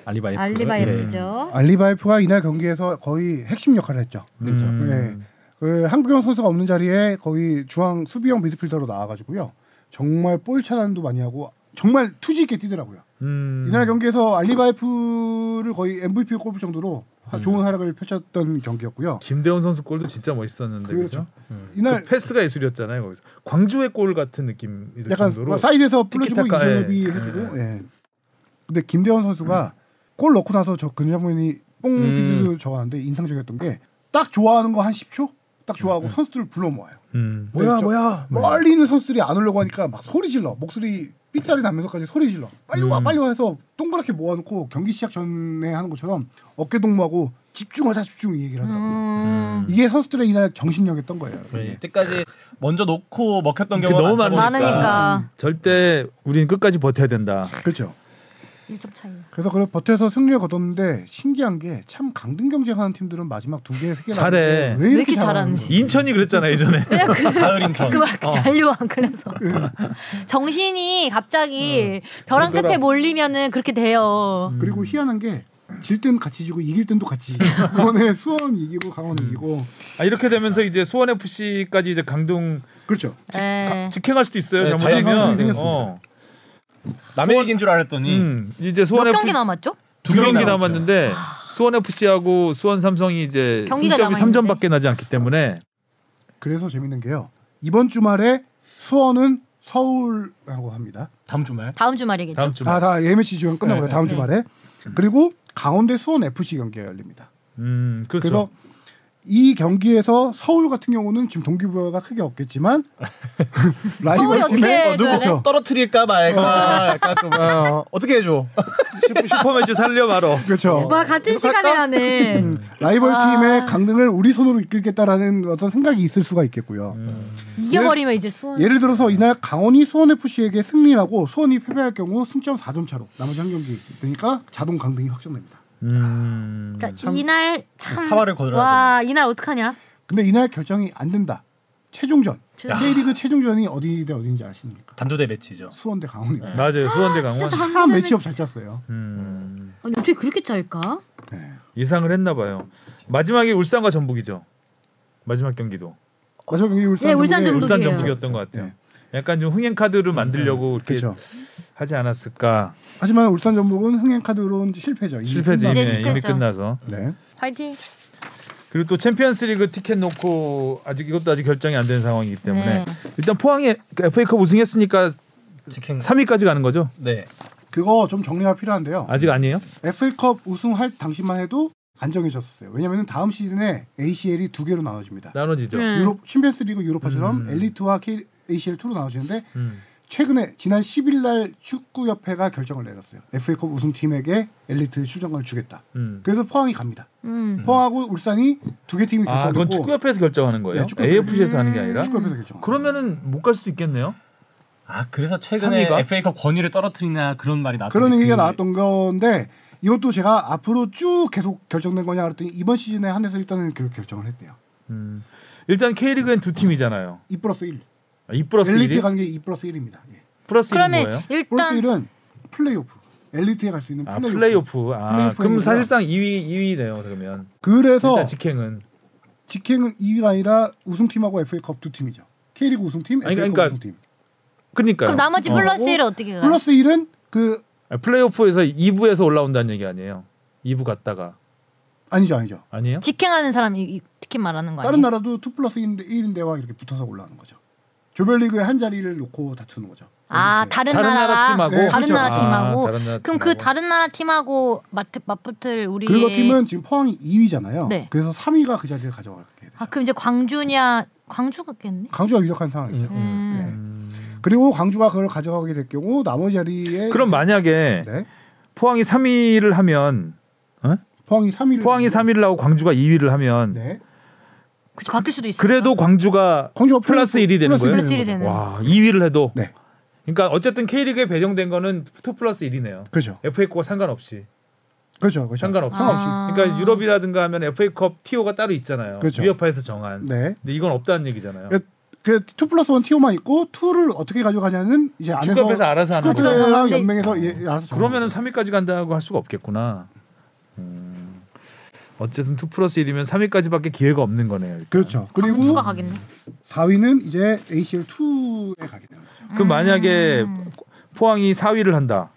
Speaker 3: 알리바예프.
Speaker 1: 알리바예프죠.
Speaker 4: 알리바이프가 이날 경기에서 거의 핵심 역할을 했죠.
Speaker 2: 음.
Speaker 4: 네. 그 한국형 선수가 없는 자리에 거의 중앙 수비형 미드필더로 나와가지고요. 정말 볼 차단도 많이 하고 정말 투지 있게 뛰더라고요.
Speaker 2: 음.
Speaker 4: 이날 경기에서 알리바이프를 거의 MVP 로 꼽을 정도로
Speaker 2: 음.
Speaker 4: 하- 좋은 활약을 펼쳤던 경기였고요.
Speaker 2: 김대훈 선수 골도 진짜 멋있었는데 그렇죠.
Speaker 4: 이날
Speaker 2: 그 패스가 예술이었잖아요. 거기서 광주의 골 같은 느낌이 들
Speaker 4: 약간 뭐
Speaker 2: 정도로
Speaker 4: 사이드에서 풀어주고
Speaker 2: 티키타카,
Speaker 4: 이재엽이
Speaker 2: 예.
Speaker 4: 해주고. 예. 근데 김대원 선수가
Speaker 2: 음.
Speaker 4: 골 넣고 나서 저 근자문이 뽕
Speaker 3: 음.
Speaker 4: 비디오를 적었는데 인상적이었던 게 딱 좋아하는 거 한 10초 딱 좋아하고 선수들을 불러 모아요.
Speaker 2: 음.
Speaker 4: 네, 뭐야,
Speaker 3: 뭐야
Speaker 4: 멀리 있는 선수들이 안 오려고 하니까 막 소리 질러 목소리 삑사리 나면서까지 소리 질러 빨리 와 빨리 와 해서 동그랗게 모아놓고 경기 시작 전에 하는 것처럼 어깨 동무하고 집중하자 집중 이 얘기를
Speaker 2: 네.
Speaker 1: 음,
Speaker 4: 하더라고요
Speaker 2: 음.
Speaker 4: 이게 선수들의 이날 정신력이었던 거예요 이게.
Speaker 3: 이때까지 먼저 놓고 먹혔던
Speaker 2: 이렇게
Speaker 3: 경우가
Speaker 2: 너무
Speaker 3: 많다 보니까.
Speaker 1: 많으니까.
Speaker 2: 절대 우리는 끝까지 버텨야 된다.
Speaker 4: 그렇죠
Speaker 5: 1점 차이.
Speaker 4: 그래서 그걸 버텨서 승리를 거뒀는데 신기한 게 참 강등 경쟁하는 팀들은 마지막 두 개, 세개
Speaker 2: 잘해.
Speaker 4: 왜
Speaker 1: 이렇게
Speaker 4: 이렇게
Speaker 1: 잘하는지.
Speaker 4: 잘하는지
Speaker 2: 인천이 그랬잖아 예전에.
Speaker 1: 네.
Speaker 2: 어.
Speaker 3: 가을 인천
Speaker 1: 그막 잔류왕 그래서 정신이 갑자기 벼랑 끝에
Speaker 2: 음. 그러더라.
Speaker 1: 몰리면은 그렇게 돼요.
Speaker 2: 음.
Speaker 4: 그리고 희한한 게 질 땐 같이 지고 이길 땐도 같이 이기고. 이번에 수원 이기고 강원 이기고
Speaker 2: 아, 이렇게 되면서 이제 수원 FC까지 이제 강동
Speaker 4: 그렇죠
Speaker 1: 에.
Speaker 2: 직행할 수도 있어요.
Speaker 3: 네,
Speaker 2: 잘못하면.
Speaker 4: 자유선수
Speaker 2: 어.
Speaker 3: 남의 얘기인 줄 알았더니
Speaker 2: 음, 이제
Speaker 1: 몇
Speaker 2: 수원
Speaker 1: 경기
Speaker 2: FC
Speaker 1: 남았죠? 아.
Speaker 2: 두 경기 남았는데 수원 FC하고 수원 삼성이 이제
Speaker 1: 경기가
Speaker 2: 승점이
Speaker 1: 남아있는데.
Speaker 2: 3점밖에 나지 않기 때문에
Speaker 4: 그래서 재밌는 게요 이번 주말에 수원은 서울하고 합니다
Speaker 3: 다음 주말
Speaker 1: 다음 주말이겠죠.
Speaker 2: 다음 주말.
Speaker 4: 아, 다 MSC 지원 끝나고요.
Speaker 3: 네,
Speaker 4: 다음
Speaker 1: 네.
Speaker 4: 주말에. 그리고 강원대 수원 FC 경기가 열립니다.
Speaker 2: 음,
Speaker 4: 그래서
Speaker 2: 그렇죠.
Speaker 4: 이 경기에서 서울 같은 경우는 지금 동기부여가 크게 없겠지만 라이벌
Speaker 1: 서울이
Speaker 4: 팀에
Speaker 1: 어떻게 해줘야
Speaker 4: 그렇죠.
Speaker 3: 떨어뜨릴까 말까 약간 좀 어, 어떻게 해줘
Speaker 2: 슈퍼매치 살려 말어.
Speaker 4: 그렇죠.
Speaker 1: 와 같은 시간에 하네.
Speaker 2: 음.
Speaker 4: 라이벌
Speaker 1: 아.
Speaker 4: 팀의 강등을 우리 손으로 이끌겠다라는 어떤 생각이 있을 수가 있겠고요.
Speaker 1: 음. 이겨버리면 이제 수원.
Speaker 4: 예를 들어서 이날 강원이 수원 FC에게 승리하고 수원이 패배할 경우 승점 4점 차로 나머지 한 경기 되니까 자동 강등이 확정됩니다.
Speaker 2: 음.
Speaker 1: 그러니까 이날 참
Speaker 3: 사활을 거들어야
Speaker 1: 와 이날 어떡하냐?
Speaker 4: 근데 이날 결정이 안 된다. 최종전
Speaker 1: 야.
Speaker 4: K리그 최종전이 어디 대 어디인지 아십니까?
Speaker 3: 단조대 매치죠
Speaker 4: 수원 대 강원입니다.
Speaker 2: 맞아요. 수원 대 강원.
Speaker 1: 진짜
Speaker 4: 참
Speaker 1: 장난
Speaker 4: 매치업 잘 짰어요.
Speaker 2: 네. 음.
Speaker 1: 아니 어떻게 그렇게 짤까?
Speaker 2: 예상을 했나 봐요. 마지막에 울산과 전북이죠. 마지막 경기도.
Speaker 4: 마지막 경기 아, 울산
Speaker 1: 네, 울산
Speaker 4: 전북에
Speaker 1: 전북.
Speaker 2: 울산
Speaker 1: 전북이에요.
Speaker 2: 전북이었던 것 같아요.
Speaker 4: 네.
Speaker 2: 약간 좀 흥행 카드를 만들려고 이렇게
Speaker 4: 그렇죠.
Speaker 2: 하지 않았을까.
Speaker 4: 하지만 울산 전북은 흥행 카드로는 실패죠. 이미
Speaker 2: 실패지
Speaker 1: 이제
Speaker 2: 이미,
Speaker 4: 끝났-
Speaker 2: 이미
Speaker 1: 실패죠.
Speaker 2: 끝나서.
Speaker 4: 네.
Speaker 1: 파이팅.
Speaker 2: 그리고 또 챔피언스리그 티켓 놓고 아직 이것도 아직 결정이 안 된 상황이기
Speaker 1: 네.
Speaker 2: 때문에 일단 포항이 FA컵 우승했으니까
Speaker 3: 직행
Speaker 2: 3위까지 가는 거죠?
Speaker 3: 네
Speaker 4: 그거 좀 정리가 필요한데요.
Speaker 2: 아직 아니에요?
Speaker 4: FA컵 우승할 당시만 해도 안정해졌었어요. 왜냐하면 다음 시즌에 ACL이 두 개로 나눠집니다.
Speaker 2: 나눠지죠.
Speaker 1: 네.
Speaker 4: 유럽 챔피언스리그 유로파처럼 엘리트와 K, ACL 2로 나눠지는데
Speaker 2: 음.
Speaker 4: 최근에 지난 10일 날 축구협회가 결정을 내렸어요. FA컵 우승팀에게 엘리트 출전권을 주겠다.
Speaker 2: 음.
Speaker 4: 그래서 포항이 갑니다.
Speaker 1: 음.
Speaker 4: 포항하고 울산이 두 개 팀이
Speaker 2: 아,
Speaker 4: 결정됐고
Speaker 2: 그건 축구협회에서 결정하는 거예요?
Speaker 4: 네, 축구협회. 음,
Speaker 2: AFG에서 하는 게 아니라?
Speaker 4: 축구협회에서 결정.
Speaker 2: 그러면은 못 갈 수도 있겠네요.
Speaker 3: 아 그래서 최근에
Speaker 2: 삼위가?
Speaker 3: FA컵 권위를 떨어뜨리냐 그런 말이 나왔던
Speaker 2: 아,
Speaker 4: 그런
Speaker 2: 네.
Speaker 3: 그-
Speaker 4: 얘기가 나왔던 건데 이것도 제가 앞으로 쭉 계속 결정된 거냐 그랬더니 이번 시즌에 한해서 일단은 그렇게 결정을 했대요.
Speaker 2: 음. 일단 K리그엔 두 팀이잖아요.
Speaker 4: 2 플러스 1.
Speaker 2: 아, 2 플러스
Speaker 4: 엘리트
Speaker 2: 1이
Speaker 4: 가는 게2 플러스 1입니다. 예.
Speaker 2: 플러스 1은
Speaker 1: 그러면
Speaker 2: 뭐예요?
Speaker 1: 일단
Speaker 4: 플러스 1은 플레이오프. 엘리트에 갈 수 있는
Speaker 2: 아
Speaker 4: 플레이오프.
Speaker 2: 플레이오프. 아 그럼
Speaker 4: 플레이오프니까.
Speaker 2: 사실상 2위 2위네요. 그러면
Speaker 4: 그래서
Speaker 2: 일단 직행은
Speaker 4: 직행은 2위가 아니라 우승팀하고 FA컵 두 팀이죠. K리그 우승팀,
Speaker 2: 아니,
Speaker 4: FA컵
Speaker 2: 그러니까
Speaker 4: 우승팀.
Speaker 2: 그러니까요.
Speaker 1: 그럼 나머지
Speaker 2: 어.
Speaker 1: 플러스 1을 어떻게 가요?
Speaker 4: 플러스 1은 그
Speaker 2: 아, 플레이오프에서 2부에서 올라온다는 얘기 아니에요? 2부 갔다가
Speaker 4: 아니죠, 아니죠.
Speaker 2: 아니에요?
Speaker 1: 직행하는 사람이 이 티켓 말하는 거뭐 아니에요?
Speaker 4: 다른 나라도 2 플러스 1인데와 이렇게 붙어서 올라가는 거죠. 조별리그의 한 자리를 놓고 다투는 거죠.
Speaker 1: 아
Speaker 4: 엘리트에.
Speaker 1: 다른,
Speaker 2: 다른 나라
Speaker 1: 나라
Speaker 2: 팀하고?
Speaker 1: 다른
Speaker 4: 그렇죠.
Speaker 1: 나라
Speaker 2: 아,
Speaker 1: 팀하고
Speaker 2: 다른 나라
Speaker 1: 그럼 그
Speaker 2: 팀하고.
Speaker 1: 다른 나라 팀하고 맞, 맞붙을 우리
Speaker 4: 그거 팀은 지금 포항이 2위잖아요.
Speaker 1: 네.
Speaker 4: 그래서 3위가 그 자리를 가져가게 되죠.
Speaker 1: 아 그럼 이제 광주냐 광주겠네.
Speaker 4: 광주가 유력한 상황이죠.
Speaker 1: 음.
Speaker 4: 네. 그리고 광주가 그걸 가져가게 될 경우 나머지 자리에
Speaker 2: 그럼 만약에
Speaker 4: 네.
Speaker 2: 포항이 3위를 하면
Speaker 4: 포항이 3위를
Speaker 2: 포항이 3위를 하고 광주가 2위를 하면
Speaker 4: 네.
Speaker 1: 그치 바뀔 수도 있어.
Speaker 2: 그래도 광주가
Speaker 4: 광주가
Speaker 2: 플러스 1이 되는 거예요?
Speaker 1: 플러스 1이 되는.
Speaker 2: 와 2위를 해도
Speaker 4: 네.
Speaker 2: 그러니까 어쨌든 K리그에 배정된 거는 2 플러스 1이네요.
Speaker 4: 그렇죠.
Speaker 2: FA컵과 상관없이
Speaker 4: 그렇죠. 그렇죠.
Speaker 2: 상관없이.
Speaker 1: 아.
Speaker 4: 상관없이.
Speaker 2: 그러니까 유럽이라든가 하면 FA컵 티오가 따로 있잖아요.
Speaker 4: 그렇죠.
Speaker 2: 유에파에서 정한.
Speaker 4: 네.
Speaker 2: 근데 이건 없다는 얘기잖아요.
Speaker 4: 예, 그2 플러스 1 티오만 있고 2를 어떻게 가져가냐는 이제 안에서
Speaker 2: 축구협회에서 알아서 하는
Speaker 1: 축구협회에서
Speaker 2: 거죠.
Speaker 1: 알아서
Speaker 4: 축구협회랑
Speaker 1: 하는데-
Speaker 4: 연맹에서 예, 알아서 정하는
Speaker 2: 그러면은
Speaker 4: 거죠.
Speaker 2: 3위까지 간다고 할 수가 없겠구나. 음. 어쨌든 2 플러스 1이면 3위까지밖에 기회가 없는 거네요. 일단.
Speaker 4: 그렇죠. 그리고
Speaker 1: 아, 광주가 가겠네.
Speaker 4: 4위는 이제 ACL 2에 가게 되는 거죠.
Speaker 2: 그럼 만약에 포항이 4위를 한다.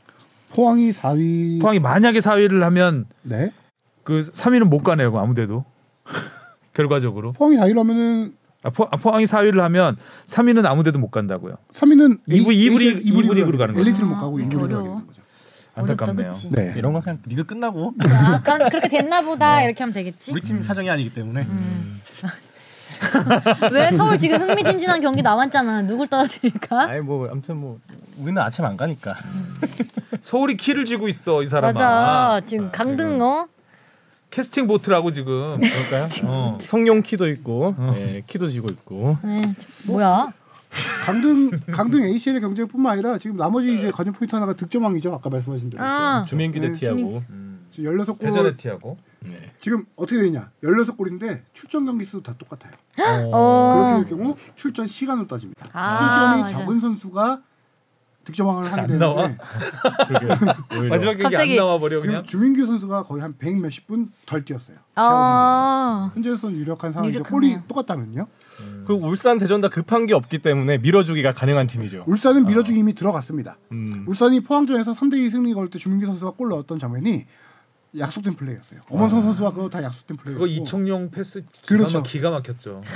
Speaker 4: 포항이 4위
Speaker 2: 포항이 만약에 4위를 하면
Speaker 4: 네.
Speaker 2: 그 3위는 못 가네요. 그럼 아무데도. 결과적으로.
Speaker 4: 포항이 4위로 하면은
Speaker 2: 아, 포, 항이 4위를 하면 3위는 아무데도 못 간다고요.
Speaker 4: 3위는
Speaker 2: 이부- 이부리- 이부리그로 가는 거죠.
Speaker 4: 엘리트를 못 가고
Speaker 1: 이렇게
Speaker 4: 이부리그로
Speaker 1: 음, 어려워.
Speaker 4: 가게 되는 거죠.
Speaker 2: 안타깝네요.
Speaker 1: 어렵다, 그치?
Speaker 4: 네.
Speaker 3: 이런 건 그냥 리그 끝나고
Speaker 1: 아, 까 그렇게 됐나 보다 이렇게 하면 되겠지.
Speaker 3: 우리 팀 사정이 아니기 때문에
Speaker 1: 왜 서울 지금 흥미진진한 경기 남았잖아. 누굴 떨어뜨릴까?
Speaker 3: 아니 뭐 아무튼 뭐 우리는 아침 안 가니까.
Speaker 2: 서울이 키를 쥐고 있어 이 사람아.
Speaker 1: 맞아. 지금 강등 어?
Speaker 2: 캐스팅 보트라고 지금.
Speaker 3: 그럴까요? 어. 성룡 키도 있고 예, 키도 지고 있고.
Speaker 1: 네, 뭐야?
Speaker 4: 강등 강등 ACL의 경쟁뿐만 아니라 지금 나머지 이제 관전 포인트 하나가 득점왕이죠. 아까 말씀하신 대로.
Speaker 1: 아,
Speaker 3: 주민규
Speaker 4: 네,
Speaker 3: 대티하고.
Speaker 2: 음.
Speaker 4: 지금 16골
Speaker 2: 대전의 티하고.
Speaker 3: 네.
Speaker 4: 지금 어떻게 되냐? 16골인데 출전 경기 수도 다 똑같아요.
Speaker 3: 어.
Speaker 4: 그렇게 될 경우 출전 시간으로 따집니다.
Speaker 1: 아,
Speaker 4: 출전이
Speaker 1: 맞아.
Speaker 4: 적은 선수가 득점왕을 하게
Speaker 2: 나와?
Speaker 4: 되는데
Speaker 3: 그러게, 오히려.
Speaker 2: 마지막 경기
Speaker 1: 갑자기-
Speaker 2: 안 나와 버려
Speaker 4: 지금
Speaker 2: 그냥.
Speaker 4: 주민규 선수가 거의 한 100 몇십 분 덜 뛰었어요.
Speaker 1: 아,
Speaker 4: 현재로서는 유력한 상황이죠.
Speaker 1: 유력하네요.
Speaker 4: 골이 똑같다면요.
Speaker 3: 음. 그리고 울산 대전 다 급한 게 없기 때문에 밀어주기가 가능한 팀이죠.
Speaker 2: 아.
Speaker 4: 울산은 밀어주기 이미 들어갔습니다.
Speaker 3: 음.
Speaker 4: 울산이 포항전에서 3대2 승리 걸 때 주민규 선수가 골 넣었던 장면이 약속된 플레이였어요. 엄원성 선수와 그거 다 약속된
Speaker 2: 아. 그거
Speaker 4: 플레이였고
Speaker 2: 이청용 패스 기가,
Speaker 4: 그렇죠.
Speaker 2: 막, 기가 막혔죠.
Speaker 1: 아,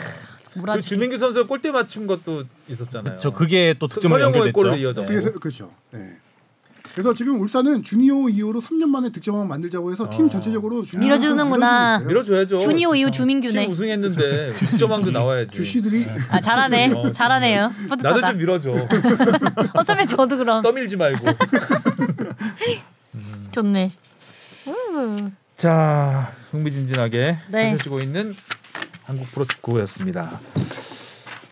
Speaker 2: 그리고
Speaker 1: 몰아주기.
Speaker 2: 주민규 선수가 골대 맞춘 것도 있었잖아요.
Speaker 3: 저 그게 또
Speaker 2: 서-
Speaker 3: 득점으로
Speaker 2: 서령호의
Speaker 3: 연결됐죠.
Speaker 2: 골로 이어져.
Speaker 4: 그게 세- 그렇죠. 네. 그래서 지금 울산은 주니오 이후로 3년 만에 득점왕 만들자고 해서 팀
Speaker 2: 어.
Speaker 4: 전체적으로 주니오
Speaker 1: 밀어주는구나.
Speaker 4: 선수
Speaker 2: 밀어줘야죠.
Speaker 1: 주니오 이후
Speaker 2: 팀
Speaker 1: 주민규네.
Speaker 2: 우승했는데 득점왕도 나와야지.
Speaker 4: 주시들이
Speaker 1: 아, 잘하네.
Speaker 2: 어,
Speaker 1: 잘하네요.
Speaker 2: 나도
Speaker 1: 뿌듯하다.
Speaker 2: 좀 밀어줘.
Speaker 1: 어차피 저도 그럼
Speaker 2: 떠밀지 말고.
Speaker 1: 좋네.
Speaker 2: 자, 흥미진진하게
Speaker 1: 네.
Speaker 2: 펼쳐지고 있는 한국 프로축구였습니다.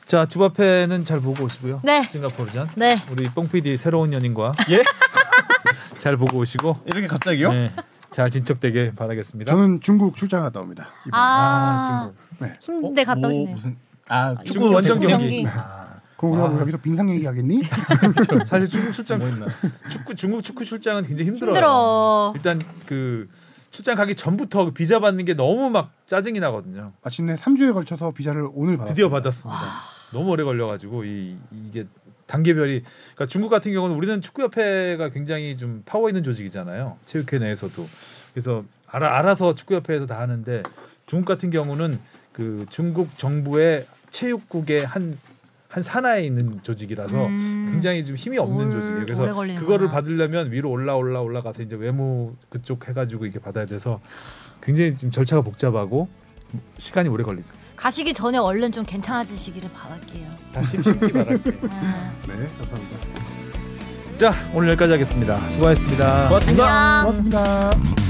Speaker 2: 자, 주바페는 잘 보고 오시고요.
Speaker 1: 네.
Speaker 2: 싱가포르전.
Speaker 1: 네.
Speaker 2: 우리 뽕피디 새로운 연인과
Speaker 3: 예?
Speaker 2: 잘 보고 오시고
Speaker 3: 이렇게 갑자기요? 뭐
Speaker 2: 네, 잘 진척되게 바라겠습니다.
Speaker 4: 저는 중국 출장 갔다 옵니다. 이번에.
Speaker 1: 아,
Speaker 2: 중국.
Speaker 1: 힘든데 갔다
Speaker 3: 뭐
Speaker 1: 오시네요.
Speaker 3: 무슨 아
Speaker 2: 중국 원정
Speaker 1: 축구
Speaker 2: 경기.
Speaker 4: 그럼
Speaker 2: 아.
Speaker 4: 우리가 뭐 여기서 빙상 얘기하겠니?
Speaker 2: 사실 중국 출장 축구 중국 축구 출장은 굉장히 힘들어요.
Speaker 1: 힘들어.
Speaker 2: 일단 그 출장 가기 전부터 그 비자 받는 게 너무 막 짜증이 나거든요.
Speaker 4: 마침내 3주에 걸쳐서 비자를 오늘 받았어요.
Speaker 2: 드디어 받았습니다. 너무 오래 걸려가지고 이, 이게 단계별이 그러니까 중국 같은 경우는 우리는 축구협회가 굉장히 좀 파워 있는 조직이잖아요. 체육회 내에서도 그래서 알아, 알아서 축구협회에서 다 하는데 중국 같은 경우는 그 중국 정부의 체육국의 한 한 산하에 있는 조직이라서 굉장히 좀 힘이 없는
Speaker 1: 올-
Speaker 2: 조직이에요.
Speaker 1: 음. 오래
Speaker 2: 그래서
Speaker 1: 걸리는구나.
Speaker 2: 그거를 받으려면 위로 올라 올라 올라가서 이제 외무 그쪽 해가지고 이게 받아야 돼서 굉장히 좀 절차가 복잡하고 시간이 오래 걸리죠.
Speaker 1: 가시기 전에 얼른 좀 괜찮아지시기를 바랄게요.
Speaker 2: 다시 심기 바랄게.
Speaker 1: 아,
Speaker 4: 네, 감사합니다.
Speaker 2: 자, 오늘 여기까지 하겠습니다. 수고하셨습니다.
Speaker 3: 고맙습니다.
Speaker 1: 안녕.
Speaker 4: 고맙습니다.